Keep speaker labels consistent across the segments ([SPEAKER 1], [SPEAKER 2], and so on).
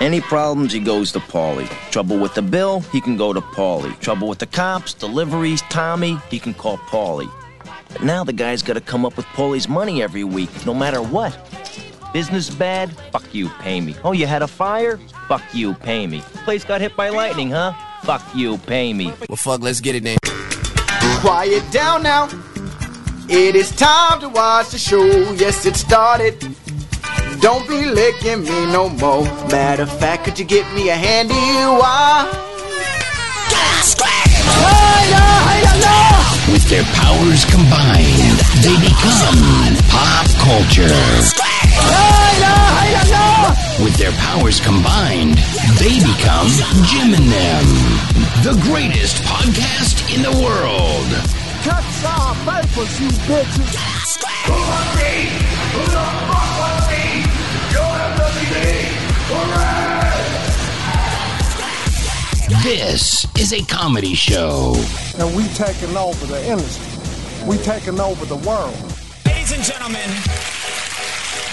[SPEAKER 1] Any problems, he goes to Paulie. Trouble with the bill, he can go to Paulie. Trouble with the cops, deliveries, Tommy, he can call Paulie. But now the guy's got to come up with Paulie's money every week, no matter what. Business bad? Fuck you, pay me. Oh, you had a fire? Fuck you, pay me. Place got hit by lightning, huh? Fuck you, pay me.
[SPEAKER 2] Well, fuck, let's get it then.
[SPEAKER 3] Quiet down now. It is time to watch the show. Yes, it started. Don't be licking me no more. Matter of fact, could you get me a handy wire?
[SPEAKER 4] With their powers combined, they become pop culture. With their powers combined, they become Jim and them, the greatest podcast in the world. This is a comedy show.
[SPEAKER 5] and we taking over the industry. We taking over the world.
[SPEAKER 6] Ladies and gentlemen,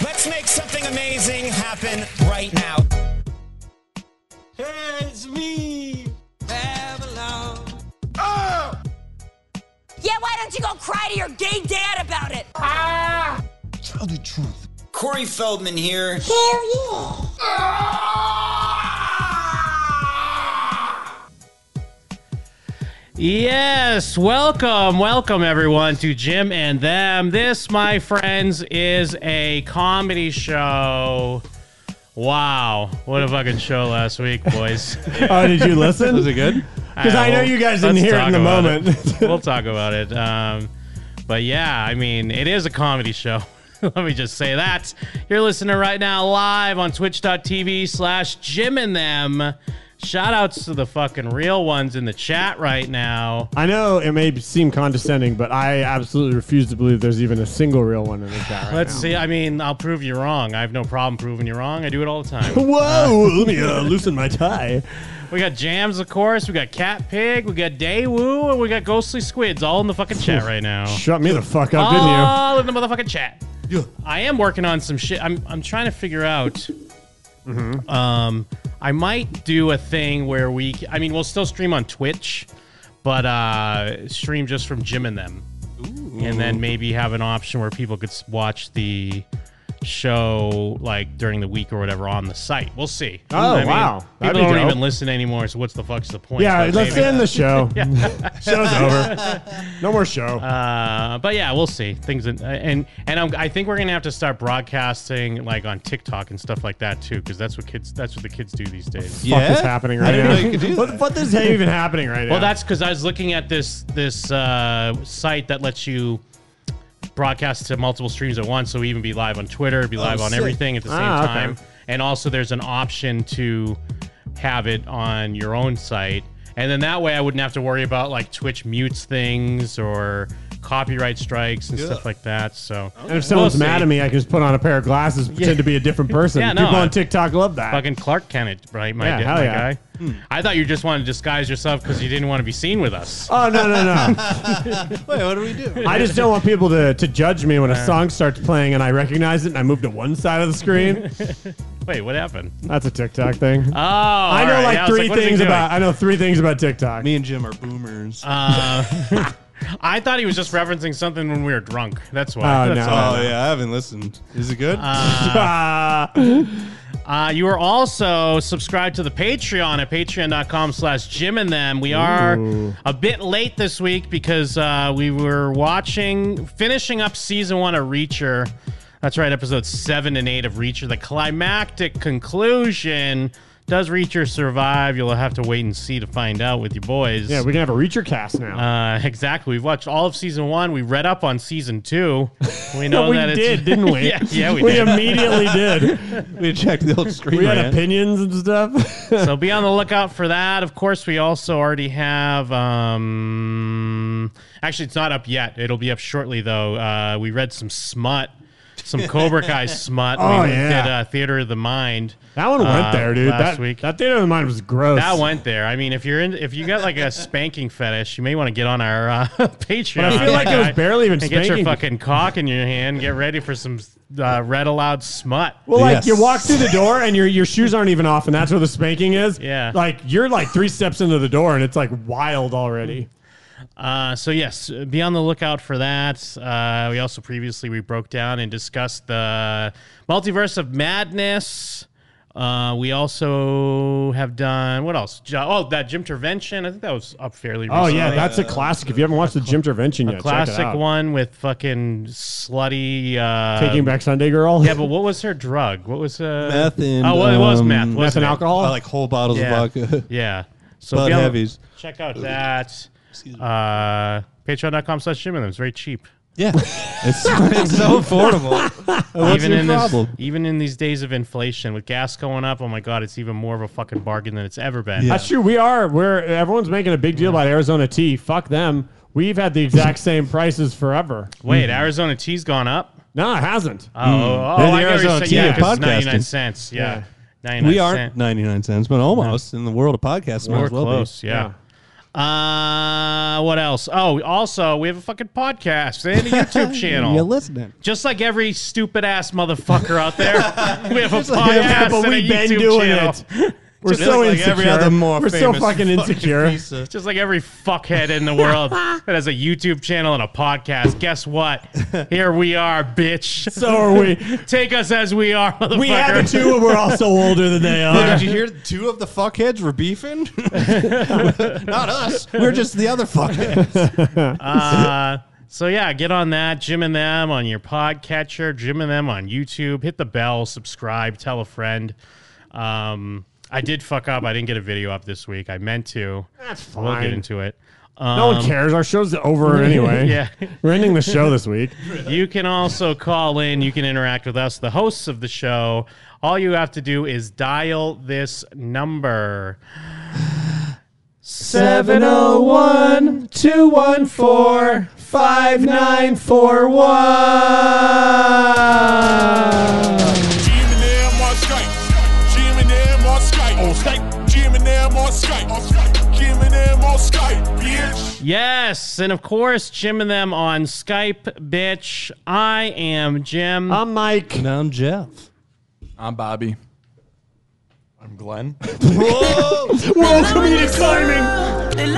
[SPEAKER 6] let's make something amazing happen right now. It's me, Babylon.
[SPEAKER 7] Yeah, why don't you go cry to your gay dad about it?
[SPEAKER 6] Corey Feldman here.
[SPEAKER 8] Yes, welcome, welcome everyone to Jim and Them. This, my friends, is a comedy show. Wow, what a fucking show last week, boys.
[SPEAKER 9] Oh, did you listen? Was it good? Because I know
[SPEAKER 8] well,
[SPEAKER 9] you guys didn't
[SPEAKER 8] let's
[SPEAKER 9] hear it
[SPEAKER 8] talk
[SPEAKER 9] in the
[SPEAKER 8] about
[SPEAKER 9] moment.
[SPEAKER 8] it. we'll talk about it. Um, but yeah, I mean, it is a comedy show. Let me just say that. You're listening right now live on twitch.tv slash Jim and Them. Shout outs to the fucking real ones in the chat right now.
[SPEAKER 9] I know it may seem condescending, but I absolutely refuse to believe there's even a single real one in the chat. Right
[SPEAKER 8] Let's
[SPEAKER 9] now.
[SPEAKER 8] see. I mean, I'll prove you wrong. I have no problem proving you wrong. I do it all the time.
[SPEAKER 9] Whoa! let me uh, loosen my tie.
[SPEAKER 8] we got Jams, of course. We got Cat Pig. We got Daewoo. And we got Ghostly Squids all in the fucking chat right now.
[SPEAKER 9] Shut me the fuck up, didn't you?
[SPEAKER 8] All in the motherfucking chat. I am working on some shit. I'm I'm trying to figure out.
[SPEAKER 9] Mm-hmm.
[SPEAKER 8] Um, I might do a thing where we. I mean, we'll still stream on Twitch, but uh, stream just from Jim and them, and then maybe have an option where people could s- watch the show like during the week or whatever on the site. We'll see.
[SPEAKER 9] Oh,
[SPEAKER 8] I mean,
[SPEAKER 9] wow. That'd
[SPEAKER 8] people
[SPEAKER 9] be
[SPEAKER 8] don't
[SPEAKER 9] dope.
[SPEAKER 8] even listen anymore. So what's the fuck's the point?
[SPEAKER 9] Yeah,
[SPEAKER 8] But
[SPEAKER 9] let's
[SPEAKER 8] maybe-
[SPEAKER 9] end the show. Show's over. No more show.
[SPEAKER 8] uh, but yeah, we'll see things. In, uh, and and I'm, I think we're gonna have to start broadcasting like on TikTok and stuff like that too, because that's what kids that's what the kids do these days.
[SPEAKER 9] Fuck is happening right now? what, what is even happening right
[SPEAKER 8] Well,
[SPEAKER 9] now?
[SPEAKER 8] that's because I was looking at this this uh, site that lets you broadcast to multiple streams at once, so even be live on Twitter, be live on everything at the same
[SPEAKER 9] Oh, Ah, okay.
[SPEAKER 8] time, and also there's an option to have it on your own site, and then that way I wouldn't have to worry about like Twitch mutes things or copyright strikes and stuff like that. So
[SPEAKER 9] and if someone's
[SPEAKER 8] We'll see.
[SPEAKER 9] mad at me, I can just put on a pair of glasses, and pretend to be a different person.
[SPEAKER 8] Yeah, no,
[SPEAKER 9] People
[SPEAKER 8] I-
[SPEAKER 9] on TikTok love that.
[SPEAKER 8] Fucking Clark Kent, it, right, my,
[SPEAKER 9] Yeah,
[SPEAKER 8] di-
[SPEAKER 9] hell
[SPEAKER 8] my
[SPEAKER 9] yeah.
[SPEAKER 8] guy. I thought you just wanted to disguise yourself because you didn't want to be seen with us.
[SPEAKER 9] oh no no no!
[SPEAKER 10] Wait, what do we do?
[SPEAKER 9] I just don't want people to, to judge me when a song starts playing and I recognize it and I move to one side of the screen.
[SPEAKER 8] Wait, what happened?
[SPEAKER 9] That's a TikTok thing.
[SPEAKER 8] Oh, I
[SPEAKER 9] I know like three things about I know three things about TikTok.
[SPEAKER 10] Me and Jim are boomers.
[SPEAKER 8] I thought he was just referencing something when we were drunk. That's why.
[SPEAKER 9] Oh
[SPEAKER 8] That's
[SPEAKER 9] no!
[SPEAKER 8] all.
[SPEAKER 10] oh yeah, I haven't listened. Is it good?
[SPEAKER 9] Ah.
[SPEAKER 8] Uh, you are also subscribed to the Patreon at patreon.com slash Jim and them. We are a bit late this week because uh, we were watching, finishing up season one of Reacher. That's right, episodes seven and eight of Reacher. The climactic conclusion. Does Reacher survive? You'll have to wait and see to find out with you boys.
[SPEAKER 9] yeah, we can have a Reacher cast now.
[SPEAKER 8] uh, exactly. We've watched all of season one. We read up on season two. We know
[SPEAKER 9] we
[SPEAKER 8] that it's-
[SPEAKER 9] did, didn't we?
[SPEAKER 8] yeah, yeah, we,
[SPEAKER 9] we
[SPEAKER 8] did.
[SPEAKER 9] immediately did.
[SPEAKER 10] we checked the old screen.
[SPEAKER 9] We had
[SPEAKER 10] rant.
[SPEAKER 9] opinions and stuff.
[SPEAKER 8] so be on the lookout for that. Of course, we also already have. Um, actually, it's not up yet. It'll be up shortly, though. Uh, we read some smut. some Cobra Kai smut.
[SPEAKER 9] Oh,
[SPEAKER 8] we
[SPEAKER 9] yeah.
[SPEAKER 8] did uh, Theater of the Mind.
[SPEAKER 9] That one went
[SPEAKER 8] uh,
[SPEAKER 9] there, dude.
[SPEAKER 8] Last
[SPEAKER 9] that,
[SPEAKER 8] week.
[SPEAKER 9] that theater of the mind was gross.
[SPEAKER 8] That went there. I mean, if you're in, if you got like a spanking fetish, you may want to get on our uh, Patreon.
[SPEAKER 9] But I feel like it was
[SPEAKER 8] guy,
[SPEAKER 9] barely even
[SPEAKER 8] and get your
[SPEAKER 9] spanking.
[SPEAKER 8] fucking cock in your hand. Get ready for some uh, read aloud smut.
[SPEAKER 9] Well,
[SPEAKER 11] Yes.
[SPEAKER 9] like you walk through the door and your your shoes aren't even off, and that's where the spanking is.
[SPEAKER 8] Yeah.
[SPEAKER 9] like you're like three steps into the door, and it's like wild already.
[SPEAKER 8] Uh, so yes, be on the lookout for that. Uh, we also previously we broke down and discussed the multiverse of madness. Uh, we also have done what else? Jo- Oh, that Jim Intervention. I think that was up fairly.
[SPEAKER 9] Oh
[SPEAKER 8] Recently.
[SPEAKER 9] yeah, that's a classic. If you haven't watched the Jim Intervention yet,
[SPEAKER 8] classic
[SPEAKER 9] check it out.
[SPEAKER 8] one with fucking slutty. Uh,
[SPEAKER 9] Taking Back Sunday Girl.
[SPEAKER 8] Yeah, but what was her drug? What was uh,
[SPEAKER 11] Meth and,
[SPEAKER 8] oh, well, it was
[SPEAKER 11] um,
[SPEAKER 8] meth.
[SPEAKER 11] meth
[SPEAKER 9] meth
[SPEAKER 8] wasn't
[SPEAKER 9] and
[SPEAKER 8] it? Oh,
[SPEAKER 9] alcohol.
[SPEAKER 11] I like whole bottles
[SPEAKER 8] Yeah.
[SPEAKER 11] of vodka.
[SPEAKER 8] Yeah. So
[SPEAKER 11] Bud
[SPEAKER 8] be on-
[SPEAKER 11] heavies.
[SPEAKER 8] Check out that. Uh, Patreon.com slash Jim and them. It's very cheap.
[SPEAKER 11] Yeah, it's, it's so affordable. What's
[SPEAKER 8] even
[SPEAKER 11] your
[SPEAKER 8] in
[SPEAKER 11] problem?
[SPEAKER 8] this, even in these days of inflation, with gas going up, oh my god, it's even more of a fucking bargain than it's ever been.
[SPEAKER 11] Yeah.
[SPEAKER 9] That's true. We are. We're everyone's making a big deal about Arizona tea. Fuck them. We've had the exact same prices forever.
[SPEAKER 8] Wait, Arizona tea's gone up.
[SPEAKER 9] No, it hasn't.
[SPEAKER 8] Oh, oh,
[SPEAKER 11] Mm. They're
[SPEAKER 8] oh,
[SPEAKER 11] the
[SPEAKER 8] I Arizona
[SPEAKER 11] Arizona
[SPEAKER 8] tea
[SPEAKER 11] tea
[SPEAKER 8] yeah,
[SPEAKER 11] of
[SPEAKER 8] 'cause it's ninety nine
[SPEAKER 11] podcasting.
[SPEAKER 8] cents.
[SPEAKER 9] Yeah.
[SPEAKER 8] Yeah, ninety nine
[SPEAKER 11] We aren't
[SPEAKER 8] cents.
[SPEAKER 11] 99 cents, but almost in the world of podcasts. might
[SPEAKER 8] We're
[SPEAKER 11] as well be.
[SPEAKER 8] close. Yeah. Uh, what else? Oh, also we have a fucking podcast and a YouTube channel.
[SPEAKER 11] You're listening.
[SPEAKER 8] Just like every stupid ass motherfucker out there, we have a podcast
[SPEAKER 9] like every- but
[SPEAKER 8] and
[SPEAKER 9] we've
[SPEAKER 8] a
[SPEAKER 9] been
[SPEAKER 8] YouTube
[SPEAKER 9] doing
[SPEAKER 8] channel.
[SPEAKER 9] it. We're
[SPEAKER 11] Just
[SPEAKER 9] so
[SPEAKER 11] like
[SPEAKER 9] insecure.
[SPEAKER 11] Every other more
[SPEAKER 9] We're so
[SPEAKER 11] famous
[SPEAKER 9] fucking insecure.
[SPEAKER 11] piece of-
[SPEAKER 8] Just like every fuckhead in the world that has a YouTube channel and a podcast. Guess what? Here we are, bitch.
[SPEAKER 9] So are we.
[SPEAKER 8] Take us as we are, motherfucker.
[SPEAKER 9] We have the two, and we're also older than they
[SPEAKER 11] Hey,
[SPEAKER 9] are.
[SPEAKER 11] did you hear two of the fuckheads were beefing? Not us. We're just the other fuckheads.
[SPEAKER 8] Uh, so yeah, get on that. Jim and them on your podcatcher. Jim and them on YouTube. Hit the bell. Subscribe. Tell a friend. Um, I did fuck up. I didn't get a video up this week. I meant to.
[SPEAKER 9] That's
[SPEAKER 8] We'll get
[SPEAKER 9] fine.
[SPEAKER 8] into it.
[SPEAKER 9] No one cares. Our show's over anyway.
[SPEAKER 8] Yeah.
[SPEAKER 9] We're ending the show this week.
[SPEAKER 8] You can also call in. You can interact with us, the hosts of the show. All you have to do is dial this number
[SPEAKER 9] 701 214 5941.
[SPEAKER 5] Jim and them on Skype. Jim and them on Skype. On Skype. Jim and them on Skype. On Skype. Jim and them on Skype, bitch.
[SPEAKER 8] Yes. And of course, Jim and them on Skype, bitch. I am Jim.
[SPEAKER 9] I'm Mike.
[SPEAKER 11] now I'm Jeff.
[SPEAKER 5] I'm Bobby. I'm Glenn.
[SPEAKER 9] Welcome to climbing.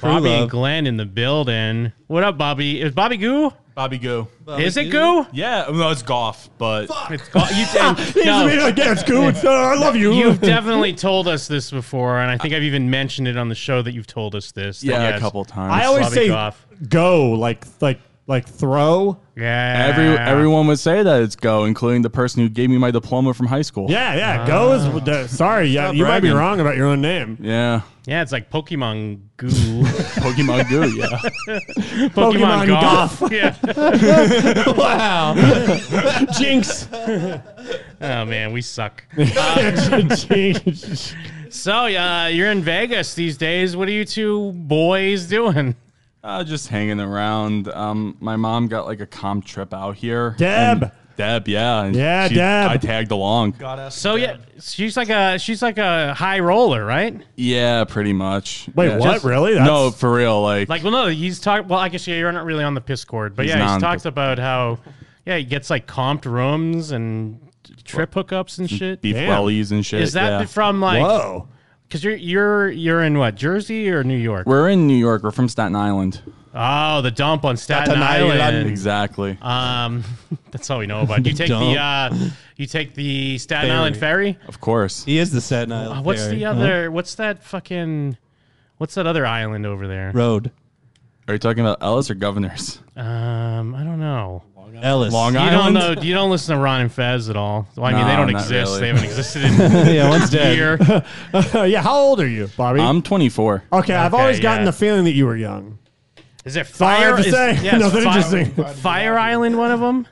[SPEAKER 8] Bobby
[SPEAKER 11] love.
[SPEAKER 8] and Glenn in the building. What up, Bobby? Is Bobby Goo?
[SPEAKER 5] Bobby Goo.
[SPEAKER 8] Is it Goo?
[SPEAKER 5] Yeah, no, it's Goff, but
[SPEAKER 8] It's Go- you, and-
[SPEAKER 9] Ah, He's
[SPEAKER 8] no.
[SPEAKER 9] like, yeah, it's cool. It's, uh, I love you.
[SPEAKER 8] You've definitely told us this before, and I think I've even mentioned it on the show that you've told us this. that
[SPEAKER 5] yeah,
[SPEAKER 8] yes,
[SPEAKER 5] a couple times.
[SPEAKER 9] I always
[SPEAKER 8] Bobby
[SPEAKER 9] say
[SPEAKER 8] Goff.
[SPEAKER 9] go, like, like, like throw.
[SPEAKER 8] Yeah.
[SPEAKER 5] Every, everyone would say that it's go, including the person who gave me my diploma from high school.
[SPEAKER 9] Yeah, yeah, go is. the- sorry, yeah,
[SPEAKER 5] Stop
[SPEAKER 9] you might be
[SPEAKER 5] bragging.
[SPEAKER 9] wrong about your own name.
[SPEAKER 5] Yeah.
[SPEAKER 8] Yeah, it's like Pokemon Goo.
[SPEAKER 5] Pokemon Goo, yeah.
[SPEAKER 9] Pokemon
[SPEAKER 8] Goff. yeah.
[SPEAKER 9] Wow. Jinx.
[SPEAKER 8] Oh man, we suck.
[SPEAKER 9] Jinx.
[SPEAKER 8] So, uh, you're in Vegas these days. What are you two boys doing?
[SPEAKER 5] Uh, just hanging around. Um, my mom got like a comp trip out here.
[SPEAKER 9] Deb.
[SPEAKER 5] And- Deb, yeah. and
[SPEAKER 9] Yeah, Deb.
[SPEAKER 5] I tagged along.
[SPEAKER 8] So yeah, she's like a she's like a high roller, right?
[SPEAKER 5] Yeah, pretty much.
[SPEAKER 9] Wait,
[SPEAKER 5] Yeah.
[SPEAKER 9] what?
[SPEAKER 5] Just-
[SPEAKER 9] really?
[SPEAKER 5] no, for real. Like,
[SPEAKER 8] Like, well, no, he's talked. Well, I guess yeah, you're not really on the piss cord, but
[SPEAKER 5] He's
[SPEAKER 8] yeah,
[SPEAKER 5] not
[SPEAKER 8] he's
[SPEAKER 5] on the
[SPEAKER 8] talked
[SPEAKER 5] piss
[SPEAKER 8] about how yeah he gets like comped rooms and trip hookups and shit.
[SPEAKER 5] beef
[SPEAKER 9] damn.
[SPEAKER 5] wellies and shit.
[SPEAKER 8] Is that
[SPEAKER 5] yeah.
[SPEAKER 8] from like
[SPEAKER 9] Whoa.
[SPEAKER 8] because you're you're you're in what Jersey or New York?
[SPEAKER 5] We're in New York. We're from Staten Island.
[SPEAKER 8] Oh, the dump on Staten, Island.
[SPEAKER 5] Exactly.
[SPEAKER 8] Um, that's all we know about. it. You take
[SPEAKER 11] dump.
[SPEAKER 8] the uh, you take the Staten
[SPEAKER 11] Ferry.
[SPEAKER 8] Island ferry.
[SPEAKER 5] of course.
[SPEAKER 11] He is the Staten Island.
[SPEAKER 8] Uh, what's
[SPEAKER 11] Ferry.
[SPEAKER 8] the
[SPEAKER 9] Mm-hmm.
[SPEAKER 8] other? What's that fucking? What's that other island over there?
[SPEAKER 11] road?
[SPEAKER 5] Are you talking about Ellis or Governors?
[SPEAKER 8] Um, I don't know.
[SPEAKER 11] Ellis.
[SPEAKER 5] Long
[SPEAKER 8] You
[SPEAKER 5] Island.
[SPEAKER 8] don't know. You don't listen to Ron and Fez at all. Well, I mean, they
[SPEAKER 5] No,
[SPEAKER 8] don't
[SPEAKER 5] not
[SPEAKER 8] exist.
[SPEAKER 5] really.
[SPEAKER 8] They haven't existed in
[SPEAKER 11] yeah, one's
[SPEAKER 8] a
[SPEAKER 11] dead.
[SPEAKER 8] year.
[SPEAKER 9] yeah, how old are you, Bobby?
[SPEAKER 5] I'm 24.
[SPEAKER 9] okay, I've
[SPEAKER 8] okay,
[SPEAKER 9] always gotten
[SPEAKER 8] yeah.
[SPEAKER 9] the feeling that you were young.
[SPEAKER 8] Is it
[SPEAKER 9] all I
[SPEAKER 8] fire?
[SPEAKER 9] have to
[SPEAKER 8] is-
[SPEAKER 9] say.
[SPEAKER 8] yeah, is
[SPEAKER 9] Nothing
[SPEAKER 8] Fi-
[SPEAKER 9] interesting.
[SPEAKER 8] Fire Island, one of them.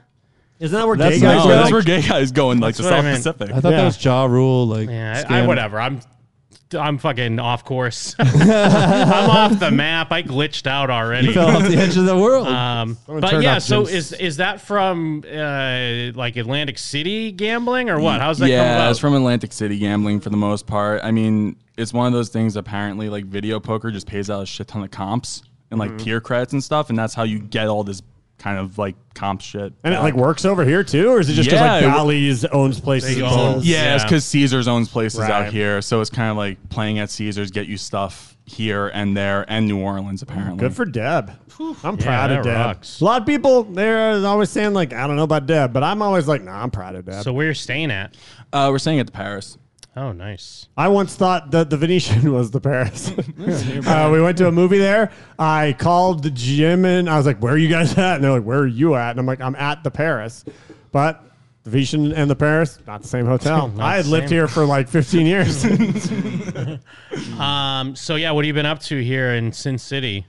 [SPEAKER 9] Isn't that where
[SPEAKER 11] That's
[SPEAKER 9] gay
[SPEAKER 11] not-
[SPEAKER 5] No,
[SPEAKER 9] guys
[SPEAKER 11] go
[SPEAKER 9] go?
[SPEAKER 5] that's
[SPEAKER 11] like-
[SPEAKER 5] where gay guys go in like the
[SPEAKER 8] what I
[SPEAKER 5] South
[SPEAKER 8] meant.
[SPEAKER 5] Pacific.
[SPEAKER 11] I thought
[SPEAKER 9] Yeah.
[SPEAKER 11] that was Jaw Rule. Like,
[SPEAKER 8] Yeah, I, I-
[SPEAKER 11] scam.
[SPEAKER 8] whatever. I'm I'm fucking off course. I'm off the map. I glitched out already.
[SPEAKER 12] You fell off the edge of the world.
[SPEAKER 8] Um,
[SPEAKER 9] Hmm?
[SPEAKER 12] Someone
[SPEAKER 8] but
[SPEAKER 12] turned
[SPEAKER 8] yeah,
[SPEAKER 12] off
[SPEAKER 8] so
[SPEAKER 12] Jim's-
[SPEAKER 8] is is that from uh, like Atlantic City gambling or what? How's that
[SPEAKER 9] yeah,
[SPEAKER 8] come about?
[SPEAKER 9] it's from Atlantic City gambling for the most part. I mean, it's one of those things. Apparently, like video poker just pays out a shit ton of comps and like
[SPEAKER 5] Mhm.
[SPEAKER 9] tier credits and stuff, and that's how you get all this kind of like comp shit.
[SPEAKER 5] And it like works over here too, or is it just 'cause,
[SPEAKER 9] Yeah, it-
[SPEAKER 5] like Bally's owns places? and
[SPEAKER 9] Yeah,
[SPEAKER 5] stuff?
[SPEAKER 9] it's because Caesars owns places out
[SPEAKER 5] Right.
[SPEAKER 9] here, so it's kind of like playing at Caesars get you stuff here and there and New Orleans apparently.
[SPEAKER 5] Good for Deb. I'm
[SPEAKER 9] Yeah,
[SPEAKER 5] proud of
[SPEAKER 9] that
[SPEAKER 5] Deb.
[SPEAKER 9] rocks.
[SPEAKER 5] A lot of people they're always saying like I don't know about Deb, but I'm always like, nah, I'm proud of Deb.
[SPEAKER 8] So where you're staying at?
[SPEAKER 9] Uh, we're staying at the Paris.
[SPEAKER 8] Oh, nice.
[SPEAKER 5] I once thought that the Venetian was the Paris. uh, we went to a movie there. I called the Jim and I was like, "Where are you guys at?" And they're like, "Where are you at?" And I'm like, "I'm at the Paris," but the Venetian and the Paris not the same hotel.
[SPEAKER 8] Not
[SPEAKER 5] I had
[SPEAKER 8] the
[SPEAKER 5] lived
[SPEAKER 8] same.
[SPEAKER 5] here for like 15 years.
[SPEAKER 8] Um, so yeah, what have you been up to here in Sin City?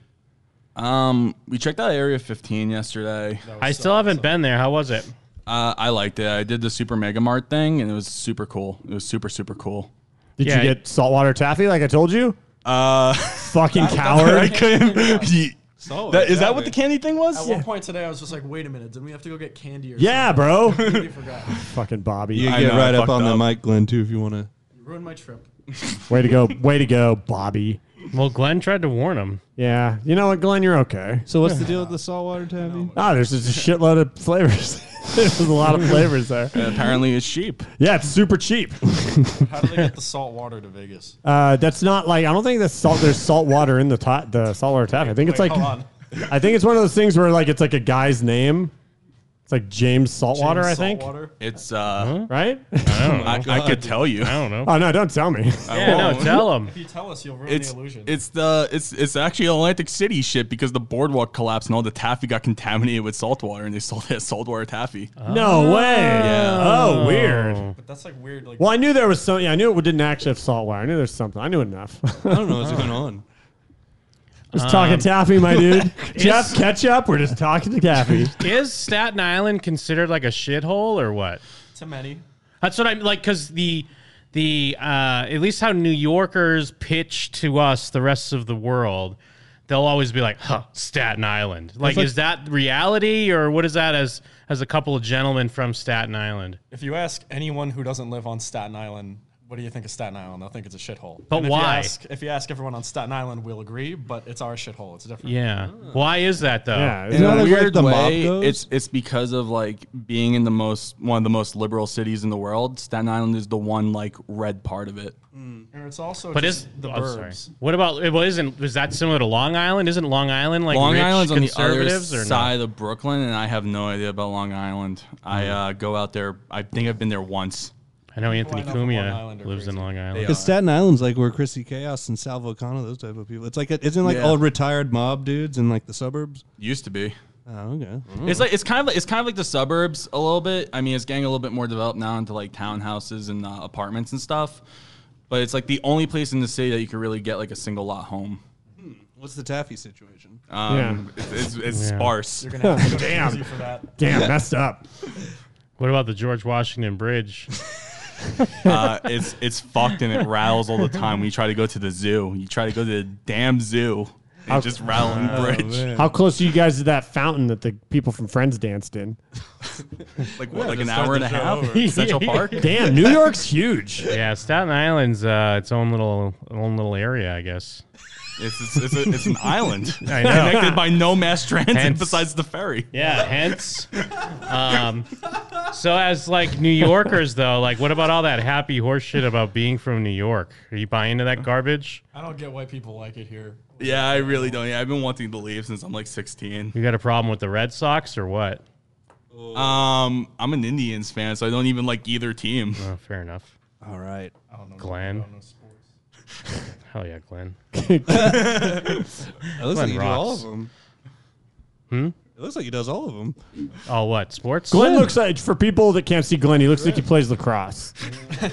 [SPEAKER 9] Um, we checked out Area 15 yesterday.
[SPEAKER 8] I still haven't been there. How was it?
[SPEAKER 9] Uh, I liked it. I did the Super Mega Mart thing, and it was super cool. It was super super cool.
[SPEAKER 5] Did you get saltwater taffy like I told you?
[SPEAKER 9] Uh,
[SPEAKER 5] fucking coward!
[SPEAKER 9] I couldn't. Ye-
[SPEAKER 6] So
[SPEAKER 9] That- is that what the candy thing was?
[SPEAKER 6] At
[SPEAKER 9] Yeah.
[SPEAKER 6] one point today, I was just like, "Wait a minute, didn't we have to go get candy?" Or something?"
[SPEAKER 5] Yeah, bro.
[SPEAKER 6] I completely forgot.
[SPEAKER 5] Fucking Bobby.
[SPEAKER 12] You
[SPEAKER 5] I
[SPEAKER 12] get
[SPEAKER 5] know,
[SPEAKER 12] right
[SPEAKER 5] I
[SPEAKER 12] up on
[SPEAKER 5] fucked
[SPEAKER 12] the
[SPEAKER 5] up.
[SPEAKER 12] mic, Glenn, too, if you want to.
[SPEAKER 6] You ruined my trip.
[SPEAKER 5] Way to go, way to go, Bobby.
[SPEAKER 8] Well, Glenn tried to warn him.
[SPEAKER 5] Yeah, you know what, Glenn, you're okay.
[SPEAKER 12] So what's the deal with the saltwater taffy?
[SPEAKER 5] Ah, there's just a shitload of flavors. there's a lot of flavors there.
[SPEAKER 9] Uh, apparently, it's cheap.
[SPEAKER 5] Yeah, it's super cheap.
[SPEAKER 6] How do they get the salt water to Vegas?
[SPEAKER 5] Uh, that's not like I don't think that's salt. There's salt water in the ta- the saltwater tap. I think it's
[SPEAKER 6] Wait,
[SPEAKER 5] like
[SPEAKER 6] hold on.
[SPEAKER 5] I think it's one of those things where like it's like a guy's name. It's like James Saltwater, I think.
[SPEAKER 9] It's uh,
[SPEAKER 5] right.
[SPEAKER 9] I, I could tell you.
[SPEAKER 8] I don't know.
[SPEAKER 5] Oh no! Don't tell me.
[SPEAKER 6] Oh.
[SPEAKER 8] him.
[SPEAKER 6] If you tell us, you'll ruin
[SPEAKER 9] It's
[SPEAKER 6] the illusion.
[SPEAKER 9] it's the it's it's actually Atlantic City shit because the boardwalk collapsed and all the taffy got contaminated with salt water and they sold it as salt water taffy.
[SPEAKER 5] No way.
[SPEAKER 9] Yeah.
[SPEAKER 5] Oh, weird.
[SPEAKER 6] But that's like weird. Like
[SPEAKER 5] Well, I knew there was something. I knew it didn't actually have salt water. I knew there's something. I knew enough. I
[SPEAKER 12] don't know what's going on.
[SPEAKER 5] Just talking taffy, my dude. Um, Jeff,
[SPEAKER 8] It's-
[SPEAKER 5] catch up. We're just talking to taffy.
[SPEAKER 8] Is Staten Island considered like a shithole or what?
[SPEAKER 6] too many.
[SPEAKER 8] That's what I'm like because the the uh, at least how New Yorkers pitch to us the rest of the world, they'll always be like, "Huh, Staten Island." Like,
[SPEAKER 6] like-
[SPEAKER 8] is that reality or what is that as as a couple of gentlemen from Staten Island?
[SPEAKER 6] If you ask anyone who doesn't live on Staten Island, what do you think of Staten Island? They'll think it's a shithole.
[SPEAKER 8] But
[SPEAKER 6] And if
[SPEAKER 8] why?
[SPEAKER 6] You ask, if you ask everyone on Staten Island, we'll agree. But it's our shithole. It's different.
[SPEAKER 8] Yeah. Why is that though?
[SPEAKER 9] in a weird way, it's it's because of like being in the most one of the most liberal cities in the world. Staten Island is the one like red part of it. Mm.
[SPEAKER 6] And it's also
[SPEAKER 8] But
[SPEAKER 6] just
[SPEAKER 8] is
[SPEAKER 6] the
[SPEAKER 8] I'm sorry.
[SPEAKER 6] burbs.
[SPEAKER 8] What about? Well, isn't is that similar to Long Island? Isn't Long Island like
[SPEAKER 9] Long
[SPEAKER 8] rich
[SPEAKER 9] Island's on the other
[SPEAKER 8] conservatives or not?
[SPEAKER 9] side of Brooklyn, and I have no idea about Long Island.
[SPEAKER 8] Hmm.
[SPEAKER 9] I uh, go out there. I think I've been there once.
[SPEAKER 8] I know Anthony
[SPEAKER 9] know from Long
[SPEAKER 8] Cumia lives in Long Island.
[SPEAKER 12] Because Staten Island's like where Chrissy Chaos and Sal Volcano, those type of people. It's like, a, isn't it like
[SPEAKER 9] Yeah.
[SPEAKER 12] all retired mob dudes in like the suburbs?
[SPEAKER 9] Used to be.
[SPEAKER 12] Oh, okay.
[SPEAKER 9] It's like it's kind of like, it's kind of like the suburbs a little bit. I mean, it's getting a little bit more developed now into like townhouses and uh, apartments and stuff. But it's like the only place in the city that you can really get like a single lot home.
[SPEAKER 12] Hmm. What's the taffy situation?
[SPEAKER 9] Um, it's it's, it's
[SPEAKER 8] Yeah.
[SPEAKER 9] sparse.
[SPEAKER 6] You're gonna have to go
[SPEAKER 5] Damn.
[SPEAKER 6] crazy for that.
[SPEAKER 5] Damn, messed up.
[SPEAKER 8] What about the George Washington Bridge?
[SPEAKER 9] uh, it's it's fucked and it rattles all the time. When you try to go to the zoo, you try to go to the damn zoo, it
[SPEAKER 5] How-
[SPEAKER 9] just rattling
[SPEAKER 12] Oh,
[SPEAKER 9] bridge.
[SPEAKER 12] man.
[SPEAKER 5] How close are you guys to that fountain that the people from Friends danced in?
[SPEAKER 9] Like what?
[SPEAKER 12] Yeah,
[SPEAKER 9] like
[SPEAKER 12] just
[SPEAKER 9] an
[SPEAKER 12] start
[SPEAKER 9] hour and
[SPEAKER 12] the
[SPEAKER 9] a
[SPEAKER 12] show
[SPEAKER 9] half?
[SPEAKER 12] over.
[SPEAKER 9] Central Park.
[SPEAKER 5] Damn, New York's huge.
[SPEAKER 8] yeah, Staten Island's uh, its own little own little area, I guess.
[SPEAKER 9] It's it's, it's, a, it's an island
[SPEAKER 8] I know.
[SPEAKER 9] connected by no mass transit
[SPEAKER 8] Hence-
[SPEAKER 9] besides the ferry.
[SPEAKER 8] Yeah, hence. Um, so as like New Yorkers though, like what about all that happy horse shit about being from New York? Are you buying into that garbage?
[SPEAKER 6] I don't get why people like it here.
[SPEAKER 9] Yeah, I really don't. Yeah, I've been wanting to leave since I'm like 16.
[SPEAKER 8] You got a problem with the Red Sox or what?
[SPEAKER 9] Um, I'm an Indians fan, so I don't even like either team.
[SPEAKER 8] Oh, fair enough.
[SPEAKER 12] All right.
[SPEAKER 6] I don't know.
[SPEAKER 8] Glenn. Hell yeah, Glenn.
[SPEAKER 12] It looks
[SPEAKER 8] Glenn
[SPEAKER 12] like you do
[SPEAKER 8] rocks.
[SPEAKER 12] all of them.
[SPEAKER 8] Hmm?
[SPEAKER 12] It looks like he does all of them.
[SPEAKER 8] Oh, what sports?
[SPEAKER 5] Glenn looks like for people that can't see Glenn, he looks like he plays lacrosse.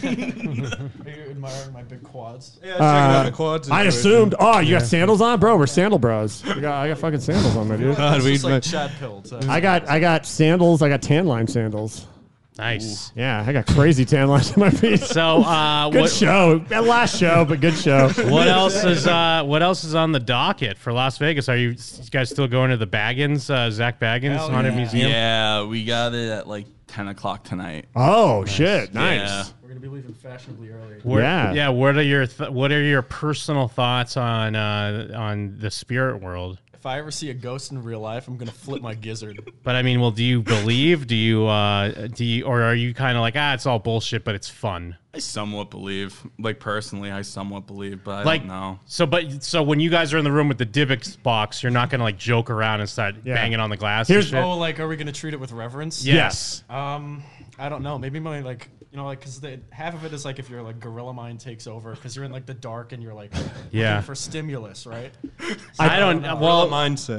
[SPEAKER 6] Are you admiring my big quads?
[SPEAKER 12] Yeah,
[SPEAKER 5] Uh, I assumed. Oh, you got sandals on, bro. We're sandal bros. I got, I got fucking sandals on, my dude.
[SPEAKER 12] God,
[SPEAKER 6] It's
[SPEAKER 12] we uh.
[SPEAKER 6] just like Chad Pilled.
[SPEAKER 5] I got I got sandals. I got tan line sandals.
[SPEAKER 8] Nice.
[SPEAKER 5] Yeah, I got crazy tan lines on my face.
[SPEAKER 8] So, uh,
[SPEAKER 5] good
[SPEAKER 8] what-
[SPEAKER 5] show. That last show, but good show.
[SPEAKER 8] What else is uh, what else is on the docket for Las Vegas? Are you, you guys still going to the Baggins, uh, Zach Baggins
[SPEAKER 13] Hell
[SPEAKER 8] Haunted
[SPEAKER 13] yeah.
[SPEAKER 8] Museum?
[SPEAKER 13] Yeah, we got it at like 10 o'clock tonight.
[SPEAKER 5] Oh shit! Nice.
[SPEAKER 13] Yeah.
[SPEAKER 6] We're gonna be leaving fashionably earlier.
[SPEAKER 8] What-
[SPEAKER 5] Yeah.
[SPEAKER 8] yeah. What are your th- What are your personal thoughts on uh, on the spirit world?
[SPEAKER 6] If I ever see a ghost in real life, I'm gonna flip my gizzard.
[SPEAKER 8] But I mean, well, do you believe? Do you uh, do you, or are you kind of like ah, it's all bullshit, but it's fun?
[SPEAKER 13] I somewhat believe. Like, personally, I somewhat believe, but I
[SPEAKER 8] like
[SPEAKER 13] don't know.
[SPEAKER 8] so, but so when you guys are in the room with the Dybbuk box, you're not gonna like joke around and start banging on the glass. and shit?
[SPEAKER 6] oh, like, are we gonna treat it with reverence?
[SPEAKER 8] Yes.
[SPEAKER 6] Um, I don't know. Maybe my like, you know, like, cause the half of it is like if your like gorilla mind takes over, cause you're in like the dark and you're like,
[SPEAKER 8] Yeah.
[SPEAKER 6] looking for stimulus, right? So
[SPEAKER 8] I don't.
[SPEAKER 6] know.
[SPEAKER 8] Well,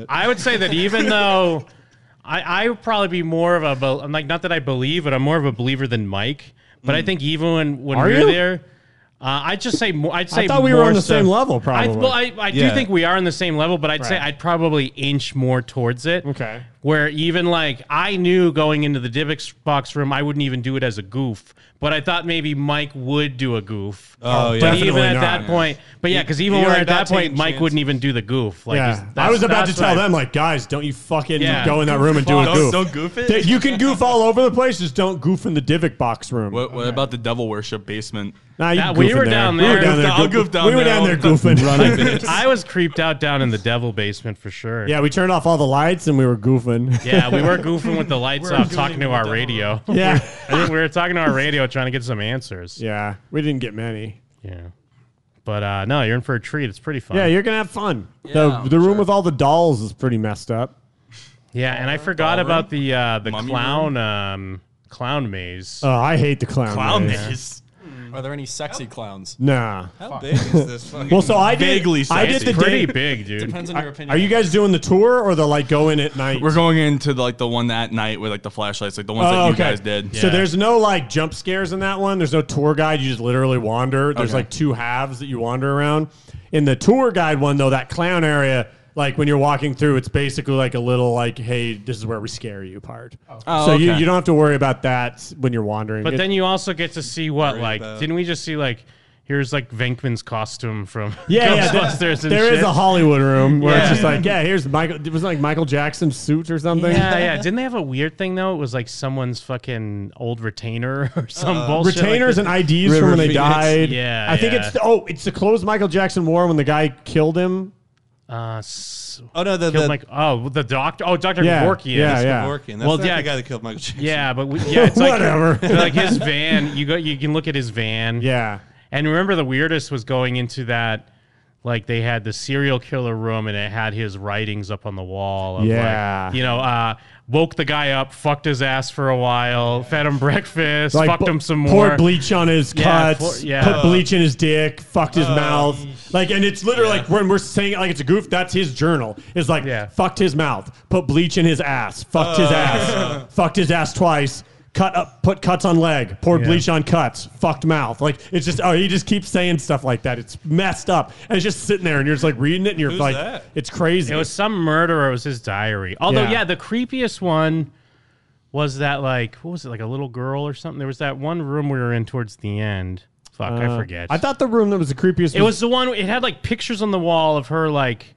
[SPEAKER 8] I would say that even though I, I would probably be more of a, be- I'm like not that I believe, but I'm more of a believer than Mike. But I
[SPEAKER 5] Mm.
[SPEAKER 8] think even when when
[SPEAKER 5] Are
[SPEAKER 8] we
[SPEAKER 5] you?
[SPEAKER 8] were there, uh, I'd just say more. I'd
[SPEAKER 5] I
[SPEAKER 8] say
[SPEAKER 5] thought we were
[SPEAKER 8] more
[SPEAKER 5] on the
[SPEAKER 8] so-
[SPEAKER 5] same level,
[SPEAKER 8] I-
[SPEAKER 5] probably.
[SPEAKER 8] well, I, I
[SPEAKER 5] Yeah.
[SPEAKER 8] do think we are on the same level, but I'd say
[SPEAKER 5] Right.
[SPEAKER 8] I'd probably inch more towards it.
[SPEAKER 5] Okay.
[SPEAKER 8] Where even like I knew going into the Divx box room, I wouldn't even do it as a goof. But I thought maybe Mike would do a goof.
[SPEAKER 5] Oh, yeah.
[SPEAKER 8] But even
[SPEAKER 5] Definitely
[SPEAKER 8] at
[SPEAKER 5] not.
[SPEAKER 8] that
[SPEAKER 5] Yeah.
[SPEAKER 8] point, but yeah,
[SPEAKER 5] You-
[SPEAKER 8] because even
[SPEAKER 5] you're
[SPEAKER 8] where
[SPEAKER 5] like
[SPEAKER 8] at
[SPEAKER 5] not
[SPEAKER 8] that point,
[SPEAKER 5] taking
[SPEAKER 8] Mike
[SPEAKER 5] chances.
[SPEAKER 8] wouldn't even do the goof. Like,
[SPEAKER 5] yeah.
[SPEAKER 8] he's-
[SPEAKER 5] I
[SPEAKER 8] that's-
[SPEAKER 5] was about to
[SPEAKER 8] that's what
[SPEAKER 5] tell
[SPEAKER 8] I-
[SPEAKER 5] them, like, guys, don't you fucking
[SPEAKER 8] Yeah.
[SPEAKER 5] go in that room and do
[SPEAKER 8] Goof
[SPEAKER 5] a
[SPEAKER 8] off.
[SPEAKER 5] goof.
[SPEAKER 8] Don't goof it.
[SPEAKER 5] Th- You can goof all over the place, just don't goof in the Divic box room.
[SPEAKER 13] What, what about the devil worship basement?
[SPEAKER 5] Nah, you
[SPEAKER 8] Yeah,
[SPEAKER 5] can goof
[SPEAKER 8] we
[SPEAKER 5] in
[SPEAKER 8] were
[SPEAKER 5] there.
[SPEAKER 8] down
[SPEAKER 5] We
[SPEAKER 8] there.
[SPEAKER 5] were down there.
[SPEAKER 13] I'll
[SPEAKER 5] goofing.
[SPEAKER 13] goof down
[SPEAKER 5] we were
[SPEAKER 13] there
[SPEAKER 5] down
[SPEAKER 13] all
[SPEAKER 5] there
[SPEAKER 13] the time.
[SPEAKER 5] goofing.
[SPEAKER 13] Running bitch.
[SPEAKER 8] I was creeped out down in the devil basement for sure.
[SPEAKER 5] Yeah, we turned off all the lights and we were goofing.
[SPEAKER 8] Yeah, we were goofing with the lights
[SPEAKER 5] We're
[SPEAKER 8] off,
[SPEAKER 5] goofing
[SPEAKER 8] talking to our radio.
[SPEAKER 5] Yeah.
[SPEAKER 8] I think we were talking to our radio, trying to get some answers.
[SPEAKER 5] Yeah, we didn't get many.
[SPEAKER 8] Yeah, but uh, no, you're in for a treat. It's pretty fun.
[SPEAKER 5] Yeah, you're gonna have fun. the the room with all the dolls is pretty messed up.
[SPEAKER 8] Yeah, and I forgot
[SPEAKER 13] doll
[SPEAKER 8] about
[SPEAKER 13] room,
[SPEAKER 8] the uh, the
[SPEAKER 13] mummy
[SPEAKER 8] clown um, clown maze.
[SPEAKER 5] Oh, I hate the clown Clown maze. maze.
[SPEAKER 6] Are there any sexy clowns?
[SPEAKER 5] Nah.
[SPEAKER 6] Fuck.
[SPEAKER 5] well, so I did, I did the day-
[SPEAKER 6] Depends on
[SPEAKER 5] I-
[SPEAKER 6] your opinion.
[SPEAKER 5] Are you guys doing the tour or the like go in at night?
[SPEAKER 13] We're going into the, like the one that night with like the flashlights, like the ones that you guys did.
[SPEAKER 5] Oh, So there's no like jump scares in that one. There's no tour guide. You just literally wander. There's
[SPEAKER 13] Okay.
[SPEAKER 5] like two halves that you wander around. In the tour guide one though, that clown area, like when you're walking through, it's basically like a little like, hey, this is where we scare you part.
[SPEAKER 8] Oh,
[SPEAKER 5] so you,
[SPEAKER 8] okay.
[SPEAKER 5] you don't have to worry about that when you're wandering.
[SPEAKER 8] But
[SPEAKER 5] It-
[SPEAKER 8] then you also get to see what like
[SPEAKER 5] about-
[SPEAKER 8] didn't we just see like here's like Venkman's costume from
[SPEAKER 5] yeah, yeah,
[SPEAKER 8] Ghostbusters
[SPEAKER 5] there-
[SPEAKER 8] and
[SPEAKER 5] there is
[SPEAKER 8] shit.
[SPEAKER 5] a Hollywood room where it's
[SPEAKER 8] Yeah.
[SPEAKER 5] just like, yeah, here's Michael. It was like Michael Jackson's suit or something.
[SPEAKER 8] Yeah, yeah. Didn't they have a weird thing though? It was like someone's fucking old retainer or some bullshit. like
[SPEAKER 5] Retainers
[SPEAKER 8] that.
[SPEAKER 5] and IDs from when they died.
[SPEAKER 8] Yeah,
[SPEAKER 5] I think
[SPEAKER 8] yeah.
[SPEAKER 5] it's the, oh, it's the clothes Michael Jackson wore when the guy killed him.
[SPEAKER 8] Uh, s-
[SPEAKER 5] Oh, no, the-
[SPEAKER 8] killed
[SPEAKER 5] the-
[SPEAKER 8] Mike- oh the doctor oh Doctor
[SPEAKER 5] Yeah,
[SPEAKER 8] Kevorkian
[SPEAKER 5] yeah, That's yeah.
[SPEAKER 10] Kevorkian. That's not the guy that killed Michael Jackson.
[SPEAKER 8] Yeah, but we, yeah, it's like
[SPEAKER 5] Whatever.
[SPEAKER 8] like his van. You go. You can look at his van.
[SPEAKER 5] Yeah.
[SPEAKER 8] And remember, the weirdest was going into that. Like they had the serial killer room, and it had his writings up on the wall. Of
[SPEAKER 5] Yeah.
[SPEAKER 8] Like, you know, uh, woke the guy up, fucked his ass for a while, fed him breakfast,
[SPEAKER 5] Like,
[SPEAKER 8] fucked
[SPEAKER 5] pu-
[SPEAKER 8] him some
[SPEAKER 5] poured
[SPEAKER 8] more.
[SPEAKER 5] bleach on his
[SPEAKER 8] Yeah,
[SPEAKER 5] cuts.
[SPEAKER 8] pour- yeah. Oh.
[SPEAKER 5] Put bleach in his dick. Fucked his mouth. Like, and it's literally like when we're saying it like it's a goof. That's his journal. It's like fucked his mouth. Put bleach in his ass. Fucked his
[SPEAKER 10] Uh.
[SPEAKER 5] ass. fucked his ass twice. Cut up. Put cuts on leg. Poured
[SPEAKER 10] Yeah.
[SPEAKER 5] bleach on cuts. Fucked mouth. Like it's just oh he just keeps saying stuff like that. It's messed up. And it's just sitting there and you're just like reading it and you're
[SPEAKER 8] Who's
[SPEAKER 5] like
[SPEAKER 8] that?
[SPEAKER 5] it's crazy.
[SPEAKER 8] It was some murderer. It was his diary. Although,
[SPEAKER 5] Yeah.
[SPEAKER 8] yeah. the creepiest one was that like what was it like a little girl or something? There was that one room we were in towards the end. Fuck, I
[SPEAKER 5] Uh,
[SPEAKER 8] forget.
[SPEAKER 5] I thought the room that was the creepiest.
[SPEAKER 8] it was the one. It had like pictures on the wall of her like.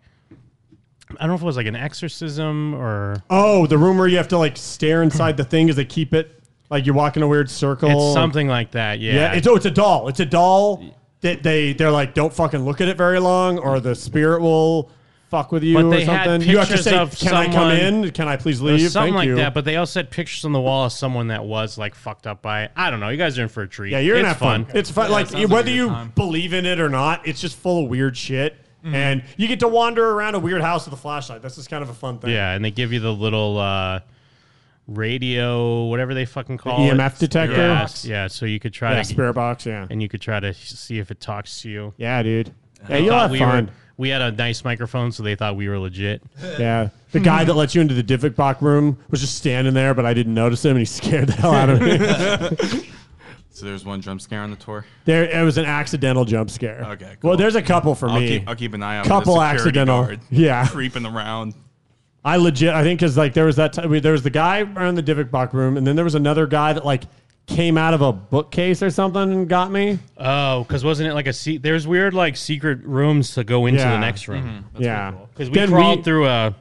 [SPEAKER 8] I don't know if it was like an exorcism or
[SPEAKER 5] Oh, the room where you have to like stare inside the thing as they keep it. Like you walk in a weird circle.
[SPEAKER 8] it's something like that. Yeah.
[SPEAKER 5] it's oh, it's a doll. It's a doll that they they're like don't fucking look at it very long, or the spirit will fuck with you
[SPEAKER 8] but
[SPEAKER 5] or
[SPEAKER 8] they
[SPEAKER 5] something.
[SPEAKER 8] had
[SPEAKER 5] you have to
[SPEAKER 8] pictures
[SPEAKER 5] say,
[SPEAKER 8] of
[SPEAKER 5] "Can I come
[SPEAKER 8] someone-
[SPEAKER 5] in? Can I please
[SPEAKER 8] It was
[SPEAKER 5] leave?"
[SPEAKER 8] Something
[SPEAKER 5] Thank
[SPEAKER 8] like
[SPEAKER 5] you.
[SPEAKER 8] that. But they also had pictures on the wall of someone that was like fucked up by. it. I don't know. You guys are in for a treat.
[SPEAKER 5] yeah, you're gonna
[SPEAKER 8] It's
[SPEAKER 5] have fun. It's fun.
[SPEAKER 8] Yeah,
[SPEAKER 5] like
[SPEAKER 8] it sounds
[SPEAKER 5] whether
[SPEAKER 8] a good
[SPEAKER 5] you
[SPEAKER 8] time. Mm-hmm.
[SPEAKER 5] believe in it or not, it's just full of weird shit, and you get to wander around a weird house with a flashlight. That's just kind of a fun thing.
[SPEAKER 8] Yeah, and they give you the little uh, radio, whatever they fucking call it.
[SPEAKER 5] EMF E detector?
[SPEAKER 8] Yes, yeah. So you could try
[SPEAKER 5] Yeah,
[SPEAKER 8] to
[SPEAKER 5] spirit box. Yeah,
[SPEAKER 8] and you could try to see if it talks to you.
[SPEAKER 5] Yeah, dude. Yeah,
[SPEAKER 8] They
[SPEAKER 5] you'll
[SPEAKER 8] thought
[SPEAKER 5] have
[SPEAKER 8] we
[SPEAKER 5] fun.
[SPEAKER 8] Were, we had a nice microphone, so they thought we were legit.
[SPEAKER 5] Yeah. The guy that let you into the Divic Bach room was just standing there, but I didn't notice him and he scared the hell out of me.
[SPEAKER 13] so there's one jump scare on the tour.
[SPEAKER 5] there it was an accidental jump scare.
[SPEAKER 13] Okay,
[SPEAKER 5] Well, there's a couple for
[SPEAKER 13] I'll
[SPEAKER 5] me.
[SPEAKER 13] Keep, I'll keep an eye out.
[SPEAKER 5] Couple
[SPEAKER 13] for the security
[SPEAKER 5] accidental.
[SPEAKER 13] guard
[SPEAKER 5] Yeah.
[SPEAKER 13] Creeping around.
[SPEAKER 5] I legit, I think, because like there was that time, there was the guy around the Divic Bach room, and then there was another guy that like came out of a bookcase or something and got me.
[SPEAKER 8] Oh, because wasn't it like a se- there's weird like secret rooms to go into
[SPEAKER 5] Yeah.
[SPEAKER 8] the next room.
[SPEAKER 5] Mhm. That's Yeah. pretty cool.
[SPEAKER 8] because we
[SPEAKER 5] Then
[SPEAKER 8] crawled
[SPEAKER 5] we-
[SPEAKER 8] through a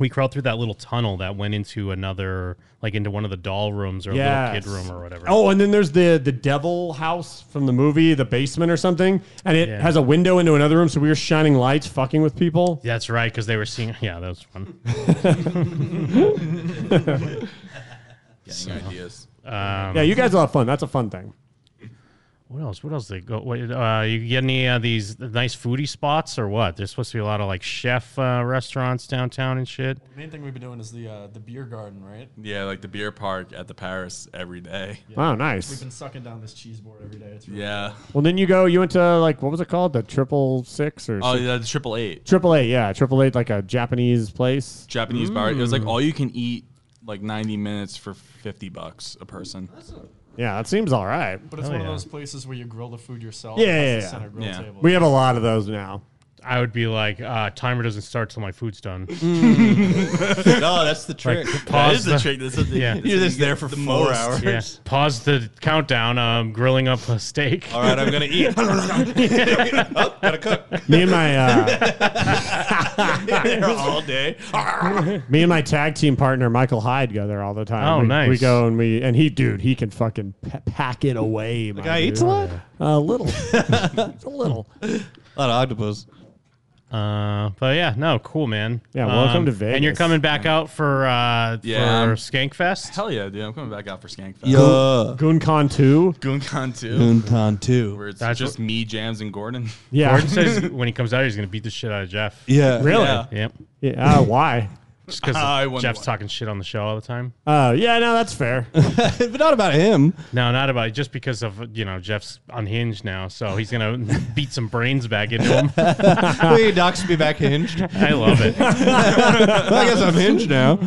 [SPEAKER 8] we crawled through that little tunnel that went into another like into one of the doll rooms or a
[SPEAKER 5] Yes.
[SPEAKER 8] little kid room or whatever.
[SPEAKER 5] Oh, and then there's the the devil house from the movie, the basement or something, and it
[SPEAKER 8] Yeah.
[SPEAKER 5] has a window into another room, so we were shining lights, fucking with people.
[SPEAKER 8] That's right, because they were seeing. Yeah, that was fun.
[SPEAKER 9] Getting ideas.
[SPEAKER 8] Um,
[SPEAKER 5] yeah, you guys will have fun. That's a fun thing.
[SPEAKER 8] What else? What else? They go. What, uh, you get any of these nice foodie spots or what? There's supposed to be a lot of like chef uh, restaurants downtown and shit.
[SPEAKER 6] The main thing we've been doing is the uh, the beer garden, right?
[SPEAKER 9] Yeah, like the beer park at the Paris every day.
[SPEAKER 5] Wow, nice.
[SPEAKER 6] We've been sucking down this cheese board every day. It's really
[SPEAKER 9] Yeah.
[SPEAKER 5] Well, then you go. You went to like what was it called? The triple six or
[SPEAKER 9] Oh,
[SPEAKER 5] six-
[SPEAKER 9] yeah, the triple eight.
[SPEAKER 5] Triple eight, yeah, triple eight, like a Japanese place.
[SPEAKER 9] Japanese bar. It was like
[SPEAKER 5] Mm.
[SPEAKER 9] all you can eat, like 90 minutes for 50 bucks a person.
[SPEAKER 5] Yeah, that seems all right.
[SPEAKER 6] But it's
[SPEAKER 8] Oh,
[SPEAKER 5] Hell
[SPEAKER 6] one of
[SPEAKER 5] yeah.
[SPEAKER 6] those places where you grill the food yourself.
[SPEAKER 5] Yeah,
[SPEAKER 6] It has
[SPEAKER 5] yeah,
[SPEAKER 6] the
[SPEAKER 5] yeah.
[SPEAKER 6] center grill
[SPEAKER 5] Yeah.
[SPEAKER 6] table.
[SPEAKER 5] We have a lot of those now.
[SPEAKER 8] I would be like, uh, timer doesn't start till my food's done.
[SPEAKER 14] No, that's the trick. That is the trick. That's what the- that's You're what just you get there for the four most. hours.
[SPEAKER 8] Pause the countdown. I'm grilling up a steak.
[SPEAKER 14] All right, I'm gonna eat. Oh, gotta cook. Me and my, uh, There all day.
[SPEAKER 5] Me and my tag team partner Michael Hyde go there all the time.
[SPEAKER 14] Oh,
[SPEAKER 5] we,
[SPEAKER 14] nice.
[SPEAKER 5] We go and we and he, dude, he can fucking pa- pack it away. The
[SPEAKER 14] guy eats a lot?
[SPEAKER 5] A little, a little.
[SPEAKER 14] A lot of octopus.
[SPEAKER 8] Uh, but yeah, no, cool, man. Um,
[SPEAKER 5] Yeah, welcome to
[SPEAKER 8] And you're
[SPEAKER 5] Vegas.
[SPEAKER 8] coming back out for uh,
[SPEAKER 9] Yeah.
[SPEAKER 8] for Skankfest.
[SPEAKER 9] Hell yeah, dude. I'm coming back out for Skankfest.
[SPEAKER 5] Gooncon two.
[SPEAKER 9] Gooncon 2.
[SPEAKER 14] Gooncon 2.
[SPEAKER 9] Where it's
[SPEAKER 8] That's
[SPEAKER 9] just me, Jams, and Gordon.
[SPEAKER 8] Gordon says when he comes out, he's gonna beat the shit out of Jeff.
[SPEAKER 14] Yeah.
[SPEAKER 5] Really?
[SPEAKER 8] Yeah. Yep.
[SPEAKER 5] Yeah. uh, why?
[SPEAKER 8] Just because
[SPEAKER 14] I wonder
[SPEAKER 8] Jeff's talking shit on the show all the time.
[SPEAKER 5] Oh, yeah. No, that's fair.
[SPEAKER 14] but not about him.
[SPEAKER 8] No, not about it. Just because of you know Jeff's unhinged now, so he's gonna beat some brains back into him.
[SPEAKER 14] Wait, Doc's be back hinged.
[SPEAKER 8] I love it. Uh,
[SPEAKER 14] Well, I guess I'm hinged now.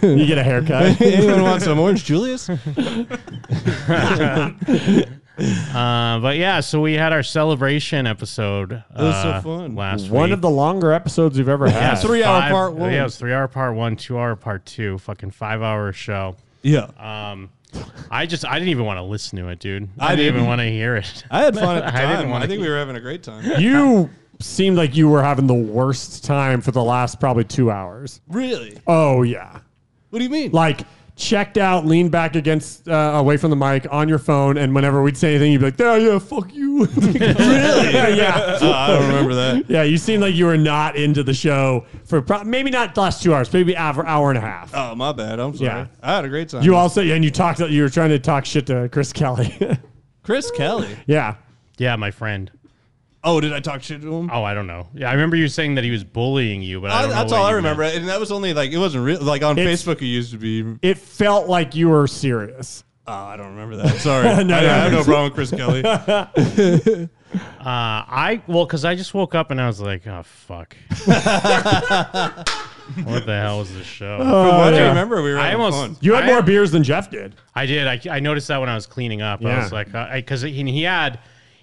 [SPEAKER 5] You get a haircut.
[SPEAKER 14] Anyone want some orange Julius?
[SPEAKER 8] uh, but yeah, so we had our celebration episode. It
[SPEAKER 5] was so
[SPEAKER 14] fun.
[SPEAKER 8] Last
[SPEAKER 5] One
[SPEAKER 8] week.
[SPEAKER 5] of the longer episodes we've ever had.
[SPEAKER 8] it was five- Yeah, it was three hour part one, two hour part two, fucking five hour show.
[SPEAKER 14] Yeah.
[SPEAKER 8] Um, I just I didn't even want to listen to it, dude.
[SPEAKER 14] I
[SPEAKER 8] I, didn't, even
[SPEAKER 14] didn't.
[SPEAKER 8] want to hear it.
[SPEAKER 14] I had fun at the time. I,
[SPEAKER 8] wanna
[SPEAKER 14] think we
[SPEAKER 8] hear-
[SPEAKER 14] were having a great time.
[SPEAKER 5] You seemed like you were having the worst time for the last probably two hours.
[SPEAKER 14] Really?
[SPEAKER 5] Oh yeah.
[SPEAKER 14] What do you mean?
[SPEAKER 5] Like checked out, leaned back against uh, away from the mic on your phone, and whenever we'd say anything, you'd be like, "Yeah, yeah, fuck you." really? yeah.
[SPEAKER 14] Oh, I don't remember that.
[SPEAKER 5] Yeah, you seemed like you were not into the show for pro- maybe not the last two hours, maybe hour hour and a half.
[SPEAKER 14] Oh, my bad. I'm sorry.
[SPEAKER 5] Yeah.
[SPEAKER 14] I had a great time.
[SPEAKER 5] You also and you talked you were trying to talk shit to Chris Kelly.
[SPEAKER 14] Chris Kelly.
[SPEAKER 5] yeah.
[SPEAKER 8] Yeah, my friend.
[SPEAKER 14] Oh, did I talk shit to him?
[SPEAKER 8] Oh, I don't know. Yeah, I remember you saying that he was bullying you, but I
[SPEAKER 14] I,
[SPEAKER 8] don't know
[SPEAKER 14] Uh, that's
[SPEAKER 8] what
[SPEAKER 14] all I
[SPEAKER 8] you
[SPEAKER 14] remember. And that was only like, it wasn't real. Like on
[SPEAKER 5] It's-
[SPEAKER 14] Facebook, it used to be. Oh,
[SPEAKER 5] It felt like you were serious.
[SPEAKER 14] I don't remember that. Sorry. I,
[SPEAKER 5] No,
[SPEAKER 14] I
[SPEAKER 5] no.
[SPEAKER 14] have no problem with Chris Kelly.
[SPEAKER 8] meant. Uh, I well, because I just woke up and I was like, oh fuck. what the hell was this show?
[SPEAKER 5] Oh,
[SPEAKER 14] what I remember, we were
[SPEAKER 8] I
[SPEAKER 14] having
[SPEAKER 8] almost
[SPEAKER 14] fun.
[SPEAKER 5] You had
[SPEAKER 8] I-
[SPEAKER 5] more beers than Jeff did.
[SPEAKER 8] I did. I, I noticed that when I was cleaning up. I
[SPEAKER 5] Yeah.
[SPEAKER 8] was like, because he, he had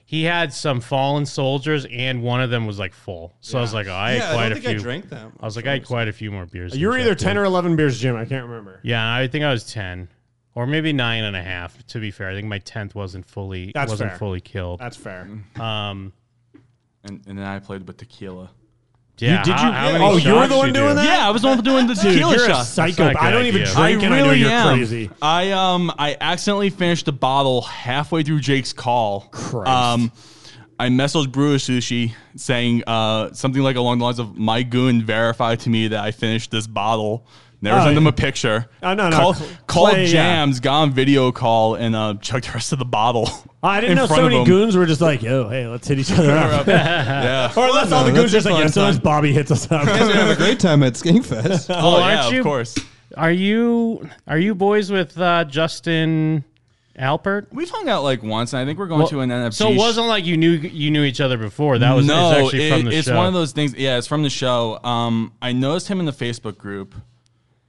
[SPEAKER 8] he had some fallen soldiers, and one of them was like full. So I was like, oh, I
[SPEAKER 14] Yeah, I
[SPEAKER 8] had quite
[SPEAKER 14] don't
[SPEAKER 8] a
[SPEAKER 14] think I
[SPEAKER 8] few.
[SPEAKER 14] drank that much.
[SPEAKER 8] I was like, I had quite a few more beers.
[SPEAKER 5] You were
[SPEAKER 8] than
[SPEAKER 5] either
[SPEAKER 8] Jeff did.
[SPEAKER 5] ten or eleven beers, Jim. I can't remember.
[SPEAKER 8] Yeah, I think I was ten, or maybe nine and a half. To be fair, I think my tenth wasn't fully
[SPEAKER 5] That's
[SPEAKER 8] wasn't
[SPEAKER 5] fair.
[SPEAKER 8] fully killed.
[SPEAKER 5] That's fair.
[SPEAKER 8] Um,
[SPEAKER 9] and, and then I played with tequila.
[SPEAKER 8] yeah.
[SPEAKER 5] did you-
[SPEAKER 8] how- how many
[SPEAKER 5] Oh, you were
[SPEAKER 8] shots
[SPEAKER 5] the one
[SPEAKER 8] you
[SPEAKER 5] doing
[SPEAKER 8] do?
[SPEAKER 5] that?
[SPEAKER 9] Yeah, I was the one doing the
[SPEAKER 5] Dude,
[SPEAKER 9] tequila
[SPEAKER 5] you're a
[SPEAKER 9] shots.
[SPEAKER 5] psycho.
[SPEAKER 8] That's not a
[SPEAKER 5] I don't
[SPEAKER 8] good
[SPEAKER 5] even
[SPEAKER 8] idea.
[SPEAKER 5] drink, and I know you're crazy.
[SPEAKER 9] I um I accidentally finished the bottle halfway through Jake's call. Um I messaged Brewer Sushi saying uh, something like along the lines of my goon verified to me that I finished this bottle. Never
[SPEAKER 5] Oh,
[SPEAKER 9] sent them
[SPEAKER 5] yeah.
[SPEAKER 9] a picture.
[SPEAKER 5] Oh, no, no.
[SPEAKER 9] Call,
[SPEAKER 5] Cl-
[SPEAKER 9] call
[SPEAKER 5] Clay, yeah.
[SPEAKER 9] Jams, got on video call and uh, chugged the rest of the bottle.
[SPEAKER 5] I didn't
[SPEAKER 9] in
[SPEAKER 5] know
[SPEAKER 9] front
[SPEAKER 5] so
[SPEAKER 9] of
[SPEAKER 5] many
[SPEAKER 9] him.
[SPEAKER 5] goons were just like, yo, hey, let's hit each other up.
[SPEAKER 9] Yeah.
[SPEAKER 5] or unless all the
[SPEAKER 14] No, that's
[SPEAKER 5] goons just
[SPEAKER 14] a
[SPEAKER 5] like,
[SPEAKER 14] fun
[SPEAKER 5] yeah, sometimes
[SPEAKER 14] time.
[SPEAKER 5] Bobby hits us up.
[SPEAKER 14] You guys are having a great time at Skankfest.
[SPEAKER 9] Oh,
[SPEAKER 8] aren't
[SPEAKER 9] yeah,
[SPEAKER 8] you-
[SPEAKER 9] of course.
[SPEAKER 8] Are you are you boys with uh, Justin Alpert?
[SPEAKER 9] We've hung out like once, and I think we're going
[SPEAKER 8] Well,
[SPEAKER 9] to an NFT.
[SPEAKER 8] So it wasn't like you knew you knew each other before. That was
[SPEAKER 9] no,
[SPEAKER 8] it's actually
[SPEAKER 9] it-
[SPEAKER 8] from the
[SPEAKER 9] it's
[SPEAKER 8] show.
[SPEAKER 9] one of those things. Yeah, it's from the show. Um, I noticed him in the Facebook group,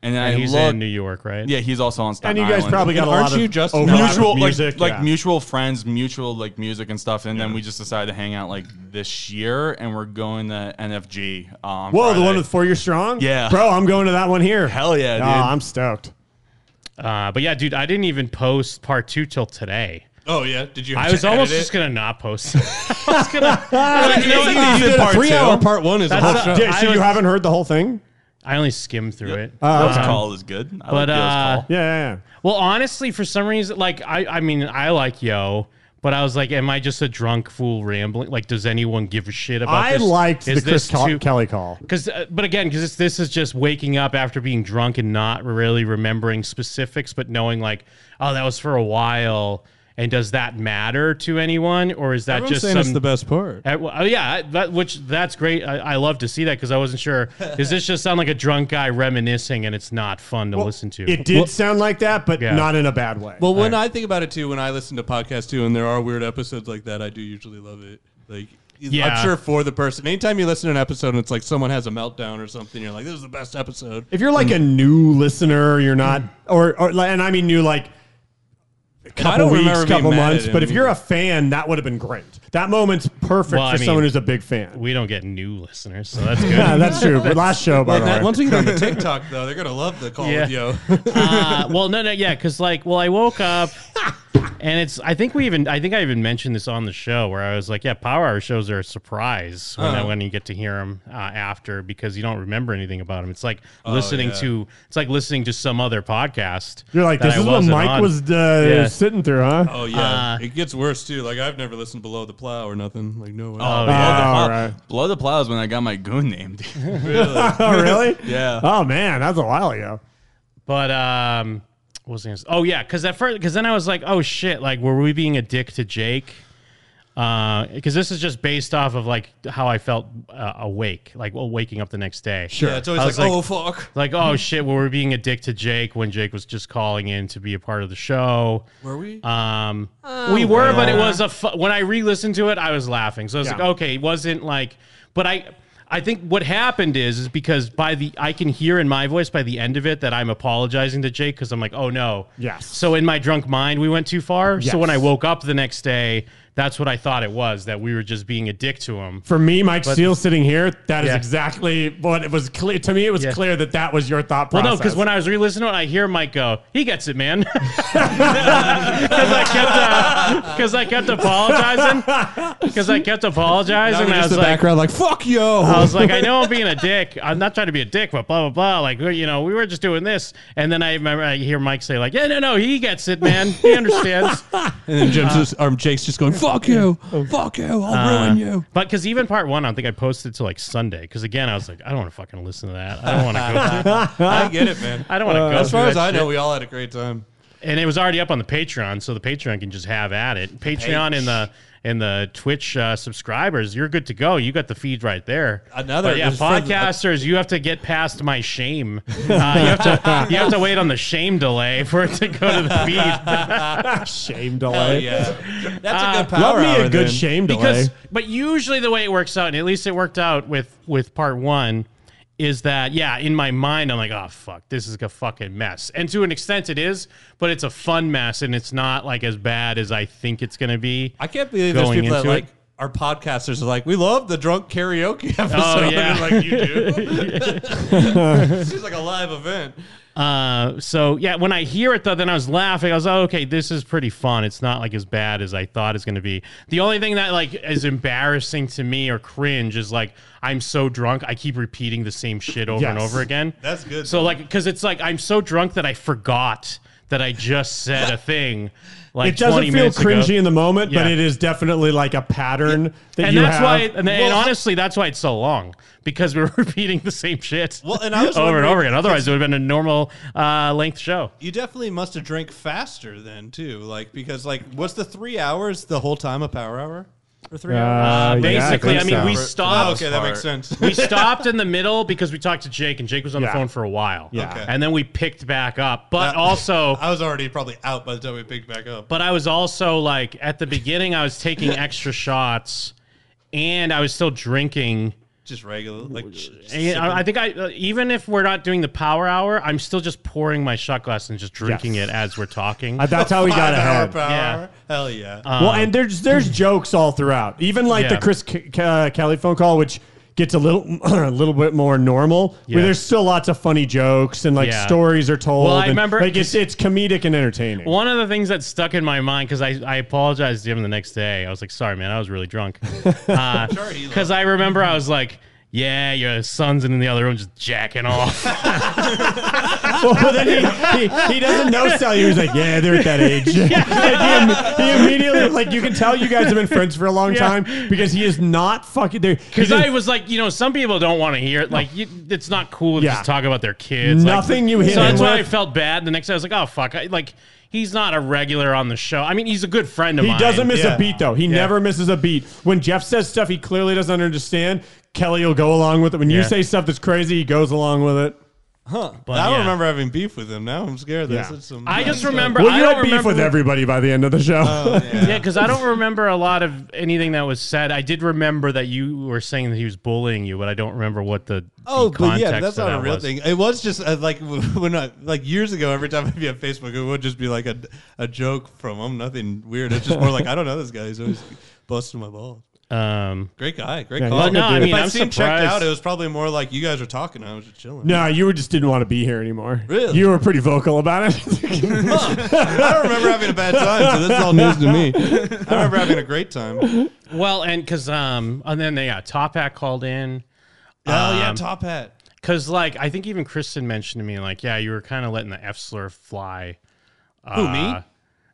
[SPEAKER 13] And then
[SPEAKER 8] And
[SPEAKER 13] I
[SPEAKER 8] he's
[SPEAKER 13] looked-
[SPEAKER 8] in New York, right?
[SPEAKER 13] Yeah, he's also on Staten
[SPEAKER 5] And you guys
[SPEAKER 13] Island.
[SPEAKER 5] probably got And a lot aren't of you just overlap with
[SPEAKER 13] mutual
[SPEAKER 5] music?
[SPEAKER 13] like, like
[SPEAKER 5] Yeah.
[SPEAKER 13] mutual friends, mutual like music and stuff. And then we just decided to hang out like this year, and we're going to NFG. Um,
[SPEAKER 5] Whoa, the one with four year strong.
[SPEAKER 13] Yeah.
[SPEAKER 5] bro, I'm going to that one here.
[SPEAKER 13] Hell yeah,
[SPEAKER 5] Oh,
[SPEAKER 13] dude.
[SPEAKER 5] I'm stoked.
[SPEAKER 8] Uh, but yeah, dude, I didn't even post part two till today.
[SPEAKER 13] Oh yeah, did you?
[SPEAKER 8] I
[SPEAKER 13] have
[SPEAKER 8] was
[SPEAKER 13] to edit
[SPEAKER 8] almost
[SPEAKER 13] it?
[SPEAKER 8] just gonna not post. I
[SPEAKER 13] was
[SPEAKER 8] gonna.
[SPEAKER 13] Like, you know, you did a three-hour part one is a whole show.
[SPEAKER 5] Yeah, so you haven't heard the whole thing?
[SPEAKER 8] I only skimmed through it.
[SPEAKER 5] Oh,
[SPEAKER 13] Bill's
[SPEAKER 5] okay.
[SPEAKER 13] call is good. I like
[SPEAKER 8] but
[SPEAKER 13] Bill's
[SPEAKER 8] uh,
[SPEAKER 13] call.
[SPEAKER 5] yeah, yeah, yeah.
[SPEAKER 8] Well, honestly, for some reason, like I, I mean, I like Yo, but I was like, am I just a drunk fool rambling? Like, does anyone give a shit about?
[SPEAKER 5] I
[SPEAKER 8] this?
[SPEAKER 5] liked the
[SPEAKER 8] Is
[SPEAKER 5] Chris
[SPEAKER 8] this
[SPEAKER 5] Col-
[SPEAKER 8] too-
[SPEAKER 5] Kelly call.
[SPEAKER 8] Because, uh, but again, because this is just waking up after being drunk and not really remembering specifics, but knowing like, oh, that was for a while. And does that matter to anyone, or is that
[SPEAKER 9] Everyone's
[SPEAKER 8] just
[SPEAKER 9] saying
[SPEAKER 8] some,
[SPEAKER 9] it's the best part.
[SPEAKER 8] Uh, well, oh yeah, I- that, which that's great. I, I love to see that because I wasn't sure. Does this just sound like a drunk guy reminiscing, and it's not fun to listen to?
[SPEAKER 5] It did sound like that, but
[SPEAKER 8] Yeah.
[SPEAKER 5] not in a bad way.
[SPEAKER 9] Well, when I think about it too, when I listen to podcasts too, and there are weird episodes like that, I do usually love it. Like,
[SPEAKER 5] Yeah.
[SPEAKER 9] I'm sure for the person. Anytime you listen to an episode and it's like someone has a meltdown or something, you're like, "This is the best episode."
[SPEAKER 5] If you're like a new listener, you're not, or, or and I mean new, like a couple
[SPEAKER 9] I don't remember
[SPEAKER 5] weeks,
[SPEAKER 9] being
[SPEAKER 5] couple
[SPEAKER 9] mad at
[SPEAKER 5] months.
[SPEAKER 9] him
[SPEAKER 5] But if you're
[SPEAKER 9] either.
[SPEAKER 5] a fan, that would have been great. That moment's perfect
[SPEAKER 8] Well, I
[SPEAKER 5] for
[SPEAKER 8] mean,
[SPEAKER 5] someone who's a big fan.
[SPEAKER 8] We don't get new listeners, so that's good.
[SPEAKER 5] Yeah, that's true. But last show, by
[SPEAKER 9] Well,
[SPEAKER 5] the
[SPEAKER 9] now-
[SPEAKER 5] way,
[SPEAKER 9] once we get on the TikTok though, they're gonna love the call with yo.
[SPEAKER 8] uh, well, no, no, yeah, because like, well, I woke up and it's. I think we even. I think I even mentioned this on the show where I was like, yeah, power hour shows are a surprise when
[SPEAKER 6] Uh-huh.
[SPEAKER 8] when you get to hear them uh, after because you don't remember anything about them. It's like
[SPEAKER 6] Oh,
[SPEAKER 8] listening
[SPEAKER 6] yeah.
[SPEAKER 8] to. It's like listening to some other podcast.
[SPEAKER 5] You're like,
[SPEAKER 8] that
[SPEAKER 5] this
[SPEAKER 8] I
[SPEAKER 5] is what
[SPEAKER 8] wasn't
[SPEAKER 5] Mike
[SPEAKER 8] on.
[SPEAKER 5] was uh,
[SPEAKER 8] Yeah.
[SPEAKER 5] sitting through, huh?
[SPEAKER 9] Oh
[SPEAKER 5] Uh,
[SPEAKER 9] yeah, it gets worse too. Like I've never listened below the plow or nothing. Like no. way.
[SPEAKER 13] Oh, yeah. Blow, the plow, blow the plows when I got my goon named.
[SPEAKER 5] oh, really?
[SPEAKER 13] yeah.
[SPEAKER 5] Oh man, that's a while ago.
[SPEAKER 8] But um, what was I gonna say? Oh yeah, because at first, because then I was like, oh shit, like were we being a dick to Jake? Because this is just based off of like how I felt uh, awake, like well, waking up the next day.
[SPEAKER 9] Sure. Yeah, it's always
[SPEAKER 8] I was
[SPEAKER 9] like, "Oh, fuck."
[SPEAKER 8] like oh shit, were we being a dick to Jake when Jake was just calling in to be a part of the show?
[SPEAKER 9] Were we?
[SPEAKER 8] Um,
[SPEAKER 9] Oh,
[SPEAKER 8] we were, but it
[SPEAKER 9] well.
[SPEAKER 8] was a fu- when I re-listened to it, I was laughing. So I was like, okay, it wasn't like, but I. I think what happened is is because by the I can hear in my voice by the end of it that I'm apologizing to Jake because I'm like, oh no.
[SPEAKER 5] Yes.
[SPEAKER 8] So in my drunk mind, we went too far.
[SPEAKER 5] Yes.
[SPEAKER 8] So when I woke up the next day, that's what I thought it was that we were just being a dick to him.
[SPEAKER 5] For me, Mike
[SPEAKER 8] But-
[SPEAKER 5] Steele sitting here, that is
[SPEAKER 8] Yeah.
[SPEAKER 5] exactly what it was clear to me. It was clear that that was your thought
[SPEAKER 8] Well,
[SPEAKER 5] process.
[SPEAKER 8] no, because when I was re-listening, to it, I hear Mike go, "He gets it, man," because I kept because I kept apologizing because I kept apologizing.
[SPEAKER 9] Now
[SPEAKER 8] and
[SPEAKER 9] we're
[SPEAKER 8] I
[SPEAKER 9] just
[SPEAKER 8] was
[SPEAKER 9] the
[SPEAKER 8] like,
[SPEAKER 9] background, like, "Fuck yo."
[SPEAKER 8] I was like, I know I'm being a dick. I'm not trying to be a dick, but blah blah blah. Like you know, we were just doing this, and then I remember I hear Mike say like, "Yeah, no, no, he gets it, man. He understands."
[SPEAKER 9] And then Jim's just, um, Jake's just going, "Fuck you, fuck you, I'll
[SPEAKER 5] Uh,
[SPEAKER 9] ruin you."
[SPEAKER 8] But because even part one, I don't think I posted till like Sunday. Because again, I was like, I don't want to fucking listen to that. I don't want to go.
[SPEAKER 9] I get it, man.
[SPEAKER 8] I don't want to
[SPEAKER 9] Uh,
[SPEAKER 8] go.
[SPEAKER 9] As far
[SPEAKER 8] through
[SPEAKER 9] as
[SPEAKER 8] that
[SPEAKER 9] I know,
[SPEAKER 8] shit.
[SPEAKER 9] we all had a great time.
[SPEAKER 8] and it was already up on the Patreon, so the Patreon can just have at it. Patreon and the and the Twitch uh, subscribers, you're good to go. You got the feed right there.
[SPEAKER 9] Another-
[SPEAKER 8] But yeah,
[SPEAKER 9] this is for the-
[SPEAKER 8] podcasters, you have to get past my shame. Uh, you have to you have to wait on the shame delay for it to go to the feed.
[SPEAKER 5] shame delay.
[SPEAKER 8] yeah.
[SPEAKER 5] That's a good Uh, power love me a hour, good then. shame delay.
[SPEAKER 8] Because, but usually the way it works out, and at least it worked out with with part one, is that yeah, in my mind I'm like, oh fuck, this is a fucking mess, and to an extent it is, but it's a fun mess, and it's not like as bad as I think it's gonna be.
[SPEAKER 9] I can't believe there's
[SPEAKER 8] going
[SPEAKER 9] people that
[SPEAKER 8] into it.
[SPEAKER 9] like our podcasters are like, we love the drunk karaoke episode.
[SPEAKER 5] Oh,
[SPEAKER 8] yeah.
[SPEAKER 9] And like you do. Seems like a live event.
[SPEAKER 8] Uh, so yeah, when I hear it though, then I was laughing. I was oh, okay, this is pretty fun. It's not like as bad as I thought it's going to be. The only thing that like is embarrassing to me or cringe is like I'm so drunk, I keep repeating the same shit over and
[SPEAKER 6] Yes.
[SPEAKER 8] over again.
[SPEAKER 6] That's good,
[SPEAKER 8] So like, because it's like I'm so drunk that I forgot that I just said a thing. Like
[SPEAKER 5] it doesn't
[SPEAKER 8] 20
[SPEAKER 5] feel
[SPEAKER 8] minutes ago.
[SPEAKER 5] cringy in the moment, but
[SPEAKER 8] Yeah.
[SPEAKER 5] it is definitely like a pattern that
[SPEAKER 8] and
[SPEAKER 5] you
[SPEAKER 8] that's
[SPEAKER 5] have.
[SPEAKER 8] why, and, and honestly, that's why it's so long because we were repeating the same shit well,
[SPEAKER 9] and I was
[SPEAKER 8] over and
[SPEAKER 9] wondering-
[SPEAKER 8] over again. Otherwise, it would have been a normal uh, length show.
[SPEAKER 9] You definitely must have drank faster then too, like because like was the three hours the whole time a power hour or three
[SPEAKER 8] Uh,
[SPEAKER 9] hours?
[SPEAKER 8] basically, I, mean, we stopped.
[SPEAKER 9] okay, that makes sense.
[SPEAKER 8] we stopped in the middle because we talked to Jake, and Jake was on the
[SPEAKER 9] Yeah.
[SPEAKER 8] phone for a while.
[SPEAKER 9] Yeah. Okay.
[SPEAKER 8] and then we picked back up, but also
[SPEAKER 9] I was already probably out by the time we picked back up.
[SPEAKER 8] but I was also like at the beginning, I was taking extra shots, and I was still drinking
[SPEAKER 9] Just regular, like. j-
[SPEAKER 8] And I I think I uh, even if we're not doing the power hour, I'm still just pouring my shot glass and just drinking it as we're talking.
[SPEAKER 5] Uh, that's how we got ahead.
[SPEAKER 8] Yeah. Um,
[SPEAKER 9] Hell yeah.
[SPEAKER 5] well, and there's there's jokes all throughout. Even like
[SPEAKER 9] Yeah.
[SPEAKER 5] the Chris K- K- uh, Kelly phone call, which gets a little a little bit more normal.
[SPEAKER 8] Yeah.
[SPEAKER 5] Where there's still lots of funny jokes and like
[SPEAKER 8] Yeah.
[SPEAKER 5] stories are told.
[SPEAKER 8] Well, I
[SPEAKER 5] and,
[SPEAKER 8] remember-
[SPEAKER 5] like it's it's comedic and entertaining.
[SPEAKER 8] One of the things that stuck in my mind because I, I apologized to him the next day. I was like, "Sorry, man, I was really drunk." Because I remember I was like, "Yeah, your son's in the other room just jacking off."
[SPEAKER 5] well, but then he, he, he doesn't know Sally. He was like, yeah, they're at that age. Like, he, im- he immediately like you can tell you guys have been friends for a long
[SPEAKER 8] Yeah.
[SPEAKER 5] time because he is not fucking there.
[SPEAKER 8] Because I was like, you know, some people don't want to hear it. Like, you, it's not cool to
[SPEAKER 5] Yeah.
[SPEAKER 8] just talk about their kids.
[SPEAKER 5] Nothing
[SPEAKER 8] like,
[SPEAKER 5] you hit
[SPEAKER 8] So that's
[SPEAKER 5] him
[SPEAKER 8] why I
[SPEAKER 5] with.
[SPEAKER 8] felt bad. The next day, I was like, oh fuck, I, like he's not a regular on the show. I mean, he's a good friend of
[SPEAKER 5] He
[SPEAKER 8] mine.
[SPEAKER 5] doesn't miss a beat though. He never misses a beat. When Jeff says stuff he clearly doesn't understand, Kelly will go along with it. When you
[SPEAKER 8] Yeah.
[SPEAKER 5] say stuff that's crazy, he goes along with it.
[SPEAKER 9] Huh.
[SPEAKER 8] But
[SPEAKER 9] I
[SPEAKER 8] yeah.
[SPEAKER 9] remember having beef with him. Now I'm scared. This is some
[SPEAKER 8] I just remember.
[SPEAKER 5] well,
[SPEAKER 8] I
[SPEAKER 5] you
[SPEAKER 8] don't
[SPEAKER 5] had beef
[SPEAKER 8] remember-
[SPEAKER 5] with everybody by the end of the show.
[SPEAKER 9] Oh,
[SPEAKER 8] Yeah, because I don't remember a lot of anything that was said. I did remember that you were saying that he was bullying you, but I don't remember what the
[SPEAKER 9] Oh,
[SPEAKER 8] the
[SPEAKER 9] but yeah, but
[SPEAKER 8] context of
[SPEAKER 9] that's not a
[SPEAKER 8] that
[SPEAKER 9] real
[SPEAKER 8] was.
[SPEAKER 9] thing. It was just uh, like when I, like years ago, every time I'd be on Facebook, it would just be like a, a joke from him. Nothing weird. It's just more like I don't know this guy. He's always busting my balls.
[SPEAKER 8] Um,
[SPEAKER 9] great guy, great
[SPEAKER 5] Yeah,
[SPEAKER 9] call.
[SPEAKER 5] he's a good No, I dude. mean,
[SPEAKER 9] if I'd
[SPEAKER 5] I'm
[SPEAKER 9] seen checked out,
[SPEAKER 5] surprised.
[SPEAKER 9] it was probably more like you guys were talking. and I was just chilling.
[SPEAKER 5] No, you were just didn't want to be here anymore.
[SPEAKER 9] Really?
[SPEAKER 5] You were pretty vocal about it.
[SPEAKER 9] I don't remember having a bad time, so this is all news to me. I remember having a great
[SPEAKER 8] Um,
[SPEAKER 9] time.
[SPEAKER 8] Well, and because um, and then they got Top Hat called in.
[SPEAKER 9] Oh, yeah, Top Hat.
[SPEAKER 8] Because like I think even Kristen mentioned to me like, yeah, you were kind of letting the F slur fly. Uh,
[SPEAKER 9] Who, me?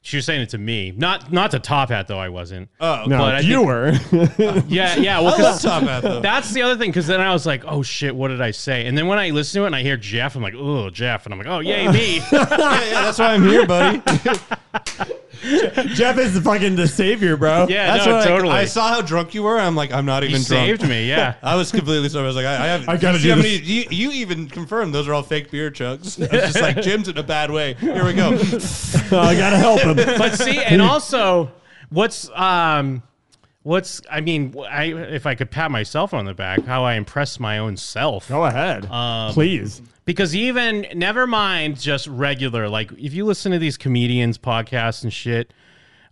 [SPEAKER 8] She was saying it to me, not not to Top Hat though. I wasn't.
[SPEAKER 9] Oh,
[SPEAKER 5] No,
[SPEAKER 8] But I
[SPEAKER 5] you
[SPEAKER 8] think-
[SPEAKER 5] were.
[SPEAKER 8] Yeah, yeah. Well,
[SPEAKER 5] I
[SPEAKER 8] 'cause
[SPEAKER 5] love Top Hat, though.
[SPEAKER 8] That's the other thing. Because then I was like, oh shit, what did I say? And then when I listen to it and I hear Jeff, I'm like, oh Jeff, and I'm like, oh yay me.
[SPEAKER 9] yeah, yeah, that's why I'm here, buddy.
[SPEAKER 5] Jeff is fucking the savior, bro.
[SPEAKER 8] Yeah, no,
[SPEAKER 9] what I-
[SPEAKER 8] totally.
[SPEAKER 9] I, saw how drunk you were. I'm like, I'm not
[SPEAKER 8] He
[SPEAKER 9] even drunk.
[SPEAKER 8] saved me, yeah.
[SPEAKER 9] I was completely sober. I was like, I, I have.
[SPEAKER 5] I gotta
[SPEAKER 9] you see
[SPEAKER 5] do
[SPEAKER 9] how
[SPEAKER 5] this.
[SPEAKER 9] many- you, you even confirmed those are all fake beer chugs. I was just like, Jim's in a bad way. Here we go.
[SPEAKER 5] Oh, I gotta help him.
[SPEAKER 8] but see, and also, what's um, what's I mean, I if I could pat myself on the back, how I impress my own self.
[SPEAKER 5] Oh,
[SPEAKER 8] Go
[SPEAKER 5] ahead,
[SPEAKER 8] Um,
[SPEAKER 5] please.
[SPEAKER 8] Because even never mind just regular, like if you listen to these comedians podcasts and shit,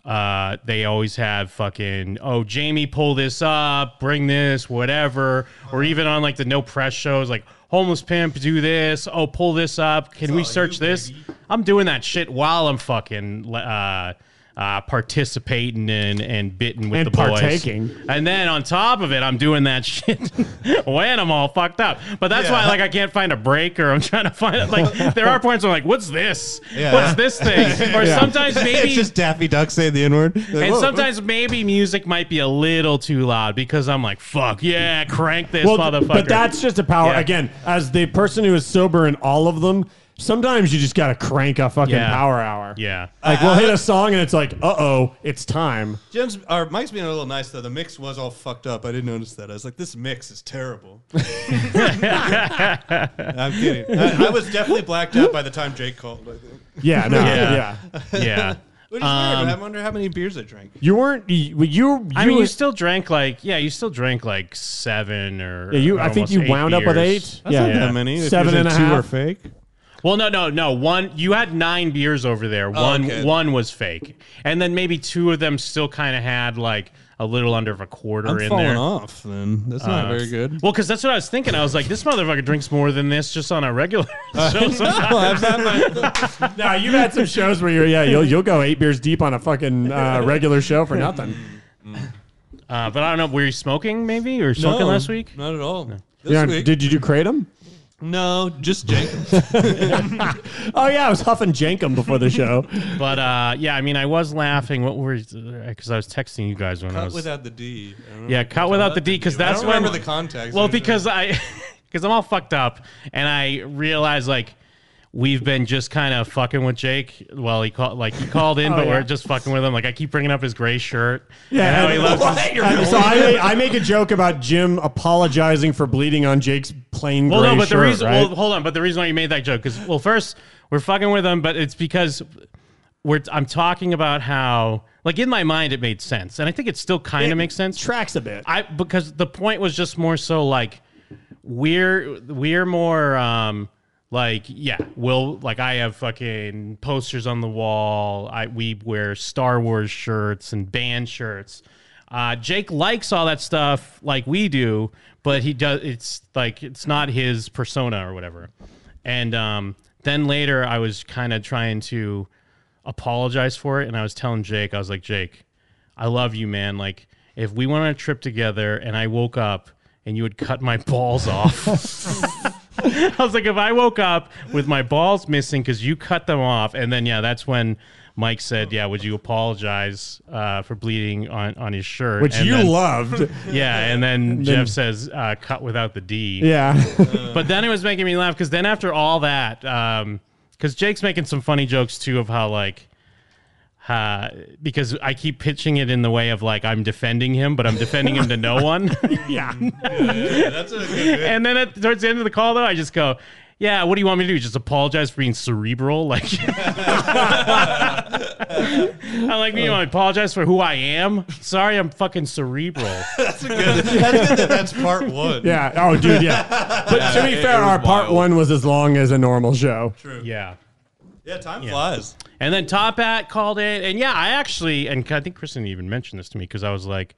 [SPEAKER 8] uh, they always have fucking oh Jamie pull this up, bring this, whatever, or even on like the no press shows, like homeless pimp do this, oh pull this up, can we search this? I'm doing that shit while I'm fucking uh, uh, participating and and bitten
[SPEAKER 5] And
[SPEAKER 8] with the boys.
[SPEAKER 5] partaking.
[SPEAKER 8] and then on top of it, I'm doing that shit when I'm all fucked up. But that's why
[SPEAKER 5] Yeah.
[SPEAKER 8] like I can't find a break or I'm trying to find like there are points where I'm like what's this?
[SPEAKER 9] Yeah.
[SPEAKER 8] What's this thing? Or
[SPEAKER 9] Yeah.
[SPEAKER 8] sometimes maybe
[SPEAKER 9] it's just Daffy Duck saying the N word.
[SPEAKER 8] and sometimes maybe music might be a little too loud because I'm like, fuck yeah, crank this motherfucker.
[SPEAKER 5] But that's just a power.
[SPEAKER 8] Yeah.
[SPEAKER 5] Again, as the person who is sober in all of them, sometimes you just gotta crank a fucking
[SPEAKER 8] Yeah.
[SPEAKER 5] power hour.
[SPEAKER 8] Yeah.
[SPEAKER 5] Like
[SPEAKER 9] I-
[SPEAKER 5] we'll
[SPEAKER 9] I-
[SPEAKER 5] hit a song and it's like, uh oh, it's time.
[SPEAKER 9] Jim's or Mike's being a little nice though. The mix was all fucked up. I didn't notice that. I was like, this mix is terrible. I'm kidding. I, I was definitely blacked out by the time Jake called. I think.
[SPEAKER 5] Yeah, no, Yeah. yeah.
[SPEAKER 8] Yeah.
[SPEAKER 9] Which is
[SPEAKER 8] Um,
[SPEAKER 9] weird. I wonder how many beers I drank.
[SPEAKER 5] You weren't. You. you
[SPEAKER 8] I mean,
[SPEAKER 5] were-
[SPEAKER 8] you still drank like yeah, you still drank like seven or
[SPEAKER 5] Yeah, you- I think
[SPEAKER 8] almost
[SPEAKER 5] you
[SPEAKER 8] eight
[SPEAKER 5] wound up with
[SPEAKER 8] beers.
[SPEAKER 5] eight. That's Yeah. not that many. If Seven you said and a two half. were fake.
[SPEAKER 8] Well, no, no, no. One, you had nine beers over there.
[SPEAKER 9] Oh,
[SPEAKER 8] One,
[SPEAKER 9] okay.
[SPEAKER 8] one was fake, and then maybe two of them still kind of had like a little under of a quarter
[SPEAKER 9] I'm
[SPEAKER 8] in
[SPEAKER 9] falling
[SPEAKER 8] there.
[SPEAKER 9] off. Then that's not
[SPEAKER 8] Uh,
[SPEAKER 9] very good.
[SPEAKER 8] Well, because that's what I was thinking. I was like, this motherfucker drinks more than this just on a regular show. sometimes.
[SPEAKER 5] no, you've had some shows where you're. Yeah, you'll you'll go eight beers deep on a fucking uh, regular show for nothing.
[SPEAKER 8] Uh, but I don't know. Were you smoking maybe or smoking
[SPEAKER 9] No,
[SPEAKER 8] last week?
[SPEAKER 9] Not at all. This
[SPEAKER 5] Yeah,
[SPEAKER 9] week-
[SPEAKER 5] did you do kratom?
[SPEAKER 9] no, just Jenkins.
[SPEAKER 5] Oh yeah, I was huffing jankum before the show.
[SPEAKER 8] But uh, yeah, I mean, I was laughing. What were because I was texting you guys when I
[SPEAKER 9] Cut
[SPEAKER 8] was
[SPEAKER 9] without the D. I don't
[SPEAKER 8] yeah,
[SPEAKER 9] remember.
[SPEAKER 8] cut without the D because
[SPEAKER 9] I don't
[SPEAKER 8] that's
[SPEAKER 9] remember
[SPEAKER 8] when,
[SPEAKER 9] the context.
[SPEAKER 8] Well,
[SPEAKER 9] I'm sure.
[SPEAKER 8] because I because I'm all fucked up and I realize like. We've been just kind of fucking with Jake. Well, he called like he called in,
[SPEAKER 5] Oh,
[SPEAKER 8] but
[SPEAKER 5] yeah.
[SPEAKER 8] we're just fucking with him. Like I keep bringing up his gray shirt. and
[SPEAKER 5] Yeah,
[SPEAKER 8] how
[SPEAKER 5] and-
[SPEAKER 8] he loves
[SPEAKER 5] and
[SPEAKER 8] his-
[SPEAKER 5] Uh, so I make, I make a joke about Jim apologizing for bleeding on Jake's plain
[SPEAKER 8] Well,
[SPEAKER 5] gray
[SPEAKER 8] no, but the
[SPEAKER 5] shirt,
[SPEAKER 8] reason.
[SPEAKER 5] right?
[SPEAKER 8] Well, hold on, but the reason why you made that joke is well, first we're fucking with them, but it's because we're. I'm talking about how Like in my mind, it made sense, and I think it still kind
[SPEAKER 15] It
[SPEAKER 8] of makes sense.
[SPEAKER 15] Tracks a bit.
[SPEAKER 8] I because the point was just more so like we're we're more um like yeah we'll like I have fucking posters on the wall. I we wear Star Wars shirts and band shirts. Uh, Jake likes all that stuff like we do, but he does. It's like it's not his persona or whatever. And um, then later, I was kind of trying to apologize for it, and I was telling Jake, I was like, Jake, I love you, man. Like, if we went on a trip together, and I woke up and you would cut my balls off. I was like, if I woke up with my balls missing because you cut them off, and then yeah, that's when Mike said, "Yeah, would you apologize uh, for bleeding on, on his shirt?"
[SPEAKER 5] Which you loved.
[SPEAKER 8] Yeah, and then
[SPEAKER 5] And then-
[SPEAKER 8] Jeff says, uh, "Cut without the D."
[SPEAKER 5] Yeah.
[SPEAKER 8] but then it was making me laugh because then after all that, because Jake's making some funny jokes too of how like. Uh, because I keep pitching it in the way of like I'm defending him, but I'm defending him to no one.
[SPEAKER 5] yeah.
[SPEAKER 9] that's a
[SPEAKER 8] and then at, towards the end of the call, though, I just go, "Yeah, what do you want me to do? Just apologize for being cerebral? Like, I like you know, I apologize for who I am. Sorry, I'm fucking cerebral. that's
[SPEAKER 9] a good. That's good that that's part one.
[SPEAKER 5] Yeah. Oh, dude. Yeah. But to be fair, our part one was as long as a normal show.
[SPEAKER 9] True.
[SPEAKER 8] Yeah.
[SPEAKER 9] Yeah, time flies.
[SPEAKER 8] And then Top Hat called it, and yeah, I actually, and I think Kristen even mentioned this to me because I was like,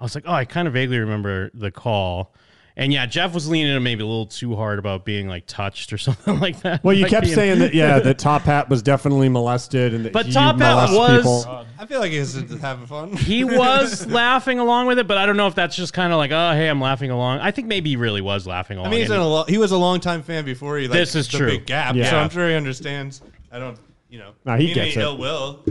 [SPEAKER 8] I was like, oh, I kind of vaguely remember the call. And yeah, Jeff was leaning in maybe a little too hard about being like touched or something like that.
[SPEAKER 5] Well, you
[SPEAKER 8] Like
[SPEAKER 5] kept
[SPEAKER 8] being-
[SPEAKER 5] saying that. Yeah, that Top Hat was definitely molested, and that
[SPEAKER 8] But
[SPEAKER 5] he
[SPEAKER 8] Top Hat
[SPEAKER 5] molests
[SPEAKER 8] was-
[SPEAKER 5] people.
[SPEAKER 9] I feel like he's having fun.
[SPEAKER 8] he was laughing along with it, but I don't know if that's just kind of like, oh, hey, I'm laughing along. I think maybe he really was laughing along.
[SPEAKER 9] I mean, he's
[SPEAKER 8] and-
[SPEAKER 9] been a lo- he was a longtime fan before he like
[SPEAKER 8] This is
[SPEAKER 9] the
[SPEAKER 8] true.
[SPEAKER 9] big gap.
[SPEAKER 8] Yeah.
[SPEAKER 9] So I'm sure he understands. I don't, you know.
[SPEAKER 8] No, he
[SPEAKER 9] mean
[SPEAKER 8] gets
[SPEAKER 9] any
[SPEAKER 8] it.
[SPEAKER 9] ill will.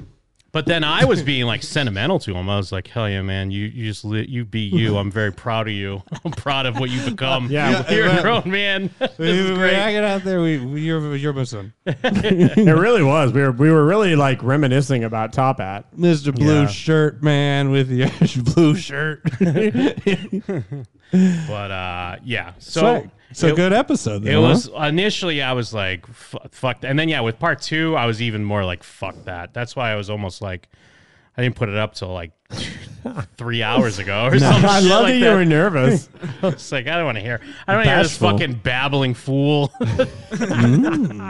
[SPEAKER 8] But then I was being like sentimental to him. I was like, "Hell yeah, man! You you just li- you be you. I'm very proud of you. I'm proud of what you've become.
[SPEAKER 9] Yeah.
[SPEAKER 8] you're
[SPEAKER 9] Yeah.
[SPEAKER 8] a grown man. This
[SPEAKER 9] We,
[SPEAKER 8] is
[SPEAKER 9] we-
[SPEAKER 8] great.
[SPEAKER 9] I get out there. We, we you're you're my son,
[SPEAKER 5] it really was. We were we were really like reminiscing about Top Hat.
[SPEAKER 9] Mister Blue Shirt Man with the blue shirt.
[SPEAKER 8] But uh, yeah,
[SPEAKER 9] So-
[SPEAKER 8] so
[SPEAKER 9] so good episode then,
[SPEAKER 8] it
[SPEAKER 9] huh?
[SPEAKER 8] was initially I was like f- fuck, that. and then yeah, with part two I was even more like fuck that. That's why I was almost like I didn't put it up till like three hours ago or
[SPEAKER 5] No.
[SPEAKER 8] something.
[SPEAKER 5] I love
[SPEAKER 8] like
[SPEAKER 5] that you were nervous.
[SPEAKER 8] I was like, I don't want to hear. I don't want to hear this
[SPEAKER 5] Bashful.
[SPEAKER 8] fucking babbling fool.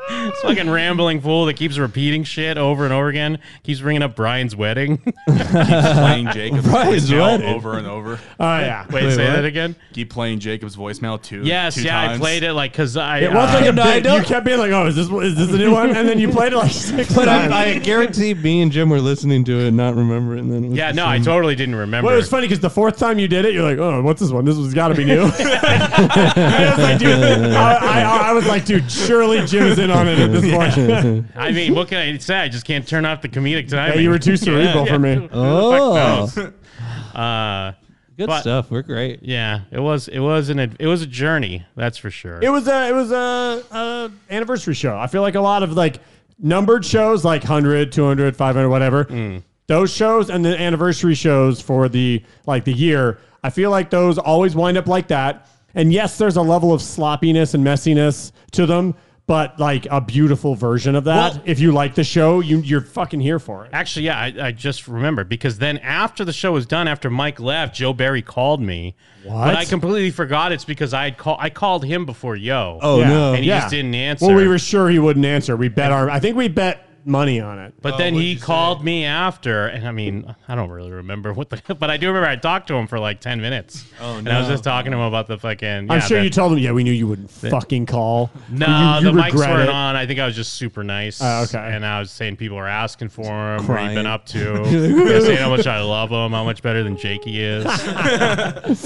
[SPEAKER 5] Mm.
[SPEAKER 8] This fucking rambling fool that keeps repeating shit over and over again. Keeps bringing up Brian's wedding. keeps
[SPEAKER 13] playing Jacob's voicemail over and over.
[SPEAKER 5] Oh,
[SPEAKER 8] Wait, say that again.
[SPEAKER 13] Keep playing Jacob's voicemail too.
[SPEAKER 8] Yes,
[SPEAKER 13] two
[SPEAKER 8] yeah, I
[SPEAKER 13] times.
[SPEAKER 8] played it like because I. uh,
[SPEAKER 5] It was like a
[SPEAKER 13] No, I
[SPEAKER 5] bit.
[SPEAKER 13] don't-
[SPEAKER 5] You kept being like, "Oh, is this is this a new one?" And then you played it like six
[SPEAKER 9] But
[SPEAKER 5] times.
[SPEAKER 9] I, I guarantee me and Jim were listening to it, and not remembering. And then it was
[SPEAKER 8] Yeah,
[SPEAKER 9] the
[SPEAKER 8] no, I
[SPEAKER 9] same.
[SPEAKER 8] totally didn't remember.
[SPEAKER 5] Mm. Well, it was funny because the fourth time you did it, you're like, "Oh, what's this one? This one's got to be new." I was like, dude, I, I, I was like, dude, surely Jim is in on it at this point.
[SPEAKER 8] I mean, what can I say? I just can't turn off the comedic timing.
[SPEAKER 5] you were too cerebral for me.
[SPEAKER 8] Who the fuck
[SPEAKER 5] Oh.
[SPEAKER 8] knows? uh,
[SPEAKER 9] Good stuff. We're great.
[SPEAKER 8] Yeah, it was. It was an. ad- It was a journey. That's for sure.
[SPEAKER 5] It was a it was a, a anniversary show. I feel like a lot of like numbered shows like 100, 200, 500 whatever. Those shows and the anniversary shows for the like the year, I feel like those always wind up like that. And yes, there's a level of sloppiness and messiness to them, but like a beautiful version of that. if you like the show, you you're fucking here for it.
[SPEAKER 8] Actually, yeah, I, I just remember because then after the show was done, after Mike left, Joe Barry called me.
[SPEAKER 5] What?
[SPEAKER 8] But I completely forgot it's because I had call, I called him before Yo.
[SPEAKER 9] Oh,
[SPEAKER 5] Yeah.
[SPEAKER 8] And he
[SPEAKER 5] Yeah.
[SPEAKER 8] just didn't answer.
[SPEAKER 5] Well, we were sure he wouldn't answer. We bet our I think we bet money on it.
[SPEAKER 8] But then he called me after, and I mean, I don't really remember what the, but I do remember I talked to him for like ten minutes. Oh And I was
[SPEAKER 5] no.
[SPEAKER 8] just talking to him about the fucking. yeah,
[SPEAKER 5] I'm sure
[SPEAKER 8] the-
[SPEAKER 5] you told him, yeah, we knew you wouldn't
[SPEAKER 8] that-
[SPEAKER 5] fucking call.
[SPEAKER 8] No,
[SPEAKER 5] You- you
[SPEAKER 8] the mics
[SPEAKER 5] regret
[SPEAKER 8] weren't
[SPEAKER 5] it.
[SPEAKER 8] on. I think I was just super nice.
[SPEAKER 5] Oh, okay.
[SPEAKER 8] And I was saying people were asking for him, what he'd
[SPEAKER 5] Crying.
[SPEAKER 8] been up to. I was saying how much I love him, how much better than Jake he is.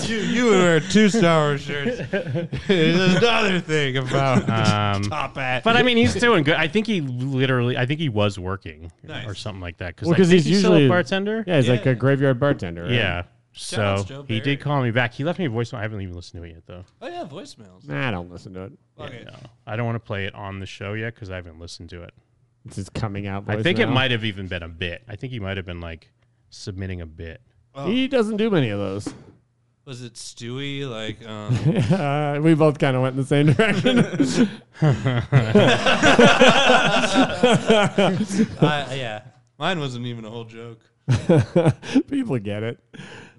[SPEAKER 9] you you would wear two Star Wars shirts. There's another thing about
[SPEAKER 8] Um,
[SPEAKER 9] Top Hat.
[SPEAKER 8] But I mean, he's doing good. I think he literally, I think he was working or something like that.
[SPEAKER 5] Well,
[SPEAKER 8] I
[SPEAKER 5] because
[SPEAKER 8] think
[SPEAKER 5] he's usually
[SPEAKER 8] still a bartender.
[SPEAKER 5] Yeah, he's like a graveyard bartender. right?
[SPEAKER 8] Yeah.
[SPEAKER 5] Shout
[SPEAKER 8] So
[SPEAKER 5] outs, Joe
[SPEAKER 8] he did call me back. He left me a voicemail. I haven't even listened to it yet, though.
[SPEAKER 9] Oh yeah, voicemails.
[SPEAKER 5] Nah, I don't listen to it.
[SPEAKER 9] Okay.
[SPEAKER 8] I don't want to play it on the show yet because I haven't listened to it.
[SPEAKER 5] It's his coming out.
[SPEAKER 8] I think it
[SPEAKER 5] voicemail.
[SPEAKER 8] might have even been a bit. I think he might have been like submitting a bit.
[SPEAKER 5] He doesn't do many of those.
[SPEAKER 9] Was it Stewie? Like, um,
[SPEAKER 5] Uh, we both kind of went in the same direction.
[SPEAKER 9] I, yeah, Mine wasn't even a whole joke.
[SPEAKER 5] People get it.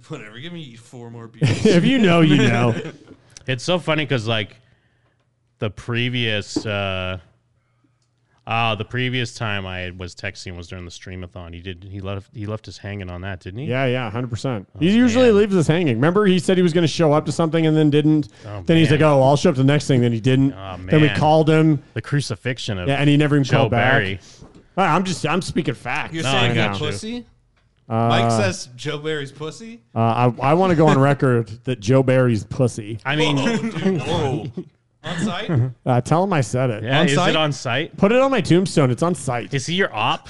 [SPEAKER 9] Whatever. Give me four more beers.
[SPEAKER 8] it's so funny because like the previous uh ah the previous time I was texting was during the streamathon. He did he left he left us hanging on that, didn't he?
[SPEAKER 5] Yeah, yeah, hundred percent.
[SPEAKER 8] Oh,
[SPEAKER 5] He usually leaves us hanging. Remember, he said he was going to show up to something and then didn't.
[SPEAKER 8] Oh,
[SPEAKER 5] then he's
[SPEAKER 8] man.
[SPEAKER 5] like, "Oh, I'll show up to the next thing." Then he didn't.
[SPEAKER 8] Oh,
[SPEAKER 5] Then we
[SPEAKER 8] man.
[SPEAKER 5] called him.
[SPEAKER 8] The crucifixion of
[SPEAKER 5] Yeah, and he never even
[SPEAKER 8] Joe
[SPEAKER 5] called back.
[SPEAKER 8] Barry.
[SPEAKER 5] All right, I'm just I'm speaking facts.
[SPEAKER 9] You're saying
[SPEAKER 5] right
[SPEAKER 9] he
[SPEAKER 5] now.
[SPEAKER 9] got pussy?
[SPEAKER 5] Uh,
[SPEAKER 9] Mike says Joe Barry's pussy.
[SPEAKER 8] Oh.
[SPEAKER 5] Uh, I, I want to go on record that Joe Barry's pussy.
[SPEAKER 8] I mean,
[SPEAKER 9] Whoa. on site?
[SPEAKER 5] Uh, tell him I said it.
[SPEAKER 8] Yeah, is it on site?
[SPEAKER 5] Put it on my tombstone. It's on site.
[SPEAKER 8] Is he your op?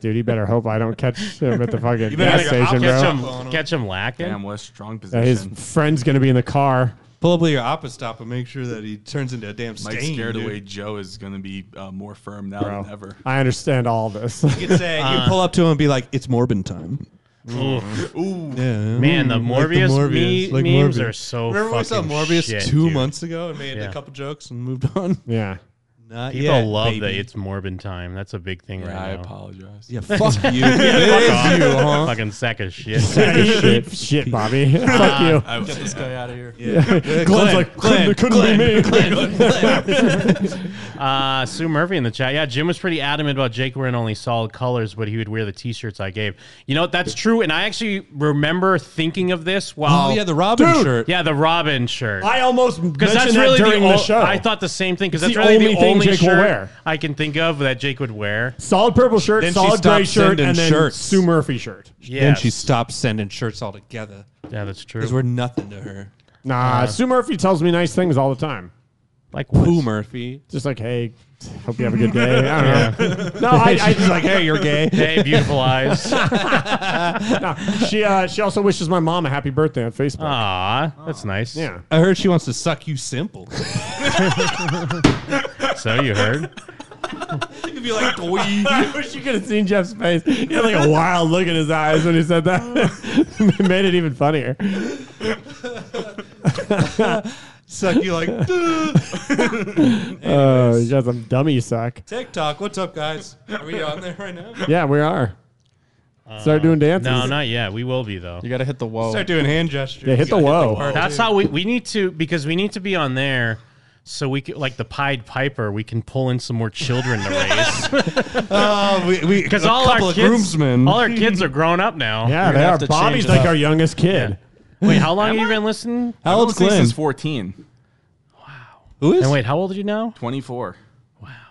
[SPEAKER 5] Dude, you better hope I don't catch him at the fucking
[SPEAKER 8] You
[SPEAKER 5] gas
[SPEAKER 8] better
[SPEAKER 5] station,
[SPEAKER 8] catch
[SPEAKER 5] bro.
[SPEAKER 8] him, catch him lacking.
[SPEAKER 13] Damn, West strong
[SPEAKER 5] Uh, his friend's gonna be in the car.
[SPEAKER 9] Pull up with your oppa stop and make sure that he turns into a damn stain.
[SPEAKER 13] Mike's scared
[SPEAKER 9] dude.
[SPEAKER 13] away. Joe is going to be uh, more firm now
[SPEAKER 5] Bro,
[SPEAKER 13] than ever.
[SPEAKER 5] I understand all this.
[SPEAKER 9] You could say you pull up to him and be like, "It's Morbin time."
[SPEAKER 13] Oof. Ooh.
[SPEAKER 9] Yeah.
[SPEAKER 8] Man, the
[SPEAKER 9] Mm, Like
[SPEAKER 8] Morbius, me- memes are so
[SPEAKER 9] Remember we saw
[SPEAKER 8] fucking
[SPEAKER 9] Morbius
[SPEAKER 8] shit,
[SPEAKER 9] two
[SPEAKER 8] dude.
[SPEAKER 9] months ago and made
[SPEAKER 8] Yeah.
[SPEAKER 9] a couple jokes and moved on.
[SPEAKER 5] Yeah.
[SPEAKER 9] Not
[SPEAKER 8] People
[SPEAKER 9] yet,
[SPEAKER 8] love
[SPEAKER 9] baby.
[SPEAKER 8] that it's Morbin time. That's a big thing right
[SPEAKER 13] I
[SPEAKER 8] now.
[SPEAKER 13] apologize.
[SPEAKER 9] Yeah, fuck you.
[SPEAKER 8] Yeah,
[SPEAKER 9] It
[SPEAKER 8] fuck
[SPEAKER 9] is
[SPEAKER 8] off.
[SPEAKER 9] you, huh?
[SPEAKER 8] Fucking sack of shit.
[SPEAKER 5] Sack of shit. Shit, Bobby. Fuck
[SPEAKER 8] Ah,
[SPEAKER 5] you.
[SPEAKER 8] I-
[SPEAKER 6] Get this guy out of here.
[SPEAKER 5] Yeah. Glenn's like, couldn't- couldn't be me.
[SPEAKER 8] uh, Sue Murphy in the chat. Yeah, Jim was pretty adamant about Jake wearing only solid colors, but he would wear the T-shirts I gave. You know what? That's true, and I actually remember thinking of this while.
[SPEAKER 9] Oh, yeah, the Robin Dude. shirt.
[SPEAKER 8] Yeah, the Robin shirt.
[SPEAKER 5] I almost mentioned
[SPEAKER 8] because that's
[SPEAKER 5] that
[SPEAKER 8] really
[SPEAKER 5] during
[SPEAKER 8] the,
[SPEAKER 5] the,
[SPEAKER 8] ol-
[SPEAKER 5] show.
[SPEAKER 8] I thought the same thing because
[SPEAKER 5] It's
[SPEAKER 8] that's
[SPEAKER 5] the
[SPEAKER 8] really
[SPEAKER 5] only
[SPEAKER 8] the
[SPEAKER 5] thing
[SPEAKER 8] only
[SPEAKER 5] Jake will
[SPEAKER 8] shirt
[SPEAKER 5] wear.
[SPEAKER 8] I can think of that Jake would wear.
[SPEAKER 5] solid purple shirt,
[SPEAKER 8] Then she
[SPEAKER 5] solid gray
[SPEAKER 8] stopped
[SPEAKER 5] shirt,
[SPEAKER 8] sending
[SPEAKER 5] and then
[SPEAKER 8] shirts.
[SPEAKER 5] Sue Murphy shirt.
[SPEAKER 9] Then
[SPEAKER 8] Yes.
[SPEAKER 9] she stopped sending shirts altogether.
[SPEAKER 8] Yeah, that's true.
[SPEAKER 9] Because we're nothing to her.
[SPEAKER 5] Nah,
[SPEAKER 9] Uh,
[SPEAKER 5] Sue Murphy tells me nice things all the time.
[SPEAKER 8] Like
[SPEAKER 9] Who Murphy?
[SPEAKER 5] Just like, hey, hope you have a good day. I don't know. No, I, I
[SPEAKER 9] She's like, hey, you're gay.
[SPEAKER 8] Hey, beautiful eyes.
[SPEAKER 5] no, she uh, she also wishes my mom a happy birthday on Facebook.
[SPEAKER 8] Aw, that's nice.
[SPEAKER 5] Yeah.
[SPEAKER 9] I heard she wants to suck you simple.
[SPEAKER 8] So you heard.
[SPEAKER 9] You'd be like,
[SPEAKER 5] I wish you could have Oh, seen Jeff's face. He had like a wild look in his eyes when he said that. it made it even funnier.
[SPEAKER 9] Suck you like, dude.
[SPEAKER 5] Oh, you got some dummy suck.
[SPEAKER 9] TikTok, what's up, guys? Are we on there right now?
[SPEAKER 5] Yeah, we are.
[SPEAKER 8] Uh,
[SPEAKER 5] Start doing dances.
[SPEAKER 8] No, not yet. We will be though. You
[SPEAKER 6] got to hit the whoa.
[SPEAKER 9] Start doing hand gestures.
[SPEAKER 5] Yeah, hit the You gotta hit the whoa. whoa.
[SPEAKER 8] That's how we we need to because we need to be on there. So we could, like the Pied Piper, we can pull in some more children to raise.
[SPEAKER 9] Uh, we- we-
[SPEAKER 8] because
[SPEAKER 9] a
[SPEAKER 8] all our
[SPEAKER 9] couple of
[SPEAKER 8] kids,
[SPEAKER 9] groomsmen.
[SPEAKER 8] all our kids are grown up now.
[SPEAKER 5] Yeah, they are. Bobby's like our youngest kid.
[SPEAKER 8] Wait, how long have you been listening?
[SPEAKER 13] How old's Glenn? Since 14. Wow.
[SPEAKER 9] Who
[SPEAKER 8] And wait, how old are you now?
[SPEAKER 13] 24.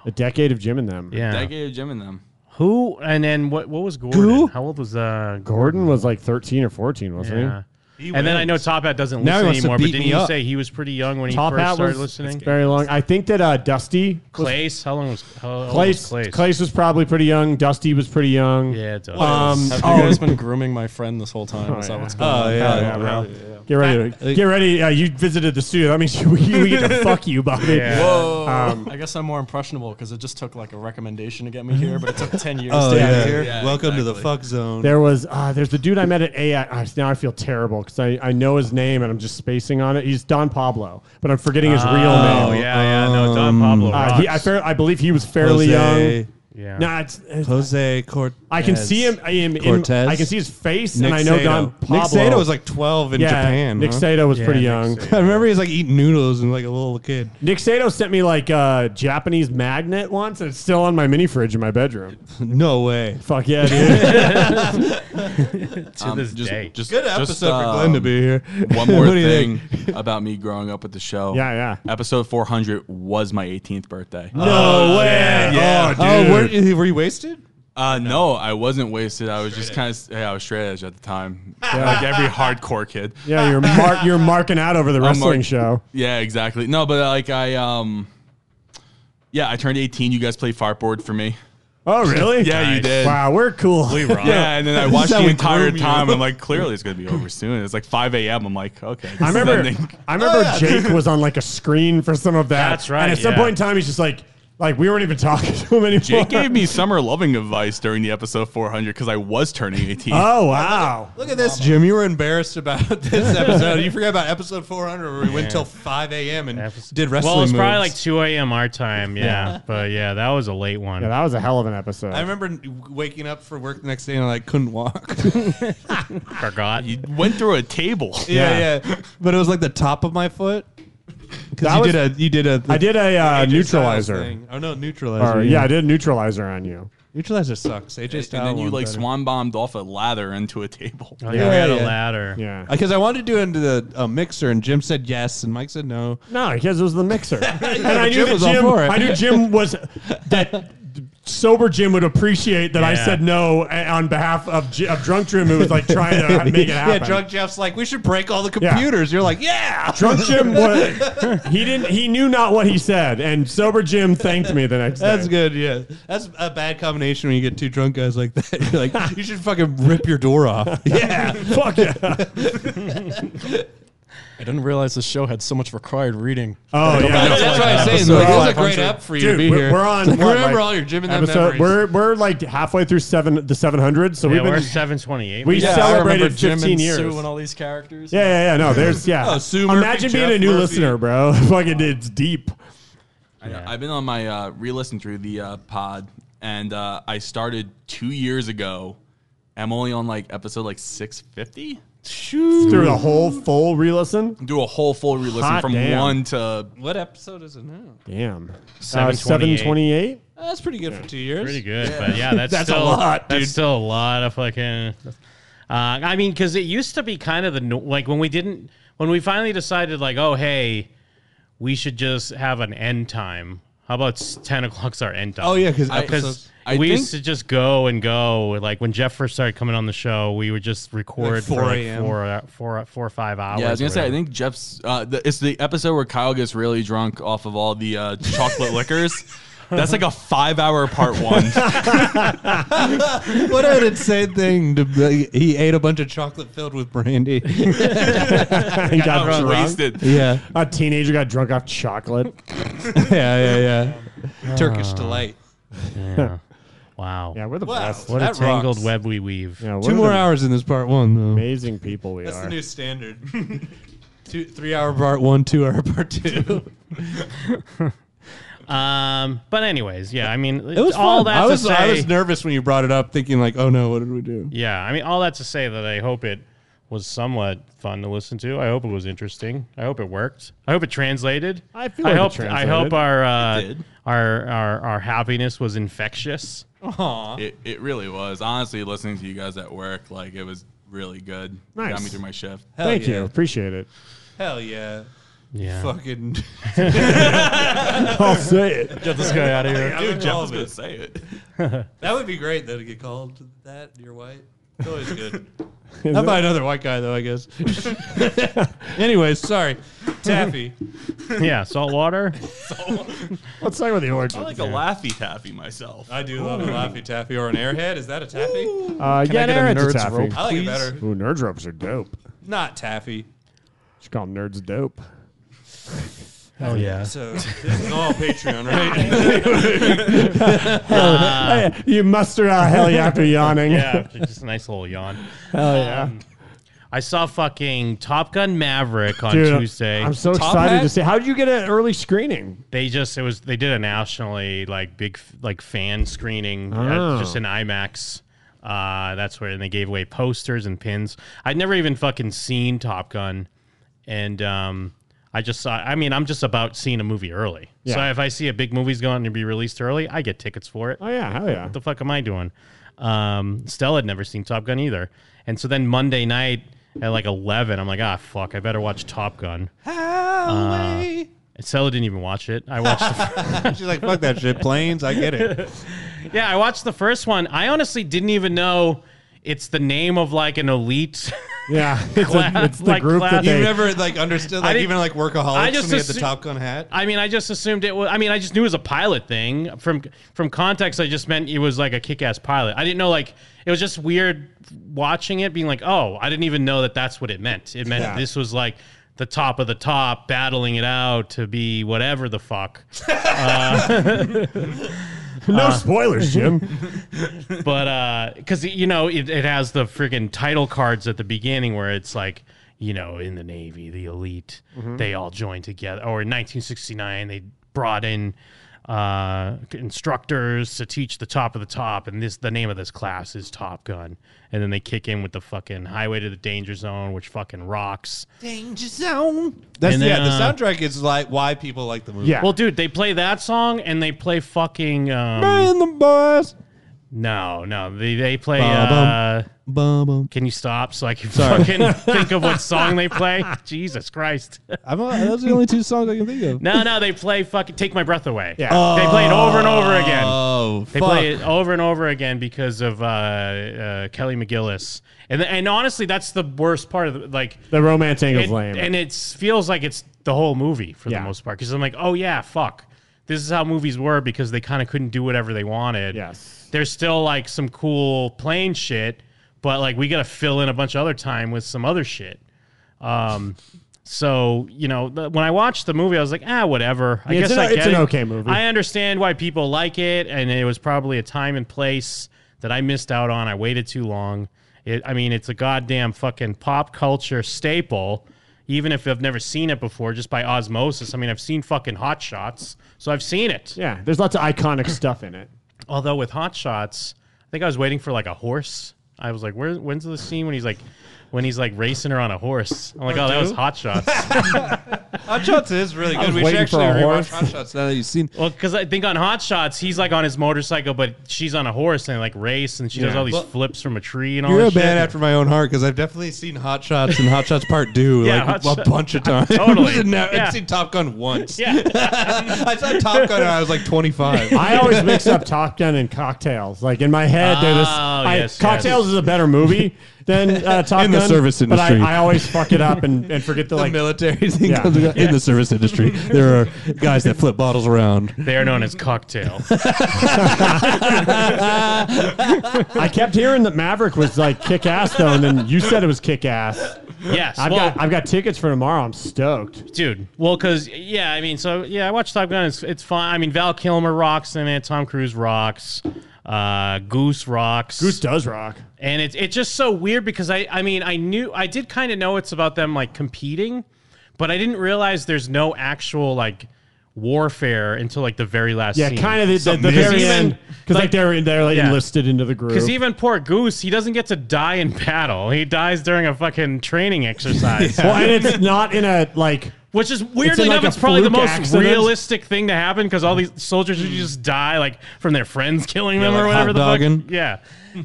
[SPEAKER 5] A decade of Jim and them.
[SPEAKER 8] Yeah.
[SPEAKER 13] Decade of Jim and them.
[SPEAKER 8] Who and then what? What was Gordon?
[SPEAKER 5] Who?
[SPEAKER 8] How old was uh?
[SPEAKER 5] Gordon was like 13 or 14, wasn't
[SPEAKER 8] Yeah.
[SPEAKER 5] he?
[SPEAKER 8] and then I know Top Hat doesn't
[SPEAKER 5] Now he
[SPEAKER 8] listen
[SPEAKER 5] wants to
[SPEAKER 8] anymore. But
[SPEAKER 5] beat
[SPEAKER 8] didn't
[SPEAKER 5] me
[SPEAKER 8] you
[SPEAKER 5] up.
[SPEAKER 8] say he was pretty young when he
[SPEAKER 5] Top
[SPEAKER 8] first
[SPEAKER 5] Hat
[SPEAKER 8] started
[SPEAKER 5] was
[SPEAKER 8] listening?
[SPEAKER 5] very long. I think that uh, Dusty
[SPEAKER 8] Clace, how long was how old was
[SPEAKER 5] Clace,
[SPEAKER 8] Clace?
[SPEAKER 5] Clace. was probably pretty young. Dusty was pretty young.
[SPEAKER 8] Yeah, it does.
[SPEAKER 6] What
[SPEAKER 9] Um,
[SPEAKER 6] else? Have you
[SPEAKER 5] oh,
[SPEAKER 6] guys been grooming my friend this whole time?
[SPEAKER 5] Oh,
[SPEAKER 6] Is that
[SPEAKER 5] yeah.
[SPEAKER 6] what's going
[SPEAKER 5] Oh,
[SPEAKER 6] on?
[SPEAKER 5] yeah, yeah, bro. Get ready. To, get ready. Uh, you visited the studio. That means we, we get to fuck you, Bobby. Um,
[SPEAKER 6] I guess I'm more impressionable because it just took like a recommendation to get me here, but it took 10 years
[SPEAKER 9] Oh,
[SPEAKER 6] to
[SPEAKER 9] yeah.
[SPEAKER 6] get here.
[SPEAKER 9] Yeah, Welcome to the exactly. fuck zone.
[SPEAKER 5] there was uh, there's the dude I met at AI. ah, now I feel terrible because I, I know his name and I'm just spacing on it. He's Don Pablo, but I'm forgetting his real name.
[SPEAKER 8] Oh, yeah, yeah. No, Don Pablo
[SPEAKER 5] Uh, he- I,
[SPEAKER 8] rocks.
[SPEAKER 5] fair, I believe he was fairly
[SPEAKER 9] Jose.
[SPEAKER 5] young.
[SPEAKER 8] Yeah.
[SPEAKER 5] Nah, it's, it's-
[SPEAKER 9] Jose Cortez.
[SPEAKER 5] I can see him. I am.
[SPEAKER 9] Cortez.
[SPEAKER 5] In, I can see his face,
[SPEAKER 9] Nick
[SPEAKER 5] and I know
[SPEAKER 9] Sato.
[SPEAKER 5] Don Pablo.
[SPEAKER 9] Nick Sato was like 12 in
[SPEAKER 5] Yeah,
[SPEAKER 9] Japan.
[SPEAKER 5] Nick
[SPEAKER 9] huh?
[SPEAKER 5] Sato was pretty young.
[SPEAKER 9] I remember he was like eating noodles and like a little kid.
[SPEAKER 5] Nick Sato sent me like a Japanese magnet once, and it's still on my mini fridge in my bedroom.
[SPEAKER 9] No way.
[SPEAKER 5] Fuck yeah, dude.
[SPEAKER 13] Um, just, Just,
[SPEAKER 9] Good
[SPEAKER 13] just, um,
[SPEAKER 9] episode for Glenn to be here.
[SPEAKER 13] One more
[SPEAKER 9] What do you
[SPEAKER 13] thing
[SPEAKER 9] think?
[SPEAKER 13] about me growing up with the show.
[SPEAKER 5] Yeah, yeah.
[SPEAKER 13] Episode 400 was my 18th birthday.
[SPEAKER 9] No Oh, way. yeah. Oh, Oh, dude. were- were you wasted?
[SPEAKER 13] Uh, no, I wasn't wasted. I was just kind of, yeah, I was straight edge at the time.
[SPEAKER 5] Yeah.
[SPEAKER 13] Like every hardcore kid.
[SPEAKER 5] yeah, you're mar- you're marking out over the
[SPEAKER 13] I'm
[SPEAKER 5] wrestling
[SPEAKER 13] mark-
[SPEAKER 5] show.
[SPEAKER 13] Yeah, exactly. No, but uh, like I um yeah, I turned 18. You guys played fartboard for me.
[SPEAKER 5] Oh, really?
[SPEAKER 13] yeah, you did.
[SPEAKER 5] Wow, we're cool.
[SPEAKER 13] Yeah, and then I
[SPEAKER 5] This is
[SPEAKER 13] watched
[SPEAKER 5] how
[SPEAKER 13] the
[SPEAKER 5] we
[SPEAKER 13] entire
[SPEAKER 5] groom you.
[SPEAKER 13] time. I'm like, clearly it's gonna be over soon. It's like 5 a.m. I'm like, okay. this
[SPEAKER 5] I
[SPEAKER 13] is
[SPEAKER 5] remember.
[SPEAKER 13] ending.
[SPEAKER 5] I remember Jake was on like a screen for some of that.
[SPEAKER 8] That's right,
[SPEAKER 5] And at some
[SPEAKER 8] yeah.
[SPEAKER 5] point in time, he's just like, Like we weren't even talking to him anymore.
[SPEAKER 13] Jake gave me summer loving advice during the episode 400 because I was turning 18.
[SPEAKER 5] Oh wow!
[SPEAKER 9] Look at this, Jim. You were embarrassed about this episode. You forgot about episode 400 where we went
[SPEAKER 8] Yeah.
[SPEAKER 9] till 5 a.m. and
[SPEAKER 8] Episode-
[SPEAKER 9] did wrestling
[SPEAKER 8] Well, it's probably like
[SPEAKER 9] moves.
[SPEAKER 8] 2 a.m. our time. Yeah.
[SPEAKER 9] Yeah.
[SPEAKER 8] But yeah, that was a late one.
[SPEAKER 5] Yeah, that was a hell of an episode.
[SPEAKER 9] I remember waking up for work the next day and I like couldn't walk.
[SPEAKER 8] Forgot. You
[SPEAKER 13] went through a table.
[SPEAKER 9] Yeah, yeah. But it was like the top of my foot. Because
[SPEAKER 5] That
[SPEAKER 9] you did
[SPEAKER 5] was-
[SPEAKER 9] a, you did a.
[SPEAKER 5] I did a uh,
[SPEAKER 9] AJ Styles
[SPEAKER 5] neutralizer.
[SPEAKER 9] thing. Oh no, neutralizer.
[SPEAKER 5] Or, yeah, I did a neutralizer on you.
[SPEAKER 9] Neutralizer sucks. AJ
[SPEAKER 13] And
[SPEAKER 9] Styles.
[SPEAKER 13] then you
[SPEAKER 9] one
[SPEAKER 13] like
[SPEAKER 9] better.
[SPEAKER 13] swan bombed off a lather into a table.
[SPEAKER 5] Oh, Yeah.
[SPEAKER 9] Because Uh, I wanted to do it into the uh, mixer, and Jim said yes, and Mike said no.
[SPEAKER 5] No, because it was the mixer. and
[SPEAKER 9] but
[SPEAKER 5] I knew
[SPEAKER 9] Jim
[SPEAKER 5] that
[SPEAKER 9] was all
[SPEAKER 5] Jim.
[SPEAKER 9] for it.
[SPEAKER 5] I knew Jim was that sober Jim would appreciate that I
[SPEAKER 9] Yeah.
[SPEAKER 5] said no a- on behalf of, J- of drunk Jim, who was like trying to make it happen.
[SPEAKER 9] Yeah, drunk Jeff's like, we should break all the
[SPEAKER 5] Yeah.
[SPEAKER 9] computers. You're like, yeah.
[SPEAKER 5] Drunk Jim, was, he didn't. He knew not what he said, and sober Jim thanked me the next
[SPEAKER 9] That's
[SPEAKER 5] day.
[SPEAKER 9] good. Yeah, that's a bad combination when you get two drunk guys like that. You're like, you should fucking rip your door off. yeah,
[SPEAKER 5] fuck yeah.
[SPEAKER 6] I didn't realize the show had so much required reading.
[SPEAKER 5] Oh yeah,
[SPEAKER 6] That's,
[SPEAKER 5] no,
[SPEAKER 6] what
[SPEAKER 5] uh,
[SPEAKER 6] I'm saying.
[SPEAKER 5] episode
[SPEAKER 6] Like, it was a
[SPEAKER 5] five
[SPEAKER 6] great
[SPEAKER 5] hundred.
[SPEAKER 6] up for you
[SPEAKER 5] Dude,
[SPEAKER 6] to be
[SPEAKER 5] we're,
[SPEAKER 6] here.
[SPEAKER 5] We're on.
[SPEAKER 6] Like,
[SPEAKER 5] what,
[SPEAKER 6] remember
[SPEAKER 5] like,
[SPEAKER 6] all your Jim and them
[SPEAKER 5] episode-
[SPEAKER 6] memories.
[SPEAKER 5] We're we're like halfway through seven the seven hundred. So
[SPEAKER 8] Yeah,
[SPEAKER 5] we've been
[SPEAKER 8] we're 728.
[SPEAKER 5] We
[SPEAKER 8] Yeah, I
[SPEAKER 5] celebrated
[SPEAKER 8] remember Jim and
[SPEAKER 5] fifteen years.
[SPEAKER 6] Sue and all these characters.
[SPEAKER 5] Yeah, yeah, yeah. No, there's yeah.
[SPEAKER 13] Oh, Sue Murphy,
[SPEAKER 5] Imagine being
[SPEAKER 13] Jeff
[SPEAKER 5] a new
[SPEAKER 13] Murphy.
[SPEAKER 5] listener, bro. Fucking, it's deep.
[SPEAKER 13] I know. I've been on my uh, re-listen through the uh, pod, and uh, I started two years ago. I'm only on like episode like 650.
[SPEAKER 5] Through the whole full re-listen.
[SPEAKER 13] Do a whole full re-listen
[SPEAKER 5] Hot
[SPEAKER 13] from
[SPEAKER 5] damn.
[SPEAKER 13] one to
[SPEAKER 9] What episode is it now?
[SPEAKER 5] Damn. Uh,
[SPEAKER 13] Seven
[SPEAKER 5] Seven twenty-eight.
[SPEAKER 9] That's pretty good for two years.
[SPEAKER 8] Pretty good, but yeah, that's,
[SPEAKER 9] That's a
[SPEAKER 8] still,
[SPEAKER 9] lot,
[SPEAKER 8] That's
[SPEAKER 9] dude.
[SPEAKER 8] still a lot of fucking. Uh, I mean, because it used to be kind of the no- like when we didn't when we finally decided like, oh hey, we should just have an end time. How about s- ten o'clock's our end time?
[SPEAKER 9] Oh, yeah, 'cause episodes- I
[SPEAKER 8] we
[SPEAKER 9] think-
[SPEAKER 8] used to just go and go. Like when Jeff first started coming on the show, we would just record
[SPEAKER 13] Like 4
[SPEAKER 8] for like
[SPEAKER 13] a.m..
[SPEAKER 8] four, uh, four, four or five hours.
[SPEAKER 13] Yeah, I was gonna
[SPEAKER 8] or
[SPEAKER 13] say. I
[SPEAKER 8] whatever.
[SPEAKER 13] think Jeff's. Uh, the, it's the episode where Kyle gets really drunk off of all the uh, chocolate liquors. That's like a five-hour part one.
[SPEAKER 9] what an insane thing! To be, he ate a bunch of chocolate filled with brandy.
[SPEAKER 5] and got
[SPEAKER 9] Got
[SPEAKER 5] drunk.
[SPEAKER 9] wasted. Yeah.
[SPEAKER 5] a teenager got drunk off chocolate.
[SPEAKER 9] yeah, yeah, yeah. Uh, Turkish
[SPEAKER 5] Oh.
[SPEAKER 9] delight.
[SPEAKER 8] Yeah. Wow.
[SPEAKER 5] Yeah, we're the
[SPEAKER 9] Wow,
[SPEAKER 5] best.
[SPEAKER 9] What a that tangled rocks.
[SPEAKER 8] web we weave.
[SPEAKER 5] Yeah,
[SPEAKER 9] Two more hours in this part one. Though.
[SPEAKER 5] Amazing people we
[SPEAKER 9] That's
[SPEAKER 5] are.
[SPEAKER 9] the new standard. two, three hour part one, two hour part two.
[SPEAKER 8] Um, but anyways, yeah, I mean,
[SPEAKER 9] It was
[SPEAKER 8] all
[SPEAKER 9] fun.
[SPEAKER 8] that
[SPEAKER 9] I
[SPEAKER 8] to
[SPEAKER 9] was
[SPEAKER 8] say,
[SPEAKER 9] I was nervous when you brought it up, thinking like, "Oh no, what did we do?"
[SPEAKER 8] Yeah, I mean, all that to say that I hope it was somewhat fun to listen to. I hope it was interesting. I hope it worked. I hope it translated.
[SPEAKER 5] I feel like it
[SPEAKER 8] hope, I
[SPEAKER 5] translated.
[SPEAKER 8] hope our
[SPEAKER 13] It
[SPEAKER 8] uh,
[SPEAKER 13] did.
[SPEAKER 8] our our our happiness was infectious.
[SPEAKER 13] It, it really was. Honestly, listening to you guys at work, like it was really good. It Got
[SPEAKER 9] Nice.
[SPEAKER 13] me through my shift.
[SPEAKER 5] Thank you. Appreciate it.
[SPEAKER 9] Hell yeah.
[SPEAKER 8] Yeah.
[SPEAKER 9] Fucking.
[SPEAKER 5] I'll say it.
[SPEAKER 9] Get
[SPEAKER 5] this guy outta here.
[SPEAKER 13] Jeff
[SPEAKER 9] Dude, Jeff
[SPEAKER 13] was
[SPEAKER 9] was
[SPEAKER 13] gonna say it.
[SPEAKER 9] That would be great though to get called that. You're white. It's always good.
[SPEAKER 13] Is
[SPEAKER 9] Not by
[SPEAKER 13] it?
[SPEAKER 9] another white guy though, I guess. Anyways, sorry, Taffy.
[SPEAKER 8] yeah, salt water.
[SPEAKER 5] Let's talk about the origin.
[SPEAKER 13] I like a laffy taffy myself.
[SPEAKER 9] I do love a laffy taffy or an airhead. Is that a taffy?
[SPEAKER 5] Uh, yeah, Nerds a taffy.
[SPEAKER 9] I like it better.
[SPEAKER 5] Ooh, nerds ropes are dope.
[SPEAKER 9] Not taffy.
[SPEAKER 5] Just call them nerds dope.
[SPEAKER 9] Oh
[SPEAKER 8] yeah.
[SPEAKER 9] So this is all Patreon, right?
[SPEAKER 8] Uh,
[SPEAKER 5] Hey, you muster out hell yeah after yawning.
[SPEAKER 8] yeah, just a nice little yawn.
[SPEAKER 5] Hell yeah.
[SPEAKER 8] I saw fucking Top Gun Maverick on
[SPEAKER 5] Dude,
[SPEAKER 8] Tuesday.
[SPEAKER 5] I'm so excited to see. How did you get an early screening?
[SPEAKER 8] They just it was they did a nationally like big f- like fan screening uh,
[SPEAKER 5] Oh.
[SPEAKER 8] just in IMAX. Uh, that's where and they gave away posters and pins. I'd never even fucking seen Top Gun, and um, I just saw. I mean, I'm just about seeing a movie early. So
[SPEAKER 5] Yeah.
[SPEAKER 8] if I see a big movie's going to be released early, I get tickets for it.
[SPEAKER 5] Oh yeah, hell yeah.
[SPEAKER 8] What the fuck am I doing? Um, Stella had never seen Top Gun either, and so then Monday night at like 11, I'm like, ah, fuck, I better watch Top Gun. Uh, and Stella didn't even watch it. I watched. The
[SPEAKER 9] She's like, fuck that shit. Planes, I get it.
[SPEAKER 8] yeah, I watched the first one. I honestly didn't even know it's the name of like an elite.
[SPEAKER 5] Yeah,
[SPEAKER 9] it's a- it's the group that
[SPEAKER 8] you
[SPEAKER 9] they- You never, like, understood, like, even, like, Workaholics when they had the Top Gun hat?
[SPEAKER 8] I mean, I just assumed it was. I mean, I just knew it was a pilot thing from from context. I just meant it was like a kick ass pilot. I didn't know like it was just weird watching it, being like, oh, I didn't even know that that's what it meant. It meant
[SPEAKER 5] Yeah.
[SPEAKER 8] this was like the top of the top, battling it out to be whatever the fuck. Uh,
[SPEAKER 5] No spoilers, Jim.
[SPEAKER 8] but because you know it, it has the freaking title cards at the beginning where it's like you know in the navy the elite
[SPEAKER 6] Mhm.
[SPEAKER 8] they all joined together or in 1969 they brought in uh, instructors to teach the top of the top and this the name of this class is top gun and then they kick in with the fucking highway to the danger zone which fucking rocks
[SPEAKER 9] Danger Zone. That's
[SPEAKER 8] And
[SPEAKER 9] yeah.
[SPEAKER 8] then,
[SPEAKER 9] the
[SPEAKER 8] uh,
[SPEAKER 9] soundtrack is like why people like the movie.
[SPEAKER 8] well dude they play that song and they play fucking um,
[SPEAKER 5] the boss.
[SPEAKER 8] No, no. They they play.
[SPEAKER 5] Ba-bum.
[SPEAKER 8] uh, Can you stop so I can
[SPEAKER 5] Sorry.
[SPEAKER 8] fucking think of what song they play? Jesus Christ.
[SPEAKER 10] I'm, uh, those are the only two songs I can think of.
[SPEAKER 8] No, no. They play fucking Take My Breath Away. Yeah.
[SPEAKER 9] uh,
[SPEAKER 8] they play it over and over again.
[SPEAKER 10] Oh,
[SPEAKER 8] They play it over and over again because of uh, uh, Kelly McGillis. And and honestly, that's the worst part of the, like
[SPEAKER 5] The romance angle's
[SPEAKER 8] and,
[SPEAKER 5] lame.
[SPEAKER 8] And it feels like it's the whole movie for the most part. Because I'm like, oh yeah, fuck. This is how movies were because they kind of couldn't do whatever they wanted. Yes. There's still like some cool plane shit, but like we got to fill in a bunch of other time with some other shit. Um, so you know, the, when I watched the movie, I was like, ah, whatever. I
[SPEAKER 5] Yeah, it's
[SPEAKER 8] guess
[SPEAKER 5] an-
[SPEAKER 8] I
[SPEAKER 5] it's
[SPEAKER 8] get
[SPEAKER 5] an
[SPEAKER 8] it.
[SPEAKER 5] okay movie.
[SPEAKER 8] I understand why people like it, and it was probably a time and place that I missed out on. I waited too long. It, I mean, it's a goddamn fucking pop culture staple. Even if I've never seen it before, just by osmosis. I mean, I've seen fucking Hot Shots, so I've seen it.
[SPEAKER 5] Yeah, there's lots of iconic stuff in it.
[SPEAKER 8] Although with Hot Shots, I think I was waiting for like a horse. I was like, "Where? When's the scene when he's like, when he's like racing her on a horse?" I'm like,
[SPEAKER 9] Or
[SPEAKER 8] "Oh, that was
[SPEAKER 9] do?"
[SPEAKER 8] Hot Shots."
[SPEAKER 9] Hot Shots is really
[SPEAKER 8] I
[SPEAKER 9] good.
[SPEAKER 8] was
[SPEAKER 9] We should
[SPEAKER 8] waiting for
[SPEAKER 9] actually
[SPEAKER 8] a
[SPEAKER 9] rewatch
[SPEAKER 8] horse.
[SPEAKER 9] Hot Shots now that you've seen.
[SPEAKER 8] Well, because I think on Hot Shots, he's like on his motorcycle, but she's on a horse and they like race, and she does
[SPEAKER 9] Yeah.
[SPEAKER 8] all these
[SPEAKER 9] Well,
[SPEAKER 8] flips from a tree and all.
[SPEAKER 9] You're a
[SPEAKER 8] that oh, shit.
[SPEAKER 9] man after my own heart because I've definitely seen Hot Shots and Hot Shots Part Two
[SPEAKER 8] Yeah,
[SPEAKER 9] like
[SPEAKER 8] Hot
[SPEAKER 9] a
[SPEAKER 8] Shot-
[SPEAKER 9] bunch of times.
[SPEAKER 8] Totally.
[SPEAKER 9] And now-
[SPEAKER 8] Yeah.
[SPEAKER 9] I've seen Top Gun once.
[SPEAKER 8] Yeah.
[SPEAKER 9] I saw Top Gun when I was like 25.
[SPEAKER 5] I always mix up Top Gun and Cocktails. Like in my head, they're this.
[SPEAKER 9] Oh,
[SPEAKER 5] I,
[SPEAKER 9] yes,
[SPEAKER 5] Cocktails
[SPEAKER 9] yes.
[SPEAKER 5] is a better movie than uh, Top
[SPEAKER 9] In the
[SPEAKER 5] Gun.
[SPEAKER 9] service industry.
[SPEAKER 5] but I, I always fuck it up and, and forget to
[SPEAKER 9] the
[SPEAKER 5] like
[SPEAKER 9] military thing
[SPEAKER 5] Yeah.
[SPEAKER 9] comes in the service industry. There are guys that flip bottles around.
[SPEAKER 8] They are known as cocktail.
[SPEAKER 5] I kept hearing that Maverick was like kick ass though, and then you said it was kick ass.
[SPEAKER 8] Yes,
[SPEAKER 5] I've
[SPEAKER 8] well-
[SPEAKER 5] got I've got tickets for tomorrow. I'm stoked.
[SPEAKER 8] dude. Well, because yeah, I mean, so yeah, I watched Top Gun. It's it's fine. I mean, Val Kilmer rocks in it. Tom Cruise rocks. Uh, Goose rocks. Goose
[SPEAKER 5] does rock.
[SPEAKER 8] And it's it's just so weird because I I mean I knew I did kind of know it's about them like competing, but I didn't realize there's no actual like warfare until like the very last.
[SPEAKER 5] Yeah,
[SPEAKER 8] scene.
[SPEAKER 5] kind of the, the, the very end because like, they're they're like, enlisted into the group.
[SPEAKER 8] Because even poor Goose, he doesn't get to die in battle. He dies during a fucking training exercise.
[SPEAKER 5] Well, and it's not in a like
[SPEAKER 8] Which is
[SPEAKER 5] It's in,
[SPEAKER 8] Weirdly
[SPEAKER 5] like,
[SPEAKER 8] enough,
[SPEAKER 5] a
[SPEAKER 8] it's probably the
[SPEAKER 5] fluke
[SPEAKER 8] most
[SPEAKER 5] accident.
[SPEAKER 8] realistic thing to happen because all these soldiers would just die like from their friends killing them
[SPEAKER 9] Yeah,
[SPEAKER 8] or
[SPEAKER 9] like
[SPEAKER 8] whatever the
[SPEAKER 9] hot-dogging.
[SPEAKER 8] fuck. Yeah.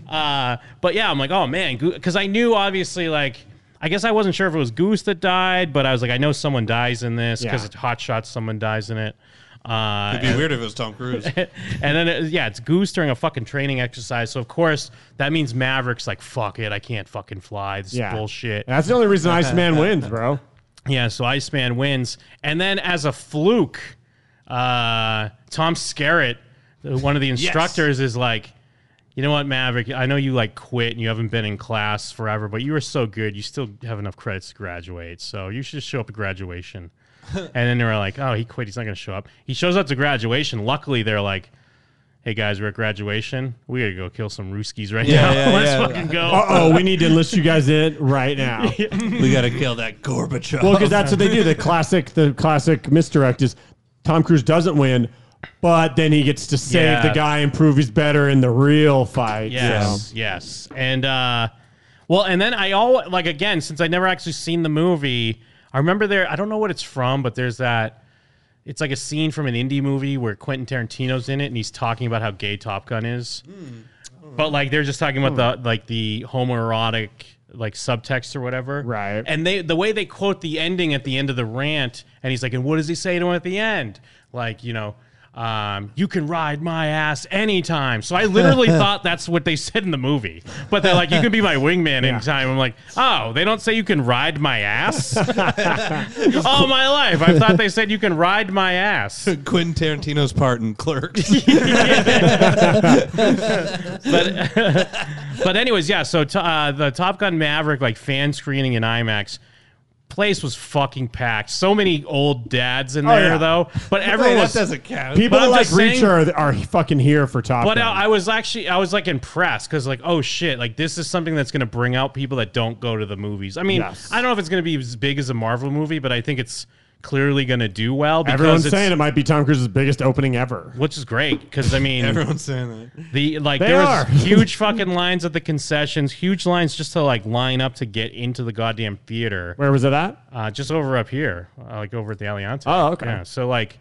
[SPEAKER 8] Uh, but yeah, I'm like, oh man, because I knew obviously like. I guess I wasn't sure if it was Goose that died, but I was like, I know someone dies in this because
[SPEAKER 9] Yeah.
[SPEAKER 8] it's Hot Shots. Someone dies in it. Uh,
[SPEAKER 9] It'd be
[SPEAKER 8] and-
[SPEAKER 9] weird if it was Tom Cruise.
[SPEAKER 8] and then it, yeah, it's Goose during a fucking training exercise. So of course that means Maverick's like, fuck it, I can't fucking fly. This
[SPEAKER 5] Yeah.
[SPEAKER 8] is bullshit.
[SPEAKER 5] That's the only reason Iceman wins, bro.
[SPEAKER 8] Yeah, so Iceman wins, and then as a fluke, uh, Tom Skerritt, one of the instructors, is like, you know what, Maverick? I know you like quit and you haven't been in class forever, but you were so good, you still have enough credits to graduate, so you should just show up at graduation. and then they were like, oh, he quit. He's not going to show up. He shows up to graduation. Luckily, they're like. Hey guys, we're at graduation. We gotta go kill some Ruskies right now. Let's fucking go.
[SPEAKER 5] Uh oh, we need to enlist you guys in right now.
[SPEAKER 9] we got to kill that Gorbachev.
[SPEAKER 5] Well, because that's what they do. The classic, the classic misdirect is Tom Cruise doesn't win, but then he gets to save
[SPEAKER 8] Yeah.
[SPEAKER 5] the guy and prove he's better in the real fight.
[SPEAKER 8] Yes, yes. And uh well, and then I all like again since I never actually seen the movie, I remember there I don't know what it's from, but there's that it's like a scene from an indie movie where Quentin Tarantino's in it and he's talking about how gay Top Gun is. But like they're just talking about the like the homoerotic like subtext or whatever. Right. And they the way they quote the ending at the end of the rant, and he's like, and what does he say to him at the end? Like, you know, um, you can ride my ass anytime. So I literally thought that's what they said in the movie. But they're like, you can be my wingman anytime. I'm like, oh, they don't say you can ride my ass? All my life, I thought they said you can ride my ass.
[SPEAKER 9] Quentin Tarantino's part in Clerks.
[SPEAKER 8] but but anyways, yeah. So to, uh, the Top Gun Maverick like fan screening in IMAX Place was fucking packed. So many old dads in
[SPEAKER 5] Oh,
[SPEAKER 8] there,
[SPEAKER 5] yeah.
[SPEAKER 8] though. But everyone
[SPEAKER 9] that
[SPEAKER 8] was,
[SPEAKER 9] doesn't count.
[SPEAKER 5] People
[SPEAKER 8] but
[SPEAKER 5] that
[SPEAKER 8] I'm
[SPEAKER 5] like
[SPEAKER 8] just saying-
[SPEAKER 5] Reach are, are fucking here for Top
[SPEAKER 8] But
[SPEAKER 5] Gun.
[SPEAKER 8] I, I was actually, I was like impressed because, like, oh shit, like this is something that's going to bring out people that don't go to the movies. I mean,
[SPEAKER 5] Yes.
[SPEAKER 8] I don't know if it's going to be as big as a Marvel movie, but I think it's clearly going to do well because
[SPEAKER 5] Everyone's
[SPEAKER 8] it's,
[SPEAKER 5] saying it might be Tom Cruise's biggest opening ever.
[SPEAKER 8] which is great because I mean,
[SPEAKER 5] Everyone's
[SPEAKER 9] saying that.
[SPEAKER 8] The like
[SPEAKER 5] They
[SPEAKER 8] there
[SPEAKER 5] are.
[SPEAKER 8] was huge fucking lines at the concessions, huge lines just to like line up to get into the goddamn theater.
[SPEAKER 5] Where was it at?
[SPEAKER 8] Uh, just over up here, uh, like over at the Allianz.
[SPEAKER 5] Oh, okay.
[SPEAKER 8] Yeah. So like.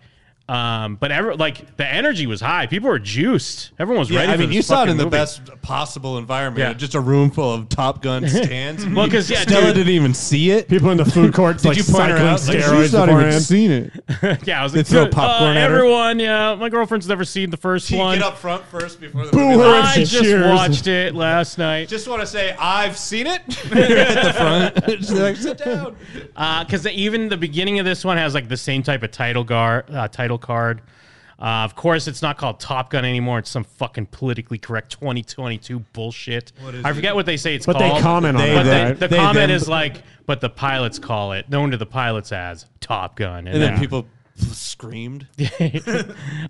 [SPEAKER 8] Um, but ever like the energy was high. People were juiced. Everyone was
[SPEAKER 9] Yeah,
[SPEAKER 8] ready.
[SPEAKER 9] I
[SPEAKER 8] for
[SPEAKER 9] mean,
[SPEAKER 8] this
[SPEAKER 9] you saw it
[SPEAKER 8] fucking
[SPEAKER 9] in the
[SPEAKER 8] movie.
[SPEAKER 9] best possible environment.
[SPEAKER 8] Yeah.
[SPEAKER 9] Just a room full of Top Gun stands.
[SPEAKER 8] Well, 'cause, yeah,
[SPEAKER 9] Stella
[SPEAKER 8] dude-
[SPEAKER 9] didn't even see it.
[SPEAKER 5] People in the food courts
[SPEAKER 9] Did
[SPEAKER 5] like
[SPEAKER 9] you point her
[SPEAKER 5] cycling
[SPEAKER 9] out? Like, she's
[SPEAKER 5] steroids
[SPEAKER 9] not even
[SPEAKER 5] beforehand.
[SPEAKER 9] seen it.
[SPEAKER 8] yeah, I was
[SPEAKER 5] They
[SPEAKER 8] like,
[SPEAKER 5] throw
[SPEAKER 8] "Uh,
[SPEAKER 5] popcorn at her."
[SPEAKER 8] everyone, yeah, my girlfriend's never seen the first
[SPEAKER 9] Can you
[SPEAKER 8] one.
[SPEAKER 9] get up front first before the
[SPEAKER 8] Boo
[SPEAKER 9] movie?
[SPEAKER 8] her I and just cheers. watched it last night.
[SPEAKER 9] Just want to say I've seen it. At the front. Just like, sit down.
[SPEAKER 8] Because even Uh, the beginning of this one has like the same type of title gar- uh, title card. Uh, of course, it's not called Top Gun anymore. It's some fucking politically correct 2022 bullshit.
[SPEAKER 5] What is
[SPEAKER 8] I
[SPEAKER 5] it?
[SPEAKER 8] forget what they say it's
[SPEAKER 5] But they
[SPEAKER 8] called.
[SPEAKER 5] comment on They, it,
[SPEAKER 8] But
[SPEAKER 5] right?
[SPEAKER 8] the
[SPEAKER 5] they,
[SPEAKER 8] comment
[SPEAKER 5] them.
[SPEAKER 8] is like, but the pilots call it, known to the pilots as Top Gun.
[SPEAKER 9] And then
[SPEAKER 8] that-
[SPEAKER 9] people screamed.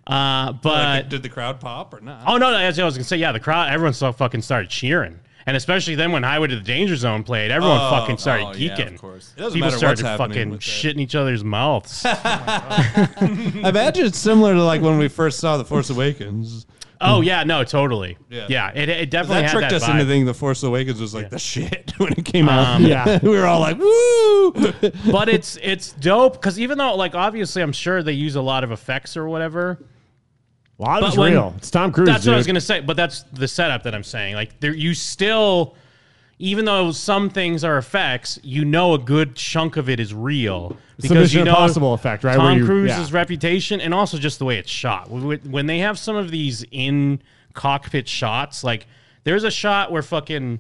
[SPEAKER 8] Uh, but
[SPEAKER 9] Like, did the crowd pop or not?
[SPEAKER 8] Oh no, that's what I was gonna say. Yeah, the crowd, everyone so fucking started cheering, and especially then when Highway to the Danger Zone played, everyone
[SPEAKER 9] Oh,
[SPEAKER 8] fucking started
[SPEAKER 9] oh, yeah,
[SPEAKER 8] geeking.
[SPEAKER 9] of course. It doesn't
[SPEAKER 8] People
[SPEAKER 9] matter what's
[SPEAKER 8] started
[SPEAKER 9] happening
[SPEAKER 8] fucking
[SPEAKER 9] with that.
[SPEAKER 8] shitting each other's mouths.
[SPEAKER 9] I imagine it's similar to like when we first saw The Force Awakens.
[SPEAKER 8] oh yeah, no, totally.
[SPEAKER 9] Yeah.
[SPEAKER 8] Yeah, it, it definitely
[SPEAKER 9] that
[SPEAKER 8] had
[SPEAKER 9] tricked
[SPEAKER 8] that
[SPEAKER 9] us
[SPEAKER 8] vibe.
[SPEAKER 9] into thinking The Force Awakens was like the shit when it came out.
[SPEAKER 8] Um, Yeah.
[SPEAKER 9] we were all like, woo!
[SPEAKER 8] but it's it's dope because even though like obviously I'm sure they use a lot of effects or whatever.
[SPEAKER 5] A lot of
[SPEAKER 8] But
[SPEAKER 5] it's
[SPEAKER 8] when-
[SPEAKER 5] real. It's Tom Cruise.
[SPEAKER 8] That's what I was
[SPEAKER 5] dude.
[SPEAKER 8] gonna say, but that's the setup that I'm saying. Like there, you still, even though some things are effects, you know a good chunk of it is real
[SPEAKER 5] It's the Mission Impossible effect, right? Where
[SPEAKER 8] Tom
[SPEAKER 5] you-
[SPEAKER 8] Cruise's
[SPEAKER 5] yeah.
[SPEAKER 8] reputation and also just the way it's shot. Wh- wh- When they have some of these in cockpit shots, like there's a shot where fucking.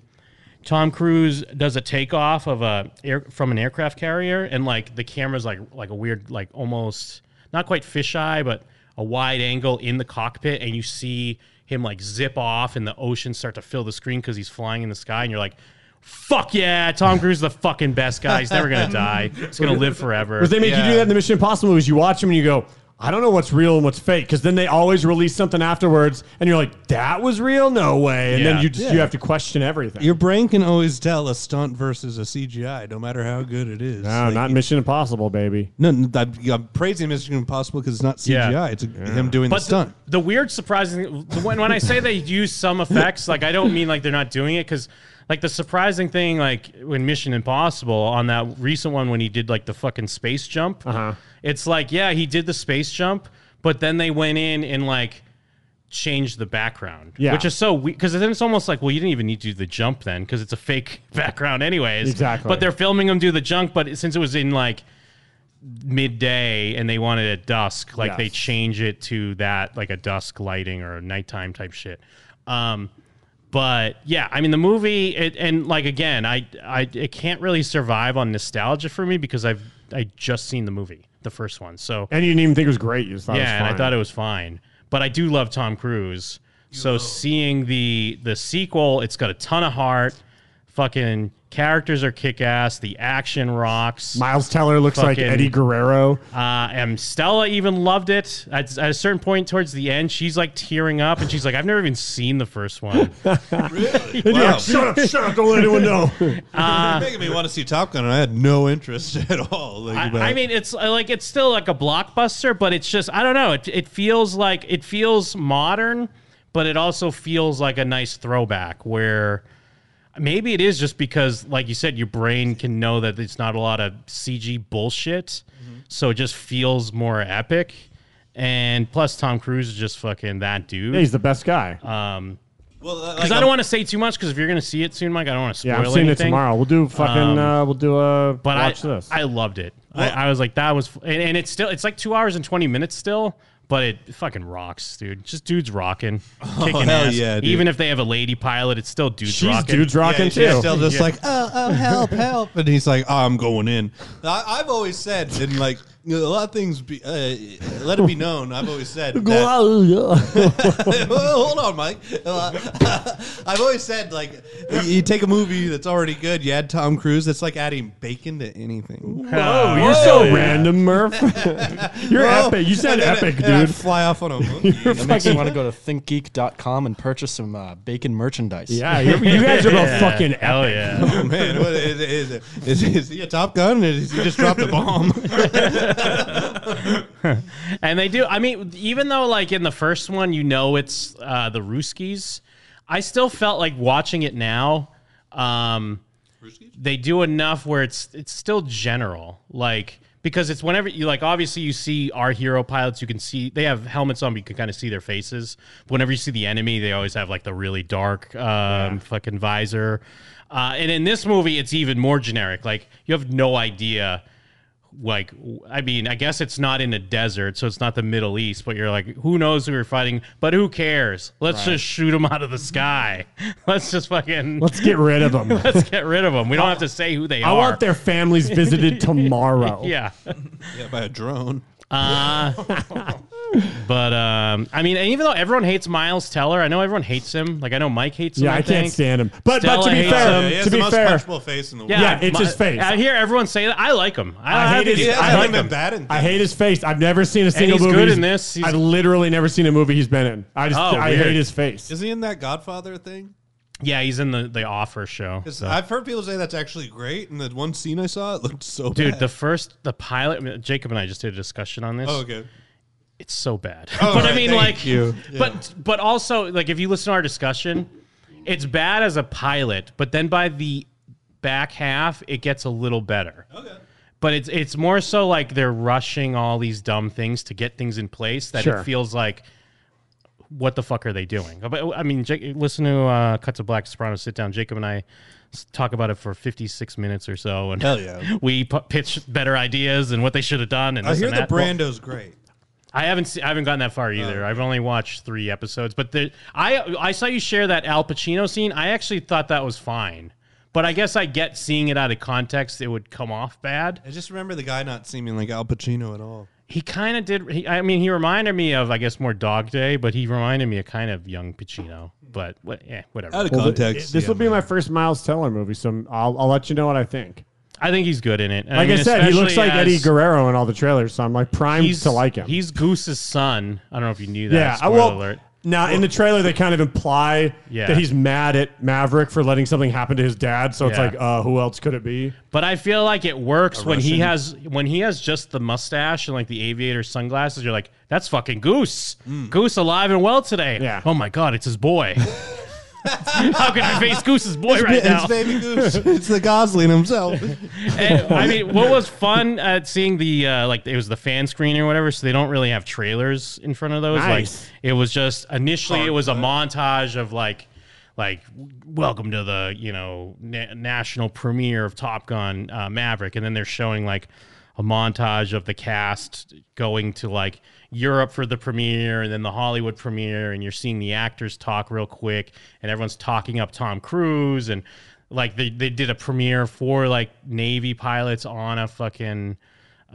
[SPEAKER 8] Tom Cruise does a takeoff of a air, from an aircraft carrier, and like the camera's like like a weird like almost not quite fisheye, but a wide angle in the cockpit, and you see him like zip off, and the ocean start to fill the screen because he's flying in the sky, and you're like. Fuck yeah, Tom Cruise is the fucking best guy. He's never gonna die. He's gonna live forever.
[SPEAKER 5] Because they make you do that in the Mission Impossible movies. You watch them and you go, I don't know what's real and what's fake. Because then they always release something afterwards, and you're like, that was real, no way. And
[SPEAKER 9] Yeah.
[SPEAKER 5] then you just
[SPEAKER 9] Yeah.
[SPEAKER 5] you have to question everything.
[SPEAKER 9] Your brain can always tell a stunt versus a CGI, no matter how good it is.
[SPEAKER 5] no,
[SPEAKER 9] Like,
[SPEAKER 5] not Mission Impossible, baby.
[SPEAKER 9] No, no, I'm, I'm praising Mission Impossible because it's not CGI. It's him doing
[SPEAKER 8] but
[SPEAKER 9] the stunt.
[SPEAKER 8] The, weird, surprising the- when when I say they use some effects, like I don't mean like they're not doing it because like the surprising thing, like when Mission Impossible on that recent one when he did like the fucking space jump, uh-huh. it's like yeah he did the space jump, but then they went in and like changed the background,
[SPEAKER 5] Yeah.
[SPEAKER 8] which is so weird because then it's almost like well you didn't even need to do the jump then because it's a fake background anyways.
[SPEAKER 5] Exactly.
[SPEAKER 8] But they're filming him do the junk, but since it was in like midday and they wanted at dusk like
[SPEAKER 5] Yes.
[SPEAKER 8] they change it to that like a dusk lighting or a nighttime type shit um but yeah i mean the movie it, and like again I, I it can't really survive on nostalgia for me because i've i just seen the movie the first one so
[SPEAKER 5] And you didn't even think it was great. You just thought it was
[SPEAKER 8] yeah, and I
[SPEAKER 5] fine.
[SPEAKER 8] thought it was fine. But I do love Tom Cruise. so seeing the the sequel, it's got a ton of heart. Fucking characters are kick ass. The action rocks.
[SPEAKER 5] Miles Teller looks like
[SPEAKER 8] Fucking-
[SPEAKER 5] Eddie Guerrero.
[SPEAKER 8] Uh, and Stella even loved it. At, at a certain point towards the end, she's like tearing up, and she's like, "I've never even seen the first one."
[SPEAKER 5] And you're like, shut up, shut up, don't let anyone know. Uh,
[SPEAKER 9] You're making me want to see Top Gun, and I had no interest at all. Like,
[SPEAKER 8] I,
[SPEAKER 9] about
[SPEAKER 8] I mean, it's uh, like it's still like a blockbuster, but it's just I don't know. It, it feels like it feels modern, but it also feels like a nice throwback. Where maybe it is just because, like you said, your brain can know that it's not a lot of CG bullshit, so it just feels more epic. And plus, Tom Cruise is just fucking that dude.
[SPEAKER 5] Yeah, he's the best guy.
[SPEAKER 8] Um,
[SPEAKER 9] well, uh,
[SPEAKER 8] because I don't want to say too much. Because if you're gonna see it soon, Mike, I don't want to spoil
[SPEAKER 5] Yeah, I'm seeing it
[SPEAKER 8] anything.
[SPEAKER 5] tomorrow. We'll do fucking.
[SPEAKER 8] Um,
[SPEAKER 5] uh, we'll do a.
[SPEAKER 8] but I,
[SPEAKER 5] watch this.
[SPEAKER 8] I loved it. I, I was like, that was, f- and, and it's still, it's like two hours and 20 minutes still, but it fucking rocks, dude. Just dudes rocking,
[SPEAKER 5] Oh,
[SPEAKER 8] kicking
[SPEAKER 9] hell
[SPEAKER 8] ass.
[SPEAKER 9] yeah, dude.
[SPEAKER 8] Even if they have a lady pilot, it's still dudes
[SPEAKER 5] She's
[SPEAKER 8] rocking.
[SPEAKER 5] dudes rocking, Yeah,
[SPEAKER 9] she's too. still just like,
[SPEAKER 8] oh,
[SPEAKER 9] oh, help, help. And he's like, oh, I'm going in. I, I've always said, and like, you know, a lot of things. Be, uh, let it be known. I've always said. that- Hold on, Mike. Uh, I've always said like you- you take a movie that's already good. You add Tom Cruise. That's like adding bacon to anything.
[SPEAKER 5] Whoa, you're so random, Murph. you're
[SPEAKER 9] Well,
[SPEAKER 5] epic. You said
[SPEAKER 9] and then-
[SPEAKER 5] epic,
[SPEAKER 9] and I'd
[SPEAKER 5] dude.
[SPEAKER 9] fly off on a monkey.
[SPEAKER 5] You're
[SPEAKER 6] That makes me
[SPEAKER 5] fucking-
[SPEAKER 6] want to go to thinkgeek.com and purchase some uh, bacon merchandise.
[SPEAKER 5] Yeah, you're- you guys are both Yeah. fucking Hell epic. yeah.
[SPEAKER 9] Oh man, what is, is, is, is he a Top Gun? Or is he just dropped a bomb?
[SPEAKER 8] and they do. I mean, even though like in the first one, you know it's uh, the Ruskies, I still felt like watching it now. Um, they do enough where it's it's still general, like because it's whenever you like. Obviously, you see our hero pilots. You can see they have helmets on, but you can kind of see their faces. But whenever you see the enemy, they always have like the really dark um, fucking visor. Uh, and in this movie, it's even more generic. Like you have no idea like I mean, I guess it's not in a desert, so it's not the Middle East, but you're like, who knows who you're fighting, but who cares? Let's
[SPEAKER 5] Right.
[SPEAKER 8] just shoot them out of the sky. Let's just fucking
[SPEAKER 5] Let's get rid of 'em.
[SPEAKER 8] Let's get rid of them. We don't have to say who they
[SPEAKER 5] I
[SPEAKER 8] are.
[SPEAKER 5] want their families visited tomorrow.
[SPEAKER 8] yeah.
[SPEAKER 9] Yeah, by a drone.
[SPEAKER 8] Uh, but um, I mean, and even though everyone hates Miles Teller, I know everyone hates him. Like I know Mike hates him.
[SPEAKER 5] Yeah, I can't
[SPEAKER 8] think.
[SPEAKER 5] stand him. But- but to
[SPEAKER 8] Stella
[SPEAKER 5] be
[SPEAKER 8] hates
[SPEAKER 5] fair-
[SPEAKER 8] him.
[SPEAKER 5] uh, Yeah, he has to the be most fair- punchable
[SPEAKER 9] face in the
[SPEAKER 5] world. Yeah, it's his face.
[SPEAKER 8] I hear everyone say that. I like him. I,
[SPEAKER 5] I hate
[SPEAKER 8] think
[SPEAKER 5] his.
[SPEAKER 8] he's-
[SPEAKER 5] I,
[SPEAKER 8] I
[SPEAKER 5] like
[SPEAKER 8] like him.
[SPEAKER 5] him. I hate his face. I've never seen a
[SPEAKER 8] And
[SPEAKER 5] single
[SPEAKER 8] he's
[SPEAKER 5] movie.
[SPEAKER 8] good in this. He's-
[SPEAKER 5] I've literally never seen a movie he's been in. I just
[SPEAKER 8] Oh,
[SPEAKER 5] I
[SPEAKER 8] weird.
[SPEAKER 5] hate his face.
[SPEAKER 9] Is he in that Godfather thing?
[SPEAKER 8] Yeah, he's in the the Offer show.
[SPEAKER 9] 'Cause
[SPEAKER 8] so.
[SPEAKER 9] I've heard people say that's actually great, and the one scene I saw, it looked so
[SPEAKER 8] Dude,
[SPEAKER 9] bad.
[SPEAKER 8] the first the pilot I mean, Jacob and I just did a discussion on this.
[SPEAKER 9] Oh, okay.
[SPEAKER 8] It's so bad.
[SPEAKER 9] Oh,
[SPEAKER 8] but I
[SPEAKER 9] right,
[SPEAKER 8] mean
[SPEAKER 9] thank
[SPEAKER 8] like
[SPEAKER 9] you.
[SPEAKER 8] but but also like if you listen to our discussion, it's bad as a pilot, but then by the back half it gets a little better. Okay. But it's it's more so like they're rushing all these dumb things to get things in place that
[SPEAKER 5] Sure.
[SPEAKER 8] it feels like what the fuck are they doing? But I mean, Jake, listen to uh, Cuts of Black Soprano sit down. Jacob and I s- talk about it for 56 minutes or so, and
[SPEAKER 9] Hell yeah.
[SPEAKER 8] we p- pitch better ideas and what they should have done. And
[SPEAKER 9] I
[SPEAKER 8] this
[SPEAKER 9] hear
[SPEAKER 8] and
[SPEAKER 9] the
[SPEAKER 8] that. Well,
[SPEAKER 9] Brando's great.
[SPEAKER 8] I haven't se- I haven't gotten that far either. I've only watched three episodes, but the, I I saw you share that Al Pacino scene. I actually thought that was fine, but I guess I get seeing it out of context, it would come off bad.
[SPEAKER 9] I just remember the guy not seeming like Al Pacino at all.
[SPEAKER 8] He kind of did. He, I mean, he reminded me of, I guess, more Dog Day, but he reminded me of kind of young Pacino. But what, yeah, whatever.
[SPEAKER 5] Well, th- This will be my first Miles Teller movie, so I'll, I'll let you know what I think.
[SPEAKER 8] I think he's good in it.
[SPEAKER 5] Like I,
[SPEAKER 8] mean,
[SPEAKER 5] said, he looks
[SPEAKER 8] especially
[SPEAKER 5] like Eddie
[SPEAKER 8] as-
[SPEAKER 5] Guerrero in all the trailers, so I'm like primed
[SPEAKER 8] He's
[SPEAKER 5] to like him.
[SPEAKER 8] He's Goose's son. I don't know if you knew that.
[SPEAKER 5] Yeah, I
[SPEAKER 8] Spoiler
[SPEAKER 5] will.
[SPEAKER 8] alert.
[SPEAKER 5] Now in the trailer, they kind of imply
[SPEAKER 8] Yeah.
[SPEAKER 5] that he's mad at Maverick for letting something happen to his dad. So it's
[SPEAKER 8] Yeah.
[SPEAKER 5] like, uh, who else could it be?
[SPEAKER 8] But I feel like it works
[SPEAKER 5] A
[SPEAKER 8] when he
[SPEAKER 5] Russian.
[SPEAKER 8] has when he has just the mustache and like the aviator sunglasses. You're like, that's fucking Goose. Goose alive and well today. Yeah. Oh my god, it's his boy. How can I face Goose's boy
[SPEAKER 9] It's
[SPEAKER 8] right
[SPEAKER 9] ba-
[SPEAKER 8] now?
[SPEAKER 9] it's baby goose. it's the Gosling himself.
[SPEAKER 8] And, I mean, what was fun at seeing the uh, like it was the fan screen or whatever, so they don't really have trailers in front of those.
[SPEAKER 5] Nice.
[SPEAKER 8] Like it was just initially it was a montage of like like welcome to the you know na- national premiere of Top Gun uh, Maverick, and then they're showing like a montage of the cast going to like Europe for the premiere and then the Hollywood premiere and you're seeing the actors talk real quick and everyone's talking up Tom Cruise and like they, they did a premiere for like Navy pilots on a fucking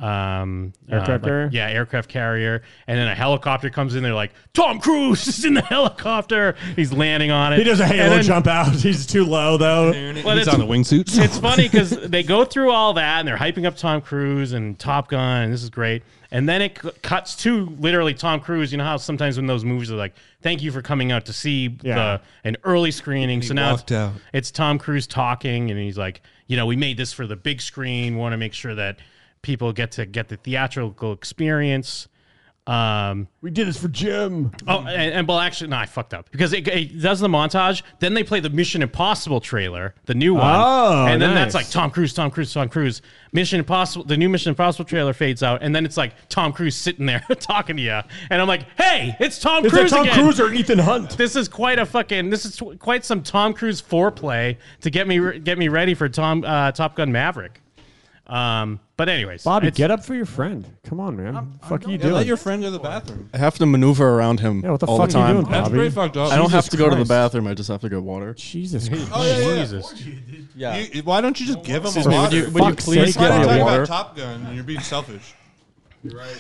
[SPEAKER 8] um uh,
[SPEAKER 5] Aircraft
[SPEAKER 8] like-
[SPEAKER 5] carrier?
[SPEAKER 8] yeah aircraft carrier and then a helicopter comes in they're like Tom Cruise is in the helicopter he's landing on it
[SPEAKER 5] He does a
[SPEAKER 8] And
[SPEAKER 5] halo
[SPEAKER 8] then-
[SPEAKER 5] jump out. He's too low though.
[SPEAKER 8] Well, it's-
[SPEAKER 9] wingsuits.
[SPEAKER 8] It's funny because they go through all that and they're hyping up Tom Cruise and Top Gun, and this is great. And then it c- cuts to literally Tom Cruise. You know how sometimes when those movies are like, "Thank you for coming out to see
[SPEAKER 5] Yeah.
[SPEAKER 8] the, an early screening." So
[SPEAKER 5] he
[SPEAKER 8] now
[SPEAKER 5] walked
[SPEAKER 8] it's,
[SPEAKER 5] out.
[SPEAKER 8] it's Tom Cruise talking, and he's like, "You know, we made this for the big screen. We want to make sure that people get to get the theatrical experience." Um,
[SPEAKER 5] we did this for Jim.
[SPEAKER 8] Oh, and, and well, actually, no, I fucked up because it, it does the montage. Then they play the Mission Impossible trailer, the new one.
[SPEAKER 5] Oh,
[SPEAKER 8] and then that's
[SPEAKER 5] nice.
[SPEAKER 8] like Tom Cruise, Tom Cruise, Tom Cruise. Mission Impossible, the new Mission Impossible trailer fades out, and then it's like Tom Cruise sitting there talking to you, and I'm like, hey, it's Tom
[SPEAKER 5] It's like
[SPEAKER 8] Cruise.
[SPEAKER 5] Tom
[SPEAKER 8] again.
[SPEAKER 5] Cruise or Ethan Hunt.
[SPEAKER 8] This is quite a fucking. This is tw- quite some Tom Cruise foreplay to get me re- get me ready for Tom uh, Top Gun Maverick. Um, but anyways,
[SPEAKER 5] Bobby,
[SPEAKER 8] it's-
[SPEAKER 5] get up for your friend. Come on, man. fuck you
[SPEAKER 9] Yeah,
[SPEAKER 5] doing?
[SPEAKER 9] let your friend go to the bathroom.
[SPEAKER 15] I have to maneuver around him
[SPEAKER 5] Yeah, what the
[SPEAKER 15] all
[SPEAKER 5] fuck
[SPEAKER 15] the
[SPEAKER 5] you
[SPEAKER 15] time.
[SPEAKER 5] doing, That's Bobby? pretty fucked up.
[SPEAKER 15] I don't
[SPEAKER 5] Jesus
[SPEAKER 15] have to go to
[SPEAKER 5] Christ.
[SPEAKER 15] the bathroom. I just have to get water.
[SPEAKER 5] Jesus Christ.
[SPEAKER 9] Oh yeah, yeah.
[SPEAKER 8] Jesus.
[SPEAKER 9] You- why don't you just give him
[SPEAKER 15] Excuse
[SPEAKER 9] a
[SPEAKER 15] me, would
[SPEAKER 9] water?
[SPEAKER 15] you- would you Fuck's please sake, give me
[SPEAKER 9] Why not
[SPEAKER 15] a
[SPEAKER 9] talk
[SPEAKER 15] water?
[SPEAKER 9] about Top Gun? You're being selfish.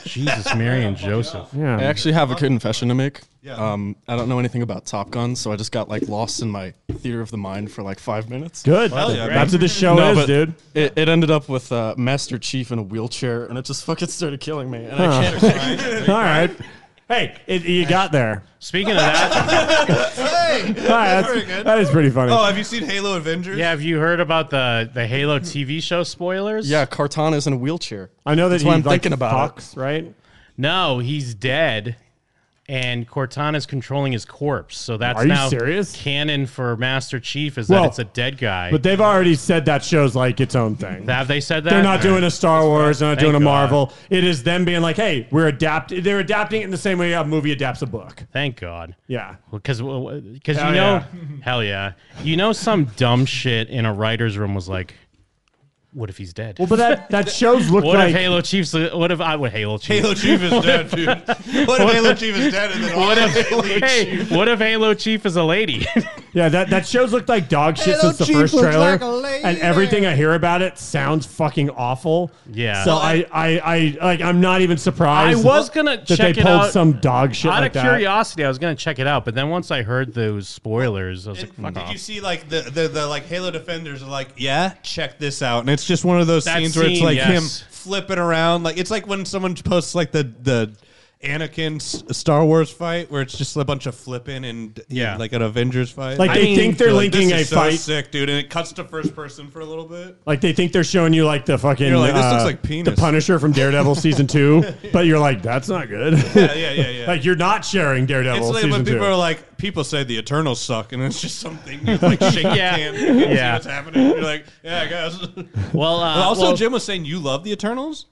[SPEAKER 8] Jesus, Mary, and Joseph.
[SPEAKER 15] Yeah. I actually have a confession to make.
[SPEAKER 8] Yeah.
[SPEAKER 15] Um, I don't know anything about Top Gun, so I just got like lost in my theater of the mind for like five minutes.
[SPEAKER 5] Good. Well, yeah, That's what this show is,
[SPEAKER 15] but
[SPEAKER 5] dude.
[SPEAKER 15] It, it ended up with uh, Master Chief in a wheelchair, and it just fucking started killing me. And I
[SPEAKER 5] Huh.
[SPEAKER 15] can't. explain it.
[SPEAKER 5] All right. Hey, it, you got there.
[SPEAKER 8] Speaking of that,
[SPEAKER 9] Hey, Oh,
[SPEAKER 5] All right, that's- that is pretty funny.
[SPEAKER 9] you seen Halo Avengers?
[SPEAKER 8] Yeah, have you heard about the the Halo TV show spoilers?
[SPEAKER 15] Yeah, Cortana's in a wheelchair.
[SPEAKER 5] I know that
[SPEAKER 15] That's why
[SPEAKER 5] he,
[SPEAKER 15] I'm
[SPEAKER 5] like,
[SPEAKER 15] thinking about
[SPEAKER 5] talks, right?
[SPEAKER 8] No, he's dead, and Cortana's controlling his corpse. So that's
[SPEAKER 5] Are you
[SPEAKER 8] now
[SPEAKER 5] serious?
[SPEAKER 8] canon for Master Chief is
[SPEAKER 5] Well,
[SPEAKER 8] that it's a dead guy.
[SPEAKER 5] But they've already said that show's like its own thing.
[SPEAKER 8] have they said that?
[SPEAKER 5] They're not doing a Star Wars. They're not
[SPEAKER 8] Thank
[SPEAKER 5] doing a
[SPEAKER 8] God.
[SPEAKER 5] Marvel. It is them being like, "Hey, we're adapting." They're adapting it in the same way a movie adapts a book.
[SPEAKER 8] Thank God.
[SPEAKER 5] Yeah.
[SPEAKER 8] Because because
[SPEAKER 5] Hell
[SPEAKER 8] you know,
[SPEAKER 5] yeah.
[SPEAKER 8] hell yeah, you know, some dumb shit in a writer's room was like, "What if he's dead?"
[SPEAKER 5] Well, but that that shows look
[SPEAKER 8] what
[SPEAKER 5] like
[SPEAKER 8] if Halo Chief's? What if I would Halo Chief?
[SPEAKER 9] Halo Chief is dead, dude. What if Halo Chief is dead and then
[SPEAKER 8] what
[SPEAKER 9] all
[SPEAKER 8] if
[SPEAKER 9] Halo
[SPEAKER 8] hey,
[SPEAKER 9] Chief-
[SPEAKER 8] what if Halo Chief is a lady?
[SPEAKER 5] yeah that that shows looked like dog shit
[SPEAKER 8] Halo
[SPEAKER 5] since the
[SPEAKER 8] Chief
[SPEAKER 5] first
[SPEAKER 8] looks
[SPEAKER 5] trailer,
[SPEAKER 8] like a lady.
[SPEAKER 5] and everything I hear about it sounds fucking awful.
[SPEAKER 8] Yeah.
[SPEAKER 5] So I I, I like I'm not even
[SPEAKER 8] I
[SPEAKER 5] surprised.
[SPEAKER 8] was gonna
[SPEAKER 5] that
[SPEAKER 8] check
[SPEAKER 5] they
[SPEAKER 8] it
[SPEAKER 5] pulled
[SPEAKER 8] out
[SPEAKER 5] some dog shit
[SPEAKER 8] out
[SPEAKER 5] like
[SPEAKER 8] of
[SPEAKER 5] that.
[SPEAKER 8] curiosity. I was gonna check it out, but then once I heard those spoilers, I was like, "Fuck
[SPEAKER 9] Did you
[SPEAKER 8] off."
[SPEAKER 9] see like the, the the like Halo defenders are like, yeah, check this out, and it's just one of those
[SPEAKER 8] That
[SPEAKER 9] scenes where it's
[SPEAKER 8] scene,
[SPEAKER 9] like
[SPEAKER 8] yes.
[SPEAKER 9] him flipping around, like it's like when someone posts like the the Anakin S- Star Wars fight where it's just a bunch of flipping and yeah, like an Avengers fight.
[SPEAKER 5] Like, they think they're
[SPEAKER 9] You're
[SPEAKER 5] linking
[SPEAKER 9] this
[SPEAKER 5] a
[SPEAKER 9] is so
[SPEAKER 5] fight-
[SPEAKER 9] sick, dude, and it cuts to first person for a little bit.
[SPEAKER 5] Like they think they're showing you like the fucking
[SPEAKER 9] You're like, this looks
[SPEAKER 5] uh,
[SPEAKER 9] like penis.
[SPEAKER 5] the Punisher from Daredevil season two, but you're like that's not good.
[SPEAKER 9] Yeah, yeah, yeah, yeah.
[SPEAKER 5] like you're not sharing Daredevil
[SPEAKER 9] It's like
[SPEAKER 5] season
[SPEAKER 9] when people
[SPEAKER 5] two.
[SPEAKER 9] are like, people say the Eternals suck, and it's just something you like shake your
[SPEAKER 8] Yeah.
[SPEAKER 9] hand, you can't see
[SPEAKER 8] Yeah.
[SPEAKER 9] what's happening. You're like, yeah, I guess.
[SPEAKER 8] Well, uh,
[SPEAKER 9] also
[SPEAKER 8] well-
[SPEAKER 9] Jim was saying you love the Eternals.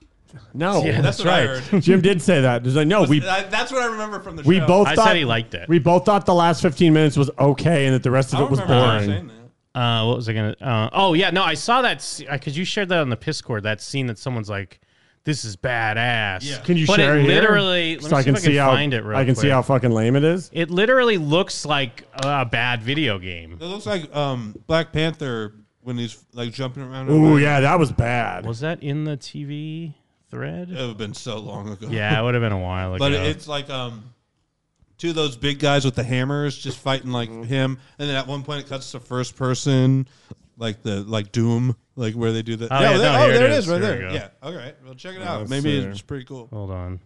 [SPEAKER 5] no,
[SPEAKER 9] Yeah, that's what I heard.
[SPEAKER 5] Jim did say that. He's like, no,
[SPEAKER 9] Was-
[SPEAKER 5] we
[SPEAKER 9] I- that's what I remember from the
[SPEAKER 5] we
[SPEAKER 9] show.
[SPEAKER 5] both
[SPEAKER 9] I said
[SPEAKER 5] thought
[SPEAKER 9] he liked it.
[SPEAKER 5] We both thought the last fifteen minutes was okay, and that the rest of it was boring.
[SPEAKER 8] Uh, what was I gonna? Uh, oh yeah, no, I saw that because you shared that on the Piscord. That scene that someone's like, "This is badass." Yeah.
[SPEAKER 5] Can you
[SPEAKER 8] but
[SPEAKER 5] share
[SPEAKER 8] it
[SPEAKER 5] it here?
[SPEAKER 8] Literally, let
[SPEAKER 5] so
[SPEAKER 8] me
[SPEAKER 5] I can
[SPEAKER 8] see, if I can
[SPEAKER 5] how
[SPEAKER 8] find it. Real
[SPEAKER 5] I can see
[SPEAKER 8] quick.
[SPEAKER 5] how fucking lame it is.
[SPEAKER 8] It literally looks like a bad video game.
[SPEAKER 9] It looks like um, Black Panther when he's like jumping around.
[SPEAKER 5] Ooh, yeah, that was bad.
[SPEAKER 8] Was that in the TV thread? It
[SPEAKER 9] would have been so long ago.
[SPEAKER 8] Yeah, it would have been a while ago.
[SPEAKER 9] Uh, But it's like um, two of those big guys with the hammers just fighting like
[SPEAKER 15] Mm-hmm.
[SPEAKER 9] him, and then at one point it cuts to first person, like the like Doom, like where they do the.
[SPEAKER 8] Oh, yeah,
[SPEAKER 9] there,
[SPEAKER 8] no,
[SPEAKER 9] oh,
[SPEAKER 8] here it
[SPEAKER 9] there it
[SPEAKER 8] is.
[SPEAKER 9] is, right
[SPEAKER 8] Here we
[SPEAKER 9] there.
[SPEAKER 8] go.
[SPEAKER 9] Yeah. All right. Well, check it
[SPEAKER 8] Yeah,
[SPEAKER 9] out.
[SPEAKER 8] let's
[SPEAKER 9] Maybe
[SPEAKER 8] see. Oh.
[SPEAKER 9] it's pretty cool.
[SPEAKER 8] Hold on.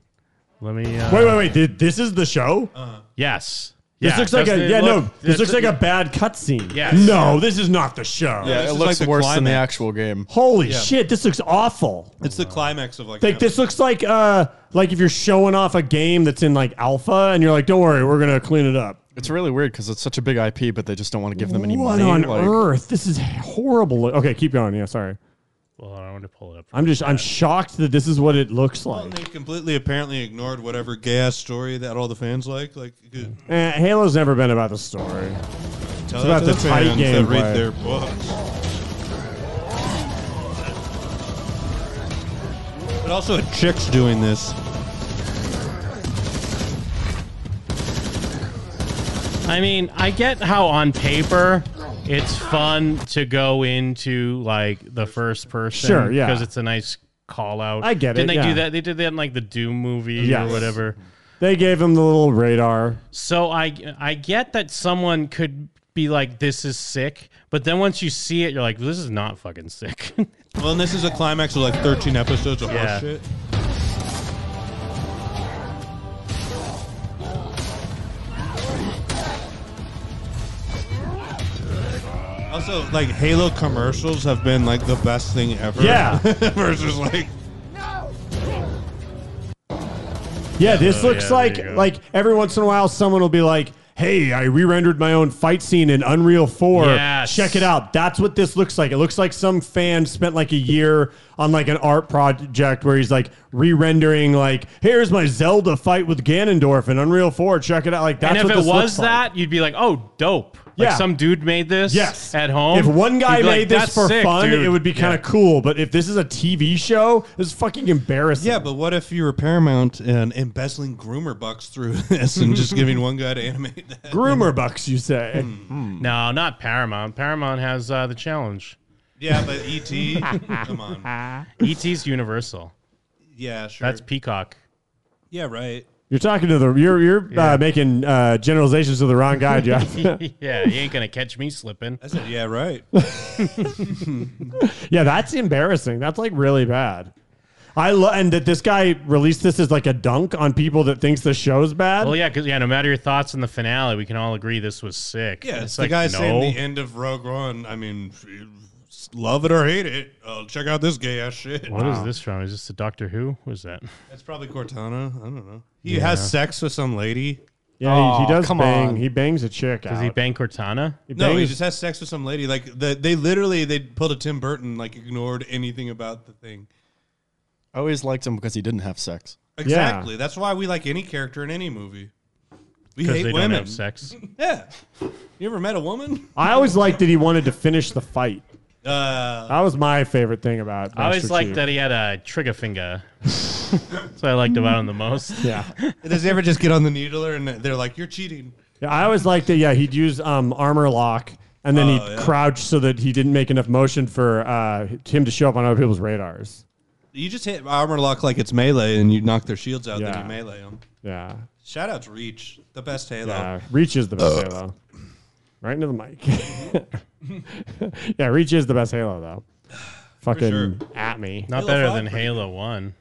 [SPEAKER 8] Let me. Uh,
[SPEAKER 5] wait, wait, wait. Did, this is the show.
[SPEAKER 8] Yes.
[SPEAKER 5] This
[SPEAKER 8] Yeah,
[SPEAKER 5] looks like
[SPEAKER 8] doesn't
[SPEAKER 5] a
[SPEAKER 8] it
[SPEAKER 5] yeah
[SPEAKER 8] look-
[SPEAKER 5] no. This looks like a bad cutscene. No, this is not the show.
[SPEAKER 15] Yeah, it looks worse than the actual Oh. game.
[SPEAKER 5] Holy
[SPEAKER 15] Yeah.
[SPEAKER 5] shit, this looks awful.
[SPEAKER 9] It's the climax of like.
[SPEAKER 5] Like this looks like uh like if you're showing off a game that's in like alpha and you're like, don't worry, we're gonna clean it up.
[SPEAKER 15] It's really weird because it's such a big IP, but they just don't want to give them any
[SPEAKER 5] what
[SPEAKER 15] money.
[SPEAKER 5] on
[SPEAKER 15] like-
[SPEAKER 5] earth? This is horrible. lo- Okay, keep going. Yeah, sorry.
[SPEAKER 8] Well, I wanted to pull it up.
[SPEAKER 5] I'm just I'm shocked that this is what it looks like.
[SPEAKER 9] They completely apparently ignored whatever gay ass story that all the fans like. Like, uh, good.
[SPEAKER 5] Eh, Halo's never been about the story. it's
[SPEAKER 9] Tell
[SPEAKER 5] about
[SPEAKER 9] that
[SPEAKER 5] the
[SPEAKER 9] to the
[SPEAKER 5] tight
[SPEAKER 9] fans that
[SPEAKER 5] game.
[SPEAKER 9] read their books. But also, a chick's doing this.
[SPEAKER 8] I mean, I get how on paper it's fun to go into like the first person.
[SPEAKER 5] Sure, yeah.
[SPEAKER 8] Because it's a nice call out.
[SPEAKER 5] I get it,
[SPEAKER 8] Didn't they
[SPEAKER 5] yeah.
[SPEAKER 8] do that? They did that in like the Doom movie
[SPEAKER 5] Yes.
[SPEAKER 8] or whatever.
[SPEAKER 5] They gave him the little radar.
[SPEAKER 8] So I I get that someone could be like, "This is sick," but then once you see it, you're like, "This is not fucking sick."
[SPEAKER 9] Well, and this is a climax of like 13 episodes of
[SPEAKER 8] Yeah.
[SPEAKER 9] horseshit. Also, like Halo commercials have been like the best thing ever.
[SPEAKER 5] Yeah.
[SPEAKER 9] Versus like
[SPEAKER 5] Yeah, this
[SPEAKER 9] Oh,
[SPEAKER 5] looks
[SPEAKER 9] yeah, there you
[SPEAKER 5] like
[SPEAKER 9] go.
[SPEAKER 5] like every once in a while someone will be like, "Hey, I re-rendered my own fight scene in Unreal 4.
[SPEAKER 8] Yes.
[SPEAKER 5] Check it out." That's what this looks like. It looks like some fan spent like a year on like an art project where he's like re-rendering like, "Here's my Zelda fight with Ganondorf in Unreal 4. Check it out." Like that's
[SPEAKER 8] and
[SPEAKER 5] what
[SPEAKER 8] if it
[SPEAKER 5] this
[SPEAKER 8] was
[SPEAKER 5] looks like.
[SPEAKER 8] that, you'd be like, "Oh, dope!" Like
[SPEAKER 5] Yeah.
[SPEAKER 8] some dude made this.
[SPEAKER 5] Yes.
[SPEAKER 8] At home.
[SPEAKER 5] If one guy
[SPEAKER 8] You'd be like,
[SPEAKER 5] made this
[SPEAKER 8] "That's
[SPEAKER 5] for
[SPEAKER 8] sick,
[SPEAKER 5] fun,
[SPEAKER 8] dude."
[SPEAKER 5] it would be kind
[SPEAKER 8] Yeah.
[SPEAKER 5] of cool, but if this is a TV show, this is fucking embarrassing.
[SPEAKER 9] Yeah, but what if you were Paramount and embezzling groomer bucks through this and just giving one guy to animate that?
[SPEAKER 5] Groomer bucks, you say?
[SPEAKER 8] No, not Paramount. Paramount has uh, the challenge.
[SPEAKER 9] Yeah, but ET, E come on.
[SPEAKER 8] ET's E Universal.
[SPEAKER 9] Yeah, sure.
[SPEAKER 8] That's Peacock.
[SPEAKER 9] Yeah, right.
[SPEAKER 5] You're talking to the you're you're uh, making uh, generalizations to the wrong guy, Jeff.
[SPEAKER 8] yeah, you ain't gonna catch me slipping. I
[SPEAKER 9] said, yeah, right.
[SPEAKER 5] yeah, that's embarrassing. That's like really bad. I love and that this guy released this as like a dunk on people that thinks the show's bad.
[SPEAKER 8] Well, yeah, because yeah, no matter your thoughts on the finale, we can all agree this was sick.
[SPEAKER 9] Yeah,
[SPEAKER 8] And
[SPEAKER 9] it's the guy saying the end of Rogue One. I mean, love it or hate it, uh, check out this gay ass shit.
[SPEAKER 8] What is this from? Is this the Doctor Who? What is that?
[SPEAKER 9] That's probably Cortana. I don't know. He
[SPEAKER 8] Yeah.
[SPEAKER 9] has sex with some lady.
[SPEAKER 5] Yeah, he, he does bang. He bangs a chick.
[SPEAKER 9] Does he
[SPEAKER 5] out.
[SPEAKER 8] bang Cortana?
[SPEAKER 5] He
[SPEAKER 9] no, he
[SPEAKER 5] bangs-
[SPEAKER 9] just has sex with some lady. Like the, they literally they pulled a Tim Burton, like ignored anything about the thing.
[SPEAKER 15] I always liked him because he didn't have sex.
[SPEAKER 9] Exactly. That's why we like any character in any movie. We
[SPEAKER 15] 'Cause
[SPEAKER 9] hate
[SPEAKER 15] they don't
[SPEAKER 9] women.
[SPEAKER 15] have
[SPEAKER 8] sex.
[SPEAKER 9] yeah. You ever met a woman?
[SPEAKER 5] I always liked that he wanted to finish the fight.
[SPEAKER 9] Uh,
[SPEAKER 5] that was my favorite thing about.
[SPEAKER 8] I always
[SPEAKER 5] Master
[SPEAKER 8] liked
[SPEAKER 5] Chief.
[SPEAKER 8] that he had a trigger finger. That's what I liked about him the most.
[SPEAKER 5] Yeah.
[SPEAKER 9] Does he ever just get on the needler and they're like, "You're cheating"?
[SPEAKER 5] Yeah, I always liked that. Yeah, he'd use um, armor lock and then
[SPEAKER 9] Oh,
[SPEAKER 5] he'd
[SPEAKER 9] yeah.
[SPEAKER 5] crouch so that he didn't make enough motion for uh, him to show up on other people's radars.
[SPEAKER 9] You just hit armor lock like it's melee, and you knock their shields out,
[SPEAKER 5] Yeah.
[SPEAKER 9] then you melee them.
[SPEAKER 5] Yeah.
[SPEAKER 9] Shout out to Reach, the best Halo.
[SPEAKER 5] Yeah, Uh, Reach is the best
[SPEAKER 9] Oh.
[SPEAKER 5] Halo. Right into the mic. yeah, Reach is the best Halo though. Fucking at me.
[SPEAKER 8] Not better than Halo One.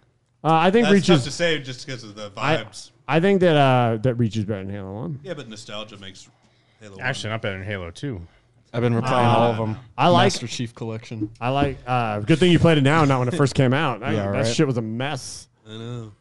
[SPEAKER 5] Uh, I think
[SPEAKER 9] That's
[SPEAKER 5] Reach
[SPEAKER 9] tough
[SPEAKER 5] is
[SPEAKER 9] to say just because of the
[SPEAKER 5] I,
[SPEAKER 9] vibes.
[SPEAKER 5] I think that uh, that Reach is better than Halo One.
[SPEAKER 9] yeah, but nostalgia makes Halo.
[SPEAKER 8] Actually, not better than Halo Two.
[SPEAKER 15] I've been replaying
[SPEAKER 5] Uh,
[SPEAKER 15] all of them.
[SPEAKER 5] I like-
[SPEAKER 15] Master Chief Collection.
[SPEAKER 5] I like. Uh, good thing you played it now, not when it first came out. I-
[SPEAKER 15] Yeah,
[SPEAKER 5] that
[SPEAKER 15] right.
[SPEAKER 5] shit was a mess.
[SPEAKER 9] I know.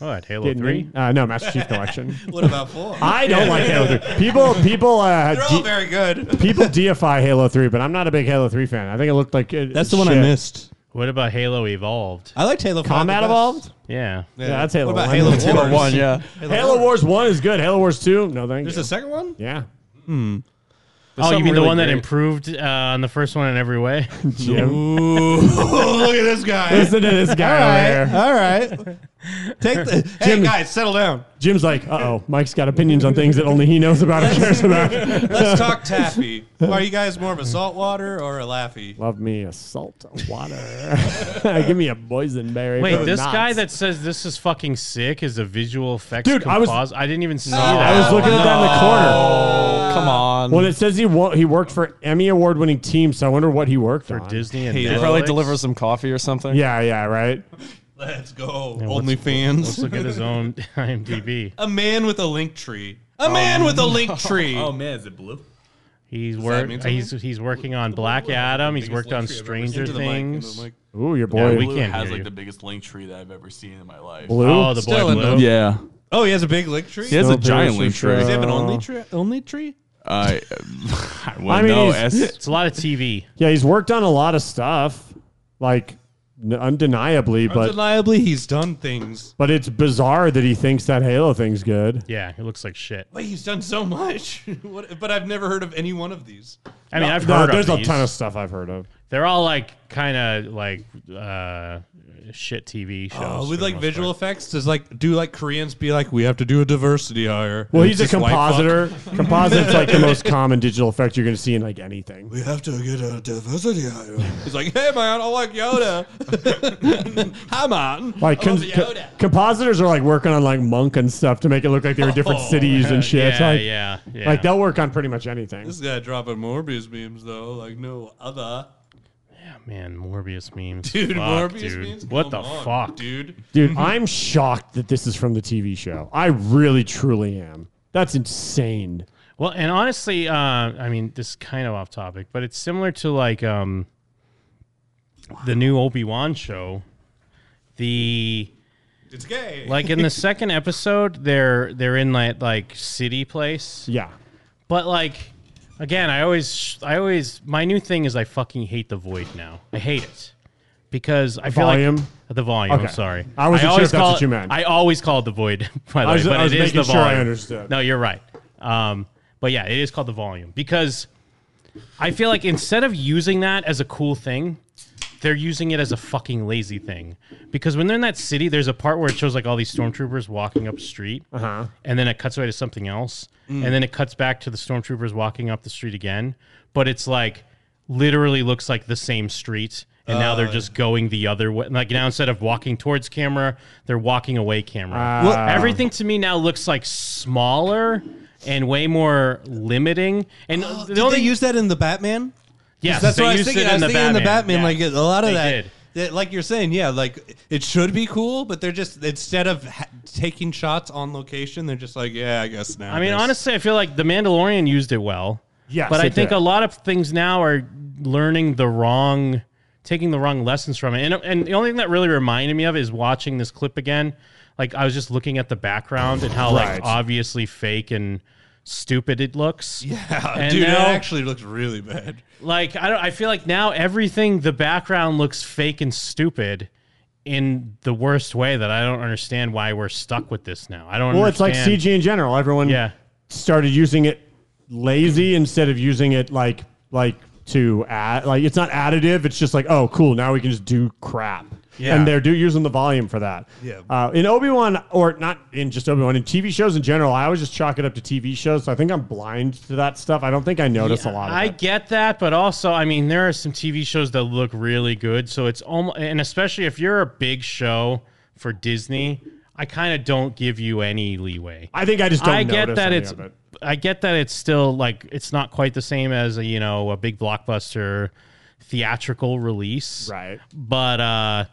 [SPEAKER 8] What Halo
[SPEAKER 5] Didn't
[SPEAKER 8] Three?
[SPEAKER 5] you? Uh, no, Master Chief Collection.
[SPEAKER 9] What about four?
[SPEAKER 5] I don't like Halo Three. People, people, uh,
[SPEAKER 9] They're all very good.
[SPEAKER 5] people deify Halo Three, but I'm not a big Halo Three fan. I think it looked like it,
[SPEAKER 9] That's the one I
[SPEAKER 5] shit.
[SPEAKER 9] missed.
[SPEAKER 8] What about Halo Evolved?
[SPEAKER 9] I liked Halo.
[SPEAKER 5] Combat Evolved.
[SPEAKER 8] Yeah.
[SPEAKER 5] Yeah, that's Halo.
[SPEAKER 8] What about
[SPEAKER 5] 1.
[SPEAKER 8] Halo That's Halo Wars? 1, yeah.
[SPEAKER 5] Halo, Wars One is good. Halo Wars Two, no thank
[SPEAKER 9] There's
[SPEAKER 5] you.
[SPEAKER 9] a second one.
[SPEAKER 5] Yeah.
[SPEAKER 8] oh,
[SPEAKER 9] Hmm.
[SPEAKER 8] you
[SPEAKER 5] something
[SPEAKER 8] mean the
[SPEAKER 5] really
[SPEAKER 8] one that
[SPEAKER 5] great.
[SPEAKER 8] improved uh, on the first one in every way?
[SPEAKER 5] Ooh,
[SPEAKER 9] look at this guy.
[SPEAKER 5] Listen to this guy over here.
[SPEAKER 9] All right. All right. Take the. hey,
[SPEAKER 5] Jim-
[SPEAKER 9] guys, settle down.
[SPEAKER 5] Jim's like, uh oh, Mike's got opinions on things that only he knows about or cares about.
[SPEAKER 9] Let's talk taffy. Are you guys more of a saltwater or a laffy?
[SPEAKER 5] Love me a salt water. Give me a boysenberry.
[SPEAKER 8] Wait,
[SPEAKER 5] for
[SPEAKER 8] this
[SPEAKER 5] knots.
[SPEAKER 8] guy that says this is fucking sick is a visual effects
[SPEAKER 5] Dude, I was-
[SPEAKER 8] compos- I didn't even see that.
[SPEAKER 5] I was looking at that in the corner.
[SPEAKER 15] Come on.
[SPEAKER 5] Well, it says he wo- he worked for Emmy award winning teams, so I wonder what he worked for on.
[SPEAKER 8] Disney and
[SPEAKER 15] He
[SPEAKER 8] Netflix?
[SPEAKER 15] probably delivers some coffee or something.
[SPEAKER 5] Yeah, yeah, right.
[SPEAKER 9] Let's go.
[SPEAKER 8] Yeah,
[SPEAKER 9] Only
[SPEAKER 8] let's-
[SPEAKER 9] fans.
[SPEAKER 8] Let's look at his own IMDb.
[SPEAKER 9] A man with a link tree. A man with a link tree.
[SPEAKER 10] Oh man, is it blue?
[SPEAKER 8] He's
[SPEAKER 10] that
[SPEAKER 8] wor-
[SPEAKER 10] mean something?
[SPEAKER 8] he's he's working on Black Adam. He's
[SPEAKER 10] biggest
[SPEAKER 8] worked on
[SPEAKER 10] link tree I've ever seen.
[SPEAKER 8] Stranger
[SPEAKER 10] Into the mic, into the
[SPEAKER 8] Things.
[SPEAKER 10] mic.
[SPEAKER 5] Ooh, your
[SPEAKER 8] Yeah,
[SPEAKER 5] boy.
[SPEAKER 8] we
[SPEAKER 10] Blue
[SPEAKER 8] can't
[SPEAKER 10] has
[SPEAKER 8] hear
[SPEAKER 10] like
[SPEAKER 8] you.
[SPEAKER 10] the biggest link tree that I've ever seen in my life.
[SPEAKER 5] Blue?
[SPEAKER 8] Oh, the
[SPEAKER 5] Still
[SPEAKER 8] boy
[SPEAKER 5] in
[SPEAKER 8] Blue.
[SPEAKER 5] the-
[SPEAKER 13] Yeah.
[SPEAKER 9] Oh, he has a big link tree.
[SPEAKER 13] He has a giant link tree.
[SPEAKER 9] Does he have an only tree? Only tree?
[SPEAKER 13] I, I, well,
[SPEAKER 5] I mean,
[SPEAKER 13] no,
[SPEAKER 5] he's-
[SPEAKER 13] S-
[SPEAKER 8] It's a lot of TV.
[SPEAKER 5] Yeah, he's worked on a lot of stuff, like n- undeniably, but
[SPEAKER 9] Undeniably, he's done things.
[SPEAKER 5] but it's bizarre that he thinks that Halo thing's good.
[SPEAKER 8] Yeah, it looks like shit.
[SPEAKER 9] Wait, he's done so much. what, but I've never heard of any one of these.
[SPEAKER 8] I mean, I've
[SPEAKER 5] No,
[SPEAKER 8] heard of
[SPEAKER 5] there's a
[SPEAKER 8] these.
[SPEAKER 5] ton of stuff I've heard of.
[SPEAKER 8] They're all like kind of like uh, shit TV shows.
[SPEAKER 9] Oh,
[SPEAKER 8] for
[SPEAKER 9] with
[SPEAKER 8] the
[SPEAKER 9] like
[SPEAKER 8] most
[SPEAKER 9] visual effects, does like do like Koreans be like we have to do a diversity hire?
[SPEAKER 5] Well,
[SPEAKER 9] And
[SPEAKER 5] he's a
[SPEAKER 9] it's just white
[SPEAKER 5] compositor.
[SPEAKER 9] fuck?
[SPEAKER 5] Composite's like the most common digital effect you're going to see in like anything.
[SPEAKER 9] We have to get a diversity hire. He's like, hey man, I like Yoda. Hi man,
[SPEAKER 5] Like
[SPEAKER 9] I love
[SPEAKER 8] Oh,
[SPEAKER 5] cons- co-
[SPEAKER 9] Yoda.
[SPEAKER 5] compositors are like working on like monk and stuff to make it look like they were different
[SPEAKER 8] Oh,
[SPEAKER 5] cities and shit. It's
[SPEAKER 9] yeah,
[SPEAKER 5] like,
[SPEAKER 9] yeah, yeah.
[SPEAKER 5] Like they'll work on pretty much anything.
[SPEAKER 9] This guy dropping Morbius memes though, like no other.
[SPEAKER 8] part. man, Morbius memes,
[SPEAKER 9] Dude,
[SPEAKER 8] Fuck,
[SPEAKER 9] Morbius
[SPEAKER 8] dude.
[SPEAKER 9] memes?
[SPEAKER 8] What the
[SPEAKER 9] Come on,
[SPEAKER 8] fuck,
[SPEAKER 9] dude?
[SPEAKER 5] Dude, I'm shocked that this is from the TV show. I really, truly am. That's insane.
[SPEAKER 8] Well, and honestly, uh, I mean, this is kind of off topic, but it's similar to like um, the new Obi Wan show. The
[SPEAKER 9] It's gay.
[SPEAKER 8] like in the second episode, they're they're in like like city place.
[SPEAKER 5] Yeah,
[SPEAKER 8] but like again, I always I always my new thing is I fucking hate the void now. I hate it because I feel
[SPEAKER 5] Volume?
[SPEAKER 8] like the volume. I'm
[SPEAKER 5] Okay.
[SPEAKER 8] sorry,
[SPEAKER 5] I wasn't sure
[SPEAKER 8] always
[SPEAKER 5] if that's
[SPEAKER 8] call
[SPEAKER 5] what
[SPEAKER 8] it-
[SPEAKER 5] you meant.
[SPEAKER 8] I always call it the void. By the
[SPEAKER 5] I was-
[SPEAKER 8] way, but
[SPEAKER 5] I was
[SPEAKER 8] it is the
[SPEAKER 5] making sure I
[SPEAKER 8] volume.
[SPEAKER 5] understood.
[SPEAKER 8] No, you're right. Um, but yeah, it is called the volume because I feel like instead of using that as a cool thing, they're using it as a fucking lazy thing. Because when they're in that city, there's a part where it shows like all these stormtroopers walking up the street,
[SPEAKER 5] Uh-huh.
[SPEAKER 8] and then it cuts away to something else,
[SPEAKER 5] Mm.
[SPEAKER 8] and then it cuts back to the stormtroopers walking up the street again. But it's like literally looks like the same street, and now they're
[SPEAKER 13] Oh,
[SPEAKER 8] just going the other way. Like now, instead of walking towards camera, they're walking away camera.
[SPEAKER 13] Ah. Well-
[SPEAKER 8] Everything to me now looks like smaller and way more limiting. And the
[SPEAKER 9] Oh, Uh, Did
[SPEAKER 8] only
[SPEAKER 9] they use that in the Batman?
[SPEAKER 8] Yes,
[SPEAKER 9] that's
[SPEAKER 8] they
[SPEAKER 9] what I was
[SPEAKER 8] used it
[SPEAKER 9] thinking.
[SPEAKER 8] in
[SPEAKER 9] I was
[SPEAKER 8] the
[SPEAKER 9] thinking in the Batman,
[SPEAKER 8] Batman,
[SPEAKER 9] like
[SPEAKER 8] yeah.
[SPEAKER 9] a lot of
[SPEAKER 8] They
[SPEAKER 9] that,
[SPEAKER 8] did.
[SPEAKER 9] that- Like you're saying, yeah, like it should be cool, but they're just instead of ha- taking shots on location, they're just like, yeah, I guess now.
[SPEAKER 8] I mean,
[SPEAKER 9] this-
[SPEAKER 8] honestly, I feel like The Mandalorian used it well.
[SPEAKER 9] Yes,
[SPEAKER 8] but I
[SPEAKER 9] it
[SPEAKER 8] think
[SPEAKER 9] did.
[SPEAKER 8] a lot of things now are learning the wrong, taking the wrong lessons from it. And and the only thing that really reminded me of is watching this clip again. Like I was just looking at the background and how
[SPEAKER 9] Right.
[SPEAKER 8] like obviously fake and stupid it looks.
[SPEAKER 9] Yeah,
[SPEAKER 8] and
[SPEAKER 9] dude, it
[SPEAKER 8] now-
[SPEAKER 9] actually looks really bad.
[SPEAKER 8] like I don't. I feel like now everything the background looks fake and stupid. In the worst way that I don't understand why we're stuck with this now. I don't.
[SPEAKER 5] Well,
[SPEAKER 8] understand.
[SPEAKER 5] it's like CG in general. Everyone started using it lazy instead of using it like like to add like it's not additive. It's just like oh cool now we can just do crap.
[SPEAKER 10] Yeah.
[SPEAKER 5] And they're do using the volume for that.
[SPEAKER 10] Yeah.
[SPEAKER 5] Uh, in Obi Wan, or not in just Obi Wan, in TV shows in general, I always just chalk it up to TV shows. So I think I'm blind to that stuff. I don't think I notice a lot of
[SPEAKER 8] I
[SPEAKER 5] it.
[SPEAKER 8] get that, but also, I mean, there are some TV shows that look really good. So it's almost, and especially if you're a big show for Disney, I kind of don't give you any leeway.
[SPEAKER 5] I think I just don't
[SPEAKER 8] I get
[SPEAKER 5] notice
[SPEAKER 8] that
[SPEAKER 5] any
[SPEAKER 8] it's.
[SPEAKER 5] of it.
[SPEAKER 8] I get that it's still like it's not quite the same as a, you know a big blockbuster theatrical release,
[SPEAKER 5] right?
[SPEAKER 8] But uh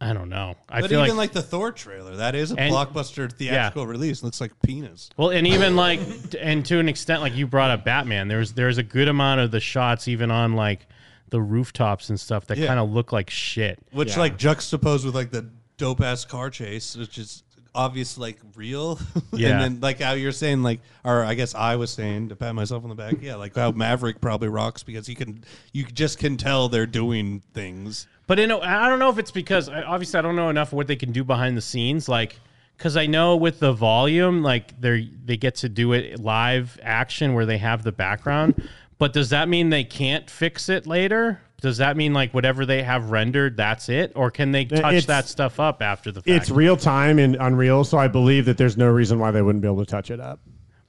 [SPEAKER 8] I don't know. I
[SPEAKER 9] but
[SPEAKER 8] feel
[SPEAKER 9] even
[SPEAKER 8] like
[SPEAKER 9] like, the Thor trailer, that is a
[SPEAKER 8] And-
[SPEAKER 9] blockbuster theatrical release. Looks like penis.
[SPEAKER 8] Well, and even like, and to an extent, like you brought up Batman. There's there's a good amount of the shots, even on like the rooftops and stuff, that
[SPEAKER 9] Yeah.
[SPEAKER 8] kind of look like shit.
[SPEAKER 9] which like juxtaposed with like the dope ass car chase, which is obvious like real.
[SPEAKER 8] Yeah.
[SPEAKER 9] and then like how you're saying like, or I guess I was saying to pat myself on the back, yeah, like how Maverick probably rocks because he can, you just can tell they're doing things.
[SPEAKER 8] But in a, I don't know if it's because I- obviously I don't know enough of what they can do behind the scenes, like because I know with the volume, like they they get to do it live action where they have the background. But does that mean they can't fix it later? Does that mean like whatever they have rendered, that's it, or can they touch
[SPEAKER 5] It's-
[SPEAKER 8] that stuff up after the fact?
[SPEAKER 5] It's real time in Unreal, so I believe that there's no reason why they wouldn't be able to touch it up.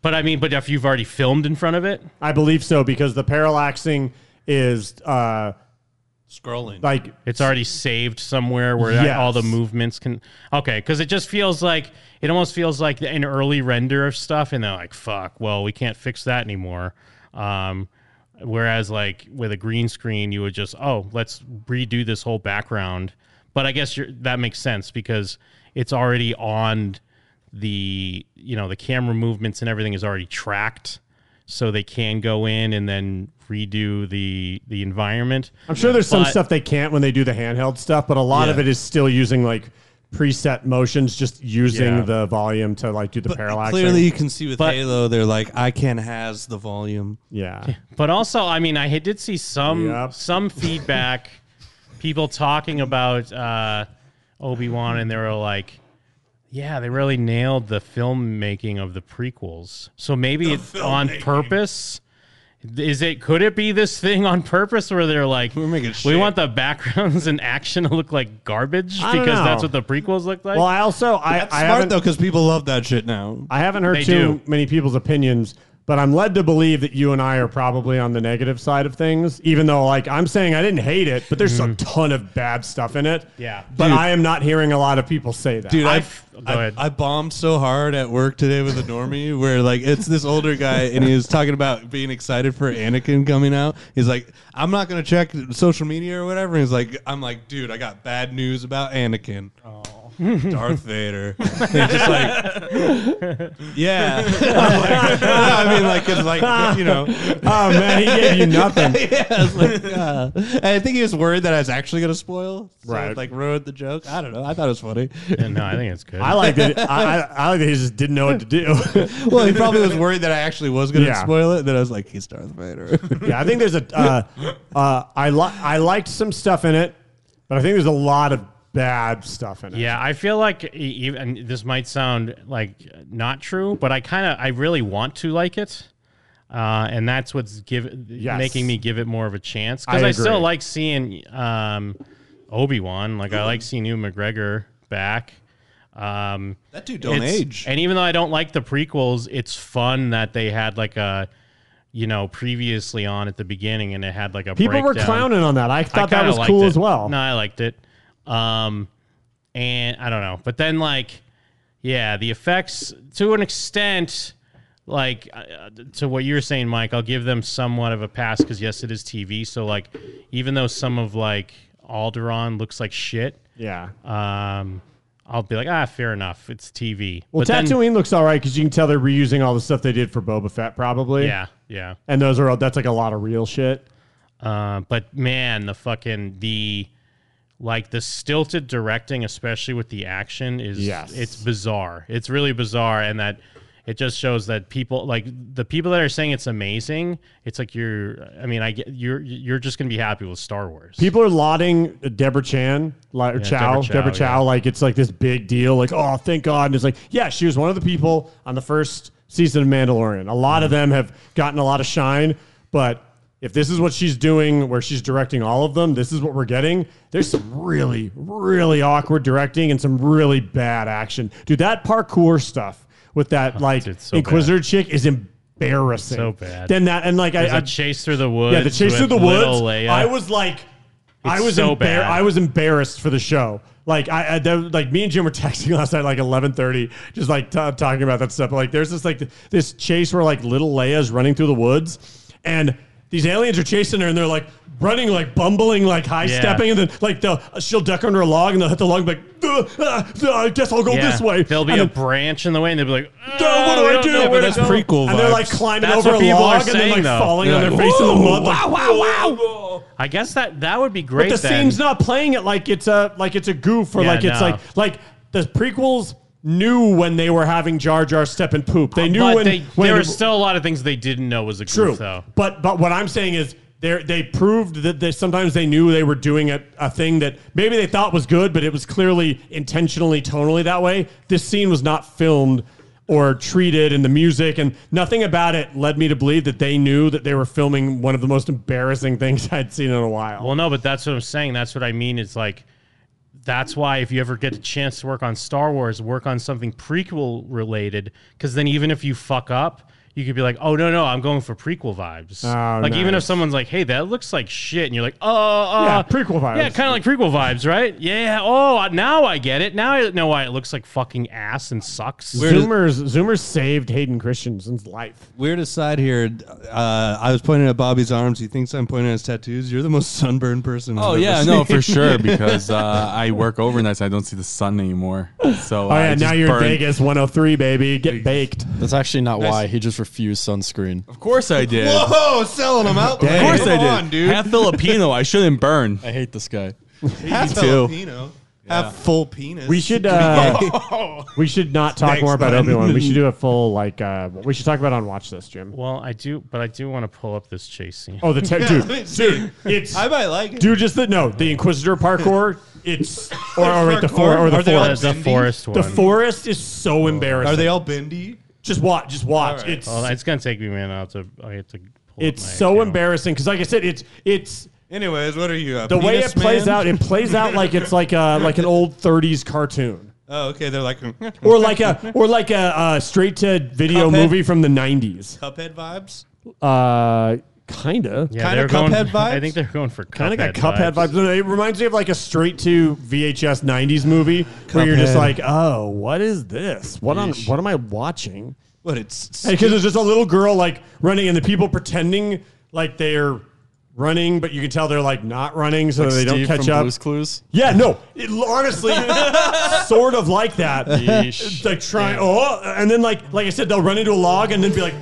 [SPEAKER 8] But I mean, but if you've already filmed in front of it,
[SPEAKER 5] I believe so because the parallaxing is uh,
[SPEAKER 9] scrolling.
[SPEAKER 5] Like
[SPEAKER 8] it's already saved somewhere where
[SPEAKER 5] Yes.
[SPEAKER 8] all the movements can. Okay, because it just feels like it almost feels like an early render of stuff, and they're like, "Fuck, well, we can't fix that anymore." Um, whereas, like with a green screen, you would just, "Oh, let's redo this whole background." But I guess you're, that makes sense because it's already on the you know the camera movements and everything is already tracked so they can go in and then redo the the environment
[SPEAKER 5] I'm sure there's some
[SPEAKER 8] But-
[SPEAKER 5] stuff they can't when they do the handheld stuff, but a lot of
[SPEAKER 8] Yeah.
[SPEAKER 5] it is still using like preset motions, just using
[SPEAKER 9] Yeah.
[SPEAKER 5] the volume to like do the parallaxing.
[SPEAKER 9] Clearly, you can see with
[SPEAKER 5] But-
[SPEAKER 9] Halo, they're like, I can has the volume.
[SPEAKER 5] Yeah,
[SPEAKER 8] But also, I mean, I had- did see some
[SPEAKER 9] Yep.
[SPEAKER 8] some feedback, people talking about uh, Obi Wan, and they were like, "Yeah, they really nailed the filmmaking of the prequels." So maybe it's on purpose. Is it? Could it be this thing on purpose where they're like, "We're making we want the backgrounds and action to look like garbage
[SPEAKER 5] I don't
[SPEAKER 8] because that's
[SPEAKER 5] know.
[SPEAKER 8] what the prequels look like."
[SPEAKER 5] well, I also I,
[SPEAKER 9] That's
[SPEAKER 5] I
[SPEAKER 9] smart
[SPEAKER 5] haven't
[SPEAKER 9] though because people love that shit now.
[SPEAKER 5] I haven't heard
[SPEAKER 8] They
[SPEAKER 5] too
[SPEAKER 8] do.
[SPEAKER 5] many people's opinions, but I'm led to believe that you and I are probably on the negative side of things. Even though, like, I'm saying I didn't hate it, but there's a ton of bad stuff in it.
[SPEAKER 8] Yeah.
[SPEAKER 5] but
[SPEAKER 9] Mm-hmm. Dude.
[SPEAKER 5] I am not hearing a lot of people say that.
[SPEAKER 9] Dude, I, I, I bombed so hard at work today with a normie where like it's this older guy and he was talking about being excited for Anakin coming out. He's like, I'm not gonna check social media or whatever. He's like, I'm like, dude, I got bad news about Anakin. Darth Vader. And just like, yeah. I'm like, no, I mean, like, it's like, you know.
[SPEAKER 5] Oh, man, he gave you nothing.
[SPEAKER 9] yeah, I was like, uh, and I think he was worried that I was actually going to spoil. So
[SPEAKER 5] Right.
[SPEAKER 9] It, like, ruined the joke. I don't know. I thought it was funny.
[SPEAKER 8] no, I think it's good.
[SPEAKER 5] I like that. I, I, I like that he just didn't know what to do.
[SPEAKER 9] well, he probably was worried that I actually was going to
[SPEAKER 5] Yeah.
[SPEAKER 9] spoil it. Then I was like, he's Darth Vader.
[SPEAKER 5] yeah, I think there's a. Uh, uh, I li- I liked some stuff in it, but I think there's a lot of bad stuff in it.
[SPEAKER 8] Yeah, I feel like e- even this might sound like not true, but I kind of I really want to like it, uh, and that's what's give
[SPEAKER 5] Yes.
[SPEAKER 8] making me give it more of a chance
[SPEAKER 5] I
[SPEAKER 8] because I, still
[SPEAKER 5] agree.
[SPEAKER 8] like seeing um, Obi Wan. Like I like seeing Ewan McGregor back. Um,
[SPEAKER 9] that dude don't age.
[SPEAKER 8] And even though I don't like the prequels, it's fun that they had like a you know, previously on at the beginning, and it had like a
[SPEAKER 5] People were
[SPEAKER 8] breakdown.
[SPEAKER 5] clowning on that. I thought that
[SPEAKER 8] kinda
[SPEAKER 5] was
[SPEAKER 8] liked
[SPEAKER 5] cool
[SPEAKER 8] it.
[SPEAKER 5] as well.
[SPEAKER 8] No, I liked it. Um, and I don't know, but then like, yeah, the effects to an extent, like uh, to what you were saying, Mike. I'll give them somewhat of a pass because yes, it is TV. So like, even though some of like Alderon looks like shit,
[SPEAKER 5] yeah,
[SPEAKER 8] um, I'll be like, ah, fair enough. It's TV.
[SPEAKER 5] Well,
[SPEAKER 8] then-
[SPEAKER 5] Tatooine looks all right because you can tell they're reusing all the stuff they did for Boba Fett, probably.
[SPEAKER 8] Yeah, yeah.
[SPEAKER 5] And those are all, that's like a lot of real shit.
[SPEAKER 8] Uh, but man, the fucking the like the stilted directing, especially with the action, is
[SPEAKER 5] Yes.
[SPEAKER 8] it's bizarre. It's really bizarre, and that it just shows that people like the people that are saying it's amazing. It's like you're. I mean, I get you're you're just gonna be happy with Star Wars.
[SPEAKER 5] People are lauding Deborah Chan, like, or
[SPEAKER 8] Yeah,
[SPEAKER 5] Chow,
[SPEAKER 8] Deborah
[SPEAKER 5] Deborah,
[SPEAKER 8] Chow,
[SPEAKER 5] Chow,
[SPEAKER 8] yeah.
[SPEAKER 5] like it's like this big deal. Like, oh, thank God. And it's like, yeah, she was one of the people on the first season of Mandalorian. A lot of them have gotten a lot of shine, but if this is what she's doing, where she's directing all of them, this is what we're getting. There's some really, really awkward directing and some really bad action. Dude, that parkour stuff with that like
[SPEAKER 8] Oh, so
[SPEAKER 5] Inquisitor chick is embarrassing.
[SPEAKER 8] So bad.
[SPEAKER 5] Then that and like I
[SPEAKER 8] There's a
[SPEAKER 5] I-
[SPEAKER 8] chase through the woods.
[SPEAKER 5] Yeah, the chase through
[SPEAKER 8] with
[SPEAKER 5] the
[SPEAKER 8] little
[SPEAKER 5] woods.
[SPEAKER 8] Leia.
[SPEAKER 5] I was like, I
[SPEAKER 8] It's
[SPEAKER 5] was
[SPEAKER 8] so
[SPEAKER 5] embar-
[SPEAKER 8] bad.
[SPEAKER 5] I was embarrassed for the show. Like I, I that, like me and Jim were texting last night, like eleven thirty, just like t- talking about that stuff. Like there's this like th- this chase where like little Leia's running through the woods, and these aliens are chasing her, and they're like running, like bumbling, like high
[SPEAKER 8] Yeah.
[SPEAKER 5] stepping, and then like they'll she'll duck under a log, and they'll hit the log, and be like, "Ugh, ah, ah, I guess I'll go
[SPEAKER 8] Yeah.
[SPEAKER 5] this way.
[SPEAKER 8] There'll be
[SPEAKER 5] And
[SPEAKER 8] a
[SPEAKER 5] then-
[SPEAKER 8] branch in the way, and they'll be like,
[SPEAKER 5] "Oh, what do
[SPEAKER 8] we
[SPEAKER 5] I
[SPEAKER 8] don't
[SPEAKER 5] do?
[SPEAKER 8] know
[SPEAKER 5] Where
[SPEAKER 8] where
[SPEAKER 5] to
[SPEAKER 8] to
[SPEAKER 5] go?"
[SPEAKER 8] go."
[SPEAKER 5] And they're like climbing
[SPEAKER 8] That's
[SPEAKER 5] over
[SPEAKER 8] what
[SPEAKER 5] a
[SPEAKER 8] people are
[SPEAKER 5] log and then like
[SPEAKER 8] saying, though.
[SPEAKER 5] falling on
[SPEAKER 8] They're
[SPEAKER 5] their
[SPEAKER 8] like,
[SPEAKER 5] face in the
[SPEAKER 8] "Whoa,
[SPEAKER 5] mud. Like,
[SPEAKER 8] wow, wow, wow. I guess that that would be great.
[SPEAKER 5] But the
[SPEAKER 8] then.
[SPEAKER 5] scene's not playing it like it's a like it's a goof or
[SPEAKER 8] Yeah,
[SPEAKER 5] like it's
[SPEAKER 8] no.
[SPEAKER 5] like like the prequels knew when they were having Jar Jar step and poop. They knew
[SPEAKER 8] Uh, but
[SPEAKER 5] when,
[SPEAKER 8] they,
[SPEAKER 5] when
[SPEAKER 8] there were still a lot of things they didn't know was a goof,
[SPEAKER 5] true.
[SPEAKER 8] though.
[SPEAKER 5] But but what I'm saying is they they proved that they, sometimes they knew they were doing a, a thing that maybe they thought was good, but it was clearly intentionally tonally that way. This scene was not filmed or treated and the music and nothing about it led me to believe that they knew that they were filming one of the most embarrassing things I'd seen in a while.
[SPEAKER 8] Well, no, but that's what I'm saying. That's what I mean. It's like that's why if you ever get a chance to work on Star Wars, work on something prequel related, because then even if you fuck up. You could be like, oh no no, I'm going for prequel vibes.
[SPEAKER 5] Oh,
[SPEAKER 8] like even if
[SPEAKER 5] nice.
[SPEAKER 8] someone's like, hey, that looks like shit, and you're like, oh, uh,
[SPEAKER 5] Yeah, prequel vibes.
[SPEAKER 8] yeah, kind of like prequel vibes, right? Yeah. Oh, I- now I get it. Now I know why it looks like fucking ass and sucks.
[SPEAKER 5] Zoomers Zoomers saved Hayden Christensen's life.
[SPEAKER 9] Weird aside here, uh, I was pointing at Bobby's arms. He thinks I'm pointing at his tattoos. You're the most sunburned person.
[SPEAKER 13] Oh
[SPEAKER 9] I've
[SPEAKER 13] yeah,
[SPEAKER 9] ever
[SPEAKER 13] no,
[SPEAKER 9] seen.
[SPEAKER 13] for sure because uh, I work overnight, so I don't see the sun anymore. So
[SPEAKER 5] Oh,
[SPEAKER 13] I
[SPEAKER 5] yeah,
[SPEAKER 13] just
[SPEAKER 5] now you're
[SPEAKER 13] burn-
[SPEAKER 5] in Vegas 103, baby. Get baked.
[SPEAKER 15] That's actually not
[SPEAKER 13] Nice.
[SPEAKER 15] why he just refused sunscreen.
[SPEAKER 13] Of course I did.
[SPEAKER 9] Whoa, selling them out.
[SPEAKER 13] Of course I did.
[SPEAKER 9] Come on, dude.
[SPEAKER 13] Half Filipino, I shouldn't burn.
[SPEAKER 15] I hate this guy.
[SPEAKER 9] half
[SPEAKER 13] too.
[SPEAKER 9] Filipino, half full penis.
[SPEAKER 5] We should uh, we should not talk
[SPEAKER 9] Next
[SPEAKER 5] more about
[SPEAKER 9] time.
[SPEAKER 5] Obi Wan. We should do a full like uh, we should talk about it on watch this, Jim.
[SPEAKER 8] Well, I do, but I do want to pull up this chase scene.
[SPEAKER 5] Oh, the te-
[SPEAKER 9] Yeah,
[SPEAKER 5] dude,
[SPEAKER 9] let me see.
[SPEAKER 5] dude, it's
[SPEAKER 9] I might like it.
[SPEAKER 5] dude. Just the no, the Inquisitor parkour. It's or, or wait, the
[SPEAKER 9] Parkour?
[SPEAKER 5] forest or the
[SPEAKER 9] Are they all
[SPEAKER 5] forest.
[SPEAKER 9] bendy? The forest
[SPEAKER 5] The
[SPEAKER 9] one.
[SPEAKER 5] forest is so embarrassing.
[SPEAKER 9] Are they all bendy?
[SPEAKER 5] Just watch. Just watch.
[SPEAKER 9] All right.
[SPEAKER 5] It's
[SPEAKER 8] Well, it's gonna take me a minute. I have to. I have to. Pull
[SPEAKER 5] it's so embarrassing because, like I said, it's it's
[SPEAKER 9] Anyways, what are you? a
[SPEAKER 5] the way it
[SPEAKER 9] penis
[SPEAKER 5] plays
[SPEAKER 9] man?
[SPEAKER 5] out. It plays out like it's like a like an old '30s cartoon.
[SPEAKER 9] Oh, okay. They're like
[SPEAKER 5] or like a or like a uh, straight to video
[SPEAKER 9] Cuphead?
[SPEAKER 5] movie from the '90s.
[SPEAKER 9] Cuphead vibes.
[SPEAKER 5] Uh, kinda.
[SPEAKER 8] Yeah, Kinda they're going- Cuphead vibes? I think they're going for
[SPEAKER 5] kind of got
[SPEAKER 8] Cuphead
[SPEAKER 5] Cuphead vibes. It reminds me of like a straight to VHS '90s movie where you're just like,
[SPEAKER 9] Cuphead.
[SPEAKER 5] oh, what is this? What on, what am I watching?
[SPEAKER 9] What it's
[SPEAKER 5] Because there's just a little girl like running, and the people pretending like they're running, but you can tell they're like not running, so
[SPEAKER 15] Like
[SPEAKER 5] they
[SPEAKER 15] Steve
[SPEAKER 5] don't catch
[SPEAKER 15] from
[SPEAKER 5] up.
[SPEAKER 15] Blue's Clues.
[SPEAKER 5] Yeah, no, it, honestly, sort of like that.
[SPEAKER 15] Yeesh.
[SPEAKER 5] like trying, oh, and then like like I said, they'll run into a log and then be like,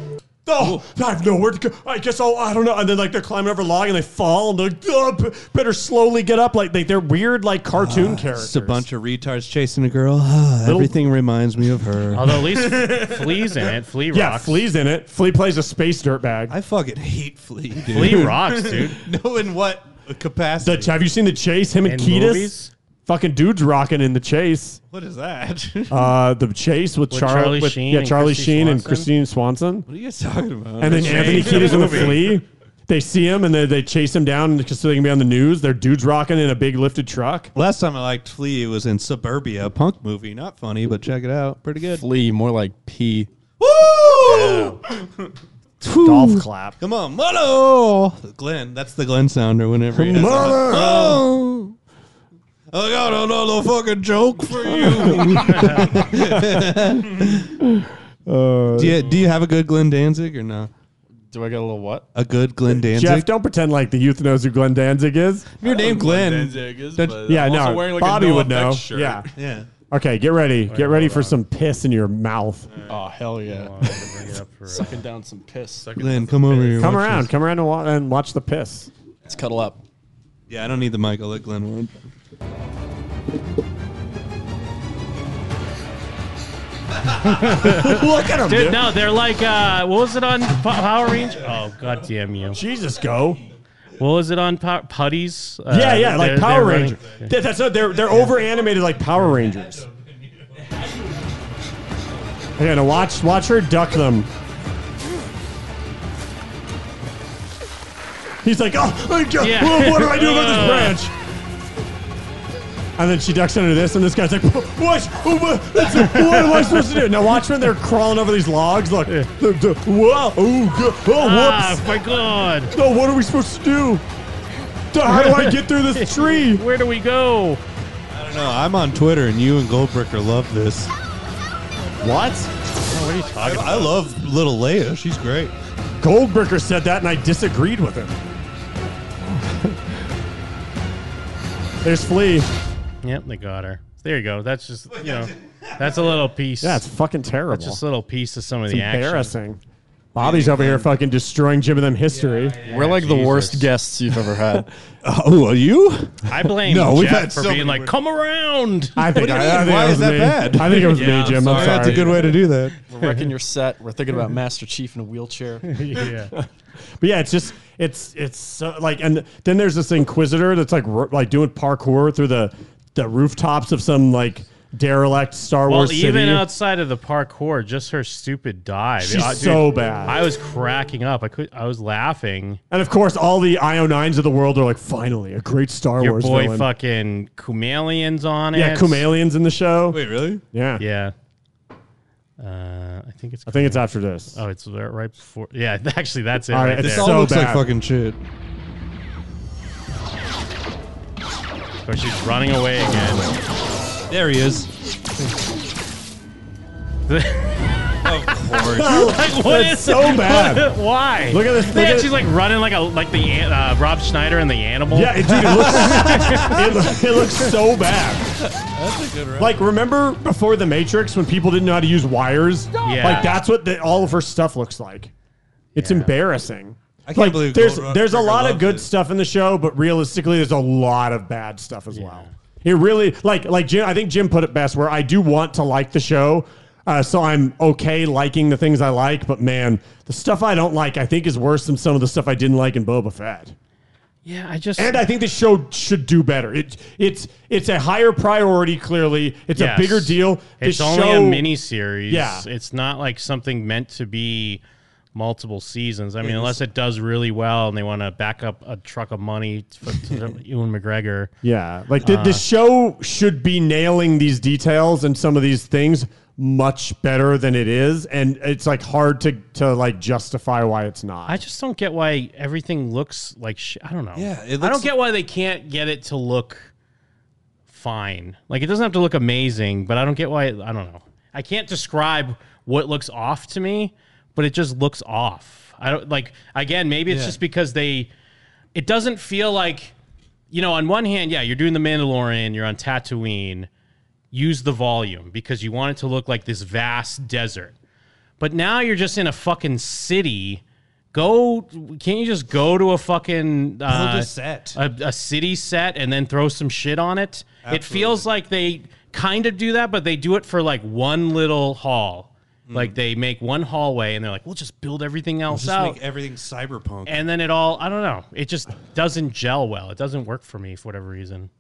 [SPEAKER 5] oh, I have nowhere to go. I guess I'll, I don't know. And then like they're climbing over a log and they fall and they're like, "Oh, b- better slowly get up. Like they, they're weird like cartoon characters.
[SPEAKER 9] Just a bunch of retards chasing a girl. Ah,
[SPEAKER 5] Little-
[SPEAKER 9] everything reminds me of her.
[SPEAKER 8] Although at least Flea's in it. Flea rocks.
[SPEAKER 5] Yeah, Flea's in it. Flea plays a space dirtbag. I
[SPEAKER 9] fucking hate Flea. Dude.
[SPEAKER 8] Flea rocks, dude.
[SPEAKER 9] no, in what capacity?
[SPEAKER 5] The, have you seen the chase? Him and
[SPEAKER 9] In
[SPEAKER 5] Ketis?
[SPEAKER 9] movies?
[SPEAKER 5] Fucking dudes rocking in the chase.
[SPEAKER 9] What is that?
[SPEAKER 5] Uh, the chase with,
[SPEAKER 9] With
[SPEAKER 5] Char-
[SPEAKER 9] Charlie
[SPEAKER 5] with-
[SPEAKER 9] Sheen
[SPEAKER 5] yeah,
[SPEAKER 9] and
[SPEAKER 5] Charlie
[SPEAKER 9] Christy
[SPEAKER 5] Sheen and
[SPEAKER 9] Swanson?
[SPEAKER 5] Christine Swanson.
[SPEAKER 9] What are you guys talking about?
[SPEAKER 5] And then
[SPEAKER 9] The
[SPEAKER 5] Anthony
[SPEAKER 9] Shane
[SPEAKER 5] Kiedis and the
[SPEAKER 9] movie.
[SPEAKER 5] flea. They see him and they, they chase him down just so they can be on the news. They're dudes rocking in a big lifted truck.
[SPEAKER 9] Last time I liked Flea was in Suburbia, a punk movie. Not funny, but check it out. Pretty good.
[SPEAKER 15] Flea, more like pee.
[SPEAKER 9] Woo!
[SPEAKER 5] Golf clap.
[SPEAKER 9] Come on, Molo! Glenn, that's the Glenn sound or whenever. he- Oh.
[SPEAKER 5] Molo!
[SPEAKER 9] I got another fucking joke for you. do you do you have a good Glenn Danzig or no?
[SPEAKER 15] Do I get a little what?
[SPEAKER 9] A good Glenn Danzig.
[SPEAKER 5] Jeff, don't pretend like the youth knows who Glenn Danzig is.
[SPEAKER 9] Your name Glenn.
[SPEAKER 5] Don't- yeah, no. Bobby would know. Yeah,
[SPEAKER 9] yeah.
[SPEAKER 5] Okay, get ready. Get ready for some piss in your mouth.
[SPEAKER 15] Oh hell yeah! Sucking down some piss.
[SPEAKER 9] Glenn, come over here.
[SPEAKER 5] Come
[SPEAKER 9] watch
[SPEAKER 5] around.
[SPEAKER 9] this.
[SPEAKER 5] Come around and, wa- and watch the piss.
[SPEAKER 15] Let's cuddle up.
[SPEAKER 9] Yeah, I don't need the mic. I'll let Glenn win.
[SPEAKER 5] Look at him,
[SPEAKER 8] dude.
[SPEAKER 5] dude.
[SPEAKER 8] No, they're like, uh, what was it on Po- Power Rangers? Oh, god damn you.
[SPEAKER 5] Jesus, go.
[SPEAKER 8] What was it on po- Putties? Uh,
[SPEAKER 5] yeah, yeah, like
[SPEAKER 8] they're-
[SPEAKER 5] Power
[SPEAKER 8] they're running-
[SPEAKER 5] Rangers. That- That's not, they're they're over animated like Power Rangers. Okay, now watch watch her duck them. He's like, oh, I ju-
[SPEAKER 10] Yeah.
[SPEAKER 5] oh, what do I do about
[SPEAKER 10] Uh.
[SPEAKER 5] this branch? And then she ducks under this, and this guy's like, what? Oh, what? That's- what am I supposed to do? Now watch when they're crawling over these logs. Look, Look, look. wow, oh, go- oh,
[SPEAKER 8] Ah,
[SPEAKER 5] whoops.
[SPEAKER 8] my god.
[SPEAKER 5] No, what are we supposed to do? D- How do I get through this tree?
[SPEAKER 8] Where do we go?
[SPEAKER 9] I don't know. I'm on Twitter, and you and Goldbricker love this.
[SPEAKER 5] What?
[SPEAKER 8] what are you talking
[SPEAKER 9] I, I love little Leia. She's great.
[SPEAKER 5] Goldbricker said that, and I disagreed with him. There's Flea.
[SPEAKER 8] Yep, they got her. There you go. That's just, you know, that's a little piece.
[SPEAKER 5] Yeah, it's fucking terrible.
[SPEAKER 8] That's just a little piece of some of
[SPEAKER 5] It's
[SPEAKER 8] the action.
[SPEAKER 5] embarrassing. Bobby's over here fucking destroying Jim and them history.
[SPEAKER 15] We're like the worst guests you've ever had.
[SPEAKER 5] oh, are you?
[SPEAKER 8] I blame
[SPEAKER 5] No, we've
[SPEAKER 8] Jeff
[SPEAKER 5] had
[SPEAKER 8] for
[SPEAKER 5] so
[SPEAKER 8] being
[SPEAKER 5] many
[SPEAKER 8] like, come around.
[SPEAKER 5] I think I, I think it was me. I think it was me, Jim. I'm sorry.
[SPEAKER 15] We're wrecking your set. We're thinking about Master Chief in a wheelchair.
[SPEAKER 5] Yeah. But yeah, it's just it's it's so, like, and then there's this inquisitor that's like r- like doing parkour through the the rooftops of some like derelict Star
[SPEAKER 8] Well,
[SPEAKER 5] Wars city.
[SPEAKER 8] even outside of the parkour, just her stupid dive.
[SPEAKER 5] She's
[SPEAKER 8] I- dude,
[SPEAKER 5] so bad.
[SPEAKER 8] I was cracking up. I could. I was laughing.
[SPEAKER 5] and of course, all the IO nines of the world are like, finally, a great Star
[SPEAKER 8] Your
[SPEAKER 5] Wars
[SPEAKER 8] boy
[SPEAKER 5] villain.
[SPEAKER 8] fucking Kumalians on
[SPEAKER 5] yeah,
[SPEAKER 8] it.
[SPEAKER 5] Kumalian's in the show.
[SPEAKER 9] Wait, really?
[SPEAKER 5] Yeah.
[SPEAKER 8] Yeah. Uh, I think it's.
[SPEAKER 5] I think it's after this.
[SPEAKER 8] Oh, it's there right before. Yeah, actually, that's it.
[SPEAKER 5] All right,
[SPEAKER 8] right
[SPEAKER 5] it's
[SPEAKER 8] there.
[SPEAKER 5] all So looks like bad.
[SPEAKER 9] fucking shit.
[SPEAKER 8] Of course, Oh, she's running away again.
[SPEAKER 9] There he is.
[SPEAKER 8] of
[SPEAKER 9] course.
[SPEAKER 8] like, what
[SPEAKER 10] That's
[SPEAKER 8] is-
[SPEAKER 10] so
[SPEAKER 8] what-
[SPEAKER 10] bad.
[SPEAKER 8] why?
[SPEAKER 10] Look at this- look
[SPEAKER 8] Yeah,
[SPEAKER 10] at-
[SPEAKER 8] she's like running like a like the an- uh, Rob Schneider and the animal.
[SPEAKER 5] Yeah, it- dude, it looks, it, lo- it looks so bad.
[SPEAKER 9] That's a good
[SPEAKER 5] Like, remember before The Matrix when people didn't know how to use wires?
[SPEAKER 8] Yeah.
[SPEAKER 5] Like, that's what the, all of her stuff looks like. It's embarrassing.
[SPEAKER 9] I can't
[SPEAKER 5] like,
[SPEAKER 9] believe
[SPEAKER 5] there's
[SPEAKER 9] Gold Rush
[SPEAKER 5] there's a
[SPEAKER 9] freaking
[SPEAKER 5] lot of
[SPEAKER 9] loved
[SPEAKER 5] good stuff in the show, but realistically, there's a lot of bad stuff as well. It really like like Jim. I think Jim put it best. Where I do want to like the show, uh, so I'm okay liking the things I like. But man, the stuff I don't like, I think is worse than some of the stuff I didn't like in Boba Fett.
[SPEAKER 8] yeah, I just
[SPEAKER 5] And I think the show should do better. It it's it's a higher priority. Clearly, it's
[SPEAKER 8] Yes.
[SPEAKER 5] a bigger deal. The
[SPEAKER 8] It's only
[SPEAKER 5] show-
[SPEAKER 8] a mini series.
[SPEAKER 5] Yeah.
[SPEAKER 8] It's not like something meant to be multiple seasons. I mean, unless it does really well and they want to back up a truck of money for, to Ewan McGregor.
[SPEAKER 5] Yeah, like the,
[SPEAKER 8] Uh,
[SPEAKER 5] the show should be nailing these details and some of these things much better than it is, and it's like hard to to like justify why it's not.
[SPEAKER 8] I just don't get why everything looks like sh- I don't know.
[SPEAKER 5] Yeah, it
[SPEAKER 8] I don't
[SPEAKER 5] looks-
[SPEAKER 8] get why they can't get it to look fine. Like it doesn't have to look amazing, but I don't get why. It, I don't know. I can't describe what looks off to me, but it just looks off. I don't like. Again, maybe it's
[SPEAKER 6] Yeah.
[SPEAKER 8] just because they. It doesn't feel like, you know. On one hand, yeah, you're doing the Mandalorian. You're on Tatooine. Use the volume because you want it to look like this vast desert. But now you're just in a fucking city. Go! Can't you just go to a fucking uh,
[SPEAKER 6] Build a set.
[SPEAKER 8] a, a city set, and then throw some shit on it? It feels like they kind of do that, but they do it for like one little hall. Like they make one hallway, and they're like, "We'll just build everything else
[SPEAKER 9] Just
[SPEAKER 8] out,"
[SPEAKER 9] make everything cyberpunk.
[SPEAKER 8] and then it all—I don't know—it just doesn't gel well. It doesn't work for me for whatever reason.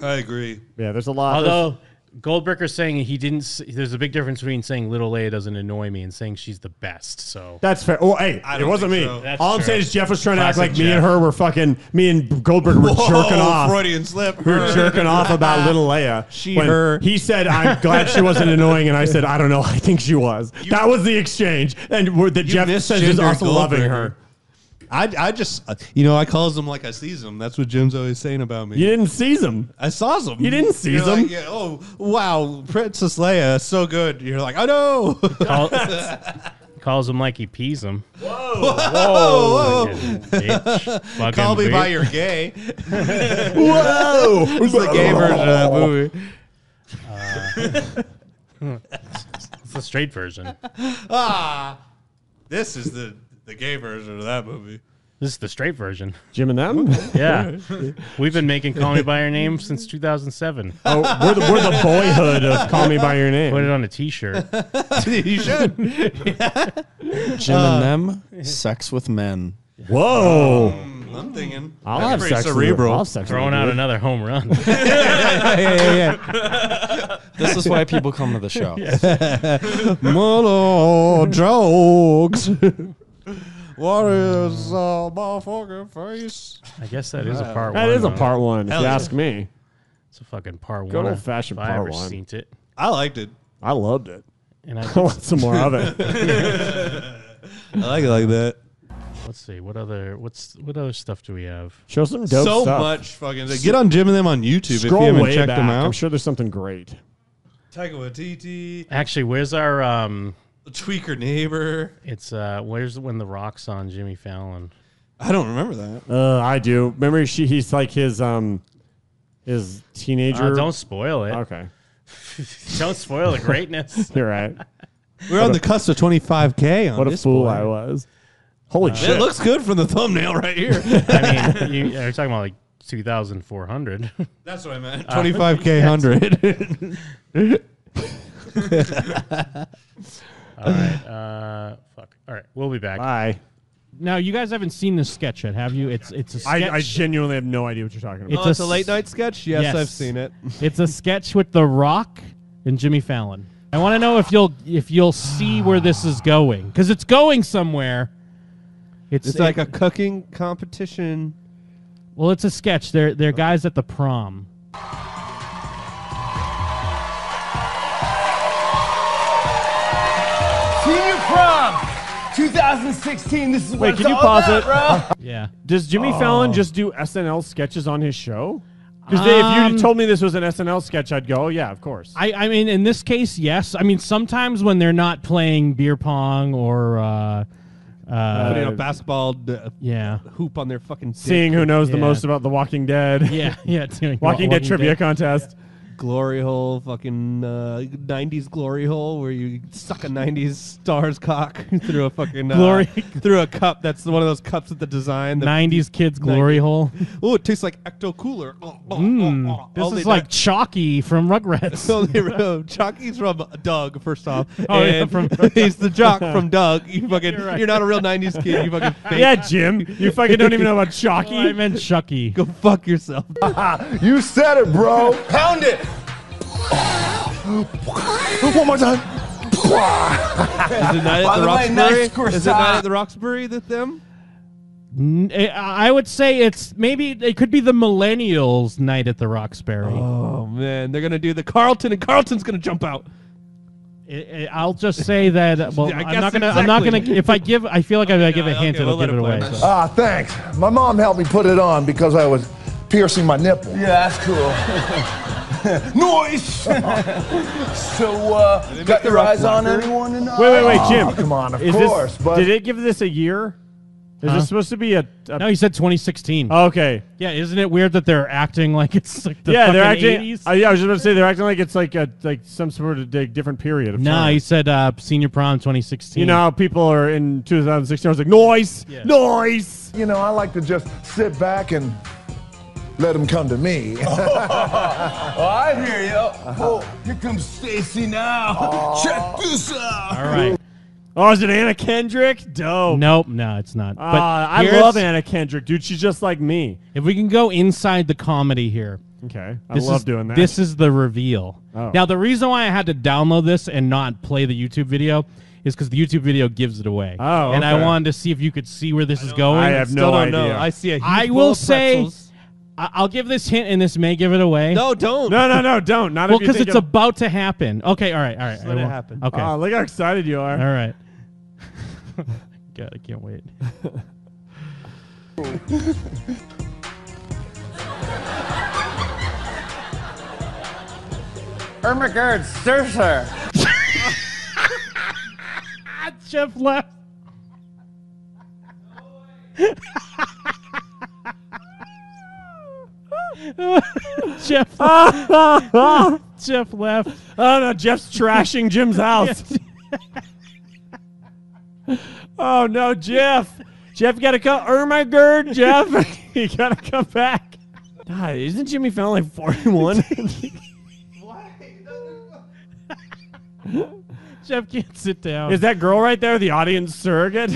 [SPEAKER 9] I agree.
[SPEAKER 5] Yeah, there's a lot.
[SPEAKER 8] Although Goldberger saying he didn't. s- There's a big difference between saying Little Leia doesn't annoy me and saying she's the best. So
[SPEAKER 5] That's fair. Well, hey, it wasn't me.
[SPEAKER 8] That's
[SPEAKER 5] All I'm
[SPEAKER 8] true.
[SPEAKER 5] saying is Jeff was trying to
[SPEAKER 8] Classic
[SPEAKER 5] act like me and
[SPEAKER 8] Jeff.
[SPEAKER 5] her were fucking. Me and Goldberg were
[SPEAKER 8] Whoa,
[SPEAKER 5] jerking off.
[SPEAKER 8] Freudian slip.
[SPEAKER 5] We were jerking off about little Leia.
[SPEAKER 10] She,
[SPEAKER 5] When
[SPEAKER 10] her.
[SPEAKER 5] He said, "I'm glad she wasn't annoying," and I said, "I don't know. I think she was." that was the exchange, and we're- that Jeff says is
[SPEAKER 9] misgendered
[SPEAKER 5] also loving her.
[SPEAKER 9] I, I just, uh, you know, I calls them like I sees them. That's what Jim's always saying about me.
[SPEAKER 5] You didn't seize them.
[SPEAKER 9] I saw them.
[SPEAKER 5] You didn't seize
[SPEAKER 9] You're like,
[SPEAKER 5] them.
[SPEAKER 9] yeah, oh, wow, Princess Leia, so good. You're like, oh, I know.
[SPEAKER 8] Call- calls him like he pees him. Whoa!
[SPEAKER 9] Whoa,
[SPEAKER 8] bitch. Fucking
[SPEAKER 9] Call me by
[SPEAKER 8] bitch.
[SPEAKER 9] your gay.
[SPEAKER 10] Whoa.
[SPEAKER 9] It's Oh, the gay version of that
[SPEAKER 5] Oh.
[SPEAKER 9] movie.
[SPEAKER 8] It's the straight version.
[SPEAKER 9] ah, this is the the gay version of that movie.
[SPEAKER 8] This is the straight version.
[SPEAKER 5] Jim and them.
[SPEAKER 8] Yeah, we've been making "Call Me by Your Name" since 2007.
[SPEAKER 5] Oh, we're the, we're the boyhood of "Call Me by Your Name."
[SPEAKER 8] Put it on a T-shirt.
[SPEAKER 9] you should.
[SPEAKER 15] Jim
[SPEAKER 9] Uh,
[SPEAKER 15] and them, sex with men.
[SPEAKER 5] Whoa.
[SPEAKER 9] I'm thinking.
[SPEAKER 15] I'll
[SPEAKER 9] Oh. That's
[SPEAKER 15] have
[SPEAKER 9] pretty
[SPEAKER 15] sex with-
[SPEAKER 9] cerebral.
[SPEAKER 15] I'll have sex
[SPEAKER 8] Throwing out another home run.
[SPEAKER 15] yeah, yeah, yeah. This is why people come to the show.
[SPEAKER 9] Mother jokes. what is a motherfucker face?
[SPEAKER 8] I guess that is a part
[SPEAKER 5] That
[SPEAKER 8] one.
[SPEAKER 5] is a
[SPEAKER 8] though.
[SPEAKER 5] part one, if
[SPEAKER 9] Hell
[SPEAKER 5] you
[SPEAKER 9] yeah.
[SPEAKER 5] ask me.
[SPEAKER 8] It's a fucking part
[SPEAKER 5] Good
[SPEAKER 8] one.
[SPEAKER 5] old fashioned
[SPEAKER 8] if I
[SPEAKER 5] part
[SPEAKER 8] ever
[SPEAKER 5] one.
[SPEAKER 8] seen it.
[SPEAKER 9] I liked it.
[SPEAKER 5] I loved it. And
[SPEAKER 8] And I
[SPEAKER 5] I,
[SPEAKER 8] think-
[SPEAKER 5] want some more of it.
[SPEAKER 9] I like it like that.
[SPEAKER 8] Let's see what other what's what other stuff do we have?
[SPEAKER 5] Show some dope
[SPEAKER 9] so
[SPEAKER 5] stuff.
[SPEAKER 9] much fucking. Get on Jim and them on YouTube
[SPEAKER 5] Scroll
[SPEAKER 9] if you haven't
[SPEAKER 5] way
[SPEAKER 9] checked them
[SPEAKER 5] back. I'm
[SPEAKER 9] out.
[SPEAKER 5] sure there's something great.
[SPEAKER 9] Taika Waititi,
[SPEAKER 8] Actually, where's our um
[SPEAKER 9] tweaker neighbor?
[SPEAKER 8] It's uh where's when the rocks on Jimmy Fallon.
[SPEAKER 9] I don't remember that.
[SPEAKER 5] Uh, I do. Remember, she he's like his um his teenager.
[SPEAKER 8] Uh, don't spoil it.
[SPEAKER 5] Okay,
[SPEAKER 8] Don't spoil the greatness.
[SPEAKER 5] you're right.
[SPEAKER 9] We're on the cusp of 25k. On
[SPEAKER 5] What a
[SPEAKER 9] this
[SPEAKER 5] fool
[SPEAKER 9] boy.
[SPEAKER 5] I was. Holy
[SPEAKER 8] Uh,
[SPEAKER 5] shit!
[SPEAKER 9] It looks good from the thumbnail right here.
[SPEAKER 8] I mean, you, you're talking about like 2,400.
[SPEAKER 9] That's what I meant.
[SPEAKER 8] Uh,
[SPEAKER 9] 25k
[SPEAKER 8] yes.
[SPEAKER 9] hundred.
[SPEAKER 8] All right. Uh, fuck. All right. We'll be back.
[SPEAKER 5] Bye.
[SPEAKER 16] Now you guys haven't seen this sketch yet, have you? It's it's a sketch.
[SPEAKER 5] I, I genuinely have no idea what you're talking about.
[SPEAKER 16] a s- yes. it's a sketch with The Rock and Jimmy Fallon. I want to know if you'll if you'll see where this is going because it's going somewhere. It's,
[SPEAKER 10] It's like
[SPEAKER 16] it-
[SPEAKER 10] a cooking competition.
[SPEAKER 16] well, it's a sketch. They're they're guys at the prom.
[SPEAKER 17] Senior prom, 2016. This is what
[SPEAKER 5] Wait,
[SPEAKER 17] it's
[SPEAKER 5] can you
[SPEAKER 17] all
[SPEAKER 5] pause
[SPEAKER 17] about,
[SPEAKER 5] it?
[SPEAKER 17] bro.
[SPEAKER 16] Yeah.
[SPEAKER 5] Does Jimmy
[SPEAKER 16] Oh.
[SPEAKER 5] Fallon just do SNL sketches on his show? Because if
[SPEAKER 16] Um,
[SPEAKER 5] you told me this was an SNL sketch, I'd go, oh, yeah, of course.
[SPEAKER 16] I, I mean, in this case, yes. I mean, sometimes when they're not playing beer pong or uh, uh,
[SPEAKER 10] Putting a basketball d- uh,
[SPEAKER 16] yeah
[SPEAKER 10] hoop on their fucking. dick.
[SPEAKER 5] Seeing who knows the
[SPEAKER 10] Yeah.
[SPEAKER 5] most about The Walking Dead.
[SPEAKER 16] Yeah, yeah, doing
[SPEAKER 5] Walking,
[SPEAKER 10] Walking
[SPEAKER 5] Dead trivia
[SPEAKER 10] Dead.
[SPEAKER 5] contest.
[SPEAKER 10] glory hole, fucking uh, '90s glory hole, where you suck a '90s star's cock through a fucking uh,
[SPEAKER 16] Glory-
[SPEAKER 10] through a cup. That's one of those cups with the design. The
[SPEAKER 16] 90s kids glory hole.
[SPEAKER 10] Oh, it tastes like Ecto Cooler. Oh, oh,
[SPEAKER 16] Mm,
[SPEAKER 10] oh, oh.
[SPEAKER 16] this
[SPEAKER 10] All they
[SPEAKER 16] is
[SPEAKER 10] do-
[SPEAKER 16] like Chalky from Rugrats.
[SPEAKER 10] So they were- Chalky's from Doug, first off.
[SPEAKER 16] Oh, yeah,
[SPEAKER 10] and
[SPEAKER 16] from-
[SPEAKER 10] he's the jock from Doug. You fucking,
[SPEAKER 16] You're
[SPEAKER 10] you're,
[SPEAKER 16] right.
[SPEAKER 10] not a real '90s kid. You fucking. Fake.
[SPEAKER 5] Yeah, Jim, you fucking don't even know about Chalky.
[SPEAKER 16] Oh, I meant Chucky.
[SPEAKER 10] Go fuck yourself.
[SPEAKER 17] you said it, bro. Pound it. One more time.
[SPEAKER 10] Is it not
[SPEAKER 17] By
[SPEAKER 10] at the
[SPEAKER 17] the way,
[SPEAKER 10] Roxbury?
[SPEAKER 17] nice croissant.
[SPEAKER 10] Is it not at the Roxbury that them?
[SPEAKER 16] N- eh, I would say it's maybe it could be the millennials' night at the Roxbury.
[SPEAKER 10] Oh man, they're gonna do the Carlton, and Carlton's gonna jump out.
[SPEAKER 16] Eh, eh, I'll just say that. uh, Well,
[SPEAKER 10] I
[SPEAKER 16] I'm
[SPEAKER 10] guess
[SPEAKER 16] not gonna. I'm not gonna.
[SPEAKER 10] exactly.
[SPEAKER 16] If I give, I feel like if I give a hint, it'll give it away. so.
[SPEAKER 18] Ah, thanks. My mom helped me put it on because I was piercing my nipple.
[SPEAKER 17] Yeah, that's cool. Noise. so, uh, got your eyes on anyone tonight?
[SPEAKER 5] Wait, wait, wait, Jim.
[SPEAKER 17] Oh, come on, of
[SPEAKER 5] Is this-
[SPEAKER 17] course. but
[SPEAKER 5] Did it give this a year? Is
[SPEAKER 16] Huh?
[SPEAKER 5] this supposed to be a. a
[SPEAKER 16] no, you said 2016.
[SPEAKER 8] Oh,
[SPEAKER 5] Okay.
[SPEAKER 16] Yeah, isn't it weird that they're acting like it's like the
[SPEAKER 5] yeah, they're
[SPEAKER 16] fucking
[SPEAKER 5] acting.
[SPEAKER 16] 80s?
[SPEAKER 5] Uh, yeah, I was just about to say they're acting like it's like a like some sort of like, different period of
[SPEAKER 16] No,
[SPEAKER 5] time.
[SPEAKER 16] you said uh, senior prom 2016.
[SPEAKER 5] You know how people are in 2016. I was like, noise, noise.
[SPEAKER 18] You know, I like to just sit back and let them come to me.
[SPEAKER 17] oh, I hear you. Oh, here comes Stacy now. Check this out.
[SPEAKER 16] All right.
[SPEAKER 5] Oh, is it Anna Kendrick? Dope.
[SPEAKER 8] Nope, no, it's not.
[SPEAKER 5] Ah, I love
[SPEAKER 8] Anna
[SPEAKER 5] Kendrick, dude. She's just like me.
[SPEAKER 8] If we can go inside the comedy here.
[SPEAKER 19] Okay, I
[SPEAKER 8] This
[SPEAKER 19] love
[SPEAKER 8] is-
[SPEAKER 19] doing that.
[SPEAKER 8] This is the reveal.
[SPEAKER 19] Oh.
[SPEAKER 8] Now, the reason why I had to download this and not play the YouTube video is because the YouTube video gives it away.
[SPEAKER 19] Oh,
[SPEAKER 8] and I
[SPEAKER 19] okay.
[SPEAKER 8] wanted to see if you could see where this is going.
[SPEAKER 19] I have
[SPEAKER 9] Still no don't know. idea. I see a huge
[SPEAKER 8] I
[SPEAKER 9] bowl
[SPEAKER 8] will
[SPEAKER 9] of
[SPEAKER 8] say,
[SPEAKER 9] pretzels.
[SPEAKER 8] I- I'll give this hint, and this may give it away.
[SPEAKER 9] No, don't. No, no, no, don't. Not if
[SPEAKER 8] well,
[SPEAKER 9] you
[SPEAKER 8] because
[SPEAKER 9] think
[SPEAKER 8] it's
[SPEAKER 9] it'll-
[SPEAKER 8] about to happen. Okay, all right, all right.
[SPEAKER 9] Just
[SPEAKER 8] I
[SPEAKER 9] let it
[SPEAKER 8] won't-
[SPEAKER 9] happen.
[SPEAKER 8] Okay.
[SPEAKER 5] Oh,
[SPEAKER 19] Ah, look how excited you are.
[SPEAKER 8] All right. God, I can't wait.
[SPEAKER 5] Oh my God, sir, sir.
[SPEAKER 8] Jeff left. Jeff. Jeff left.
[SPEAKER 5] Oh no, Jeff's trashing Jim's house. oh no, Jeff. Jeff, you gotta come. Ermagerd, Uh, Jeff, you gotta come back. God, isn't Jimmy Fallon like 41?
[SPEAKER 8] Jeff can't sit down.
[SPEAKER 5] Is that girl right there the audience surrogate?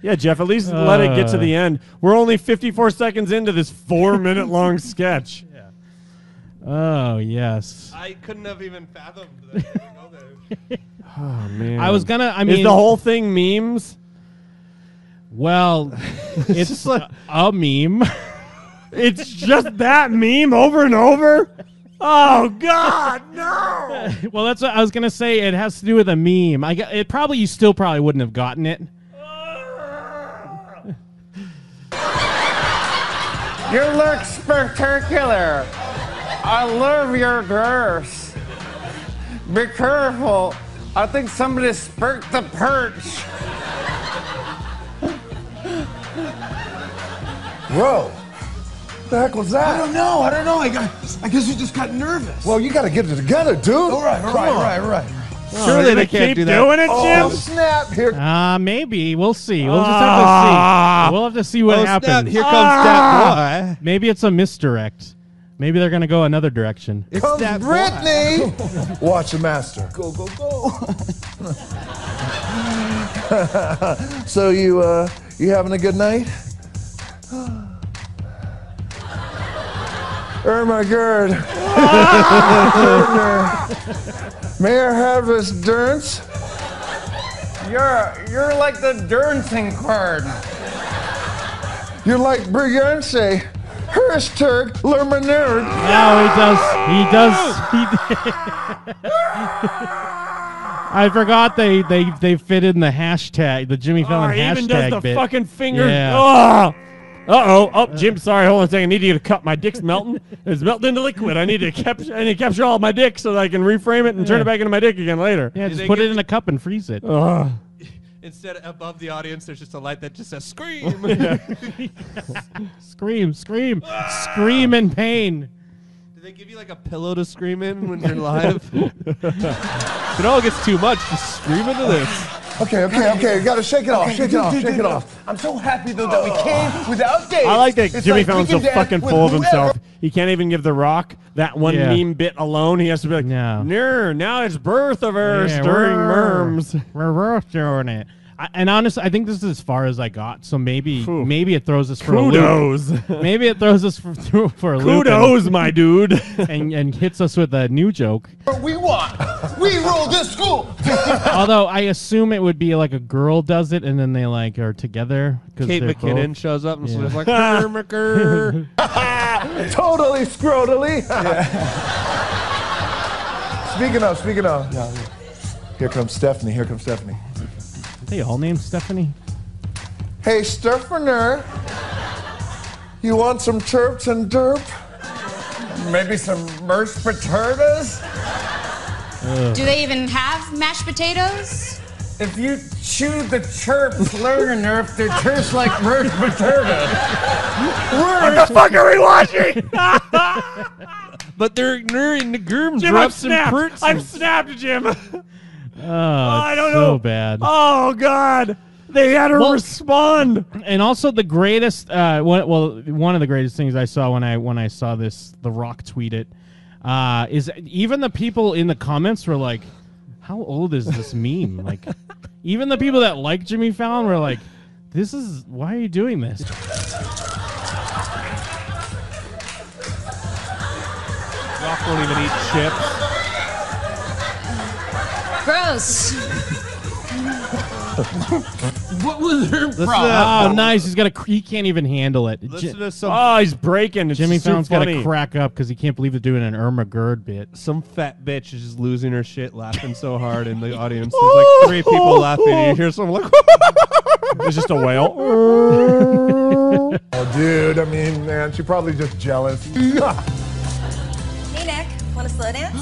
[SPEAKER 5] Yeah, Jeff, at least let it get to
[SPEAKER 8] Uh.
[SPEAKER 5] the end. We're only 54 seconds into this four minute long sketch.
[SPEAKER 8] Oh yes.
[SPEAKER 9] I couldn't have even fathomed that.
[SPEAKER 5] Oh, man.
[SPEAKER 8] I was gonna. I
[SPEAKER 5] Is
[SPEAKER 8] mean,
[SPEAKER 5] the whole thing memes?
[SPEAKER 8] Well, it's a, a meme.
[SPEAKER 5] It's just that meme over and over. Oh God, no!
[SPEAKER 8] well, that's what I was gonna say. It has to do with a meme. I gu- it probably you still probably wouldn't have gotten it.
[SPEAKER 5] You look spectacular. I love your dress. Be careful. I think somebody spurred the perch.
[SPEAKER 6] Bro, what the heck was that?
[SPEAKER 20] I don't know. I don't know. I got. I guess you just got nervous.
[SPEAKER 6] Well, you got to get it together, dude.
[SPEAKER 20] All right. All right. All right. All right.
[SPEAKER 6] Surely they can't do that.
[SPEAKER 20] Oh,
[SPEAKER 6] snap! Here.
[SPEAKER 8] Uh, maybe we'll see. We'll just
[SPEAKER 5] Ah.
[SPEAKER 8] have to see. We'll have to see what
[SPEAKER 9] Oh, snap.
[SPEAKER 8] happens.
[SPEAKER 9] Here comes that boy.
[SPEAKER 8] Maybe it's a misdirect. Maybe they're gonna go another direction.
[SPEAKER 6] Comes Brittany. Watch the master.
[SPEAKER 20] Go go go.
[SPEAKER 6] so you uh, you having a good night? Irma Gerd. Mayor Harvest Durns.
[SPEAKER 5] You're you're like the Durnsing card.
[SPEAKER 6] You're like Briganse. Herstug Lermanerd.
[SPEAKER 8] Now he does. He does. He. I forgot they they they fit in the hashtag, the Jimmy Fallon
[SPEAKER 5] he
[SPEAKER 8] hashtag
[SPEAKER 5] Uh, Ah, even does the
[SPEAKER 8] bit.
[SPEAKER 5] fucking finger.
[SPEAKER 8] Yeah.
[SPEAKER 5] Ugh. Uh-oh. Oh, Jim, sorry. Hold on a second. I need you to cut. My dick's melting. It's melting into liquid. I need to capture, I need to capture all of my dick so that I can reframe it and turn
[SPEAKER 8] Yeah.
[SPEAKER 5] it back into my dick again later. Oh.
[SPEAKER 8] Yeah, just put it in a cup and freeze it.
[SPEAKER 5] Ugh.
[SPEAKER 9] Instead, above the audience, there's just a light that just says "scream."
[SPEAKER 8] Yeah. Scream, scream, scream in pain.
[SPEAKER 9] Do they give you like a pillow to scream in when you're live? it all gets too much. Just scream into this.
[SPEAKER 6] Okay, okay, okay. You gotta shake it off.
[SPEAKER 20] Okay,
[SPEAKER 6] Oh, Shake it
[SPEAKER 20] dude,
[SPEAKER 6] off.
[SPEAKER 20] dude,
[SPEAKER 6] Shake it
[SPEAKER 20] dude,
[SPEAKER 6] off.
[SPEAKER 20] I'm so happy though that we came without dates.
[SPEAKER 5] I like that
[SPEAKER 20] It's
[SPEAKER 5] Jimmy
[SPEAKER 20] like we
[SPEAKER 5] Fallon's so
[SPEAKER 20] can dance
[SPEAKER 5] fucking
[SPEAKER 20] with
[SPEAKER 5] full of
[SPEAKER 20] whoever.
[SPEAKER 5] himself. He can't even give The Rock that one
[SPEAKER 8] Yeah.
[SPEAKER 5] meme bit alone. He has to be like, no, now it's birth of her stirring merms.
[SPEAKER 8] We're, we're throwing it. I, and honestly, I think this is as far as I got. So maybe maybe it throws us for a
[SPEAKER 5] Kudos.
[SPEAKER 8] loop. Maybe it throws us for, through for a loop. and-
[SPEAKER 5] Kudos, my dude.
[SPEAKER 8] and and hits us with a new joke.
[SPEAKER 20] What we want. We rule this school.
[SPEAKER 8] Although I assume it would be like a girl does it and then they like are together. 'cause
[SPEAKER 9] Kate
[SPEAKER 8] they're
[SPEAKER 9] McKinnon
[SPEAKER 8] both-
[SPEAKER 9] shows up and
[SPEAKER 8] Yeah.
[SPEAKER 9] she's like, "Kermaker."
[SPEAKER 6] totally scrotally. speaking of, speaking of. Here comes Stephanie. Here comes Stephanie.
[SPEAKER 8] They all named Stephanie.
[SPEAKER 6] Hey, Stefaner, you want some chirps and derp? Maybe some merch potatoes?
[SPEAKER 7] Do they even have mashed potatoes?
[SPEAKER 5] If you chew the chirps, learn a nerf, they taste like merch potatoes.
[SPEAKER 20] What the fuck are we watching?
[SPEAKER 9] but they're ignoring the germ
[SPEAKER 5] Jim, I'm
[SPEAKER 9] drops and
[SPEAKER 5] snapped.
[SPEAKER 9] perts.
[SPEAKER 5] I'm snapped, Jim.
[SPEAKER 8] Oh,
[SPEAKER 5] I
[SPEAKER 8] it's
[SPEAKER 5] don't
[SPEAKER 8] so
[SPEAKER 5] know.
[SPEAKER 8] bad.
[SPEAKER 5] Oh God, they had her
[SPEAKER 8] Well-
[SPEAKER 5] respond.
[SPEAKER 8] And also the greatest, uh, one, well, one of the greatest things I saw when I when I saw this, The Rock tweet it, uh, is even the people in the comments were like, "How old is this meme?" Like, even the people that like Jimmy Fallon were like, "This is why are you doing this?"
[SPEAKER 9] Rock won't even eat chips.
[SPEAKER 21] Gross.
[SPEAKER 22] what was her
[SPEAKER 8] Listen to that. oh, nice! He's got a. cr- He can't even handle it. Ji-
[SPEAKER 5] oh, he's breaking. It's
[SPEAKER 8] Jimmy
[SPEAKER 5] too
[SPEAKER 8] Fallon's got
[SPEAKER 5] funny.
[SPEAKER 8] to crack up because he can't believe they're doing an Irma Gerd bit.
[SPEAKER 9] Some fat bitch is just losing her shit, laughing so hard in the audience. There's like three people laughing. And you hear someone like,
[SPEAKER 5] it's just a whale.
[SPEAKER 3] oh, dude. I mean, man, she's probably just jealous.
[SPEAKER 7] Hey, Nick, want to slow dance?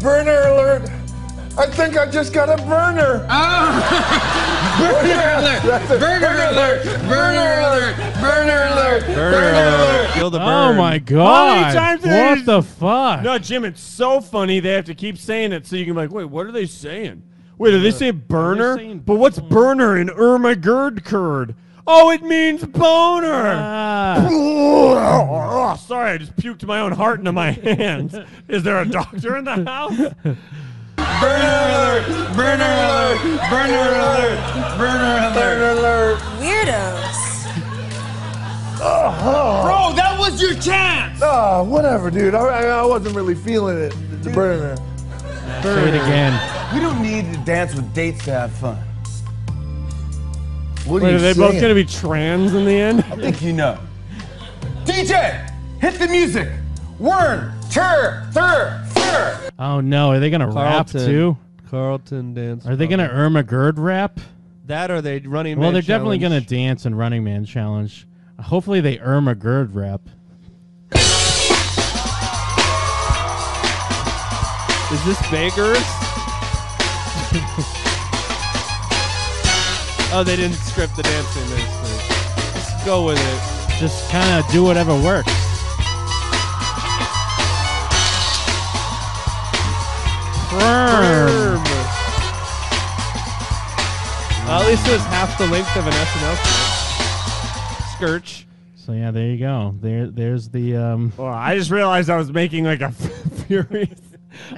[SPEAKER 3] burner alert. I think I just got a burner. burner alert. Burner alert. Burner alert. Burner alert.
[SPEAKER 8] Oh
[SPEAKER 5] How
[SPEAKER 8] my
[SPEAKER 5] many
[SPEAKER 8] god!
[SPEAKER 5] times did they-
[SPEAKER 8] what the fuck?
[SPEAKER 5] No, Jim, it's so funny. They have to keep saying it so you can be like, wait, what are they saying? Wait, are they saying burner? but what's burner in Irma Gerd curd? Oh, it means boner. Ah. Oh, sorry, I just puked my own heart into my hands. Is there a doctor in the house?
[SPEAKER 22] Burner alert! Burner alert! Burner alert! Burner alert! Burner alert!
[SPEAKER 7] Weirdos.
[SPEAKER 22] Bro, that was your chance!
[SPEAKER 3] Oh, whatever, dude. I, I I wasn't really feeling it. The burner.
[SPEAKER 8] Say it again.
[SPEAKER 22] We don't need to dance with dates to have fun. What
[SPEAKER 5] Wait, are they both
[SPEAKER 22] saying?
[SPEAKER 5] going to be trans in the end? I
[SPEAKER 22] think you know. DJ, hit the music. Word, tur, thur, thur.
[SPEAKER 8] Oh no! Are they gonna rap
[SPEAKER 9] Carlton.
[SPEAKER 8] too?
[SPEAKER 9] Carlton dance.
[SPEAKER 8] Are they gonna Irma Gerd rap?
[SPEAKER 9] That or they running.
[SPEAKER 8] Well,
[SPEAKER 9] Man
[SPEAKER 8] they're definitely
[SPEAKER 9] challenge.
[SPEAKER 8] gonna dance in Running Man challenge. Hopefully, they Irma Gerd rap.
[SPEAKER 9] Is this Baker's? oh, they didn't script the dancing. They just- Just go with it.
[SPEAKER 8] Just kind of do whatever works. Firm.
[SPEAKER 9] Well, at least it was half the length of an SNL sketch. Skirch.
[SPEAKER 8] So yeah, there you go. There, there's the. Um,
[SPEAKER 5] Well, I just realized I was making like a furious.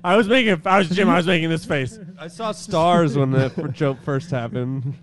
[SPEAKER 5] I was making. I was Jim. I was making this face.
[SPEAKER 9] I saw stars when that joke first happened.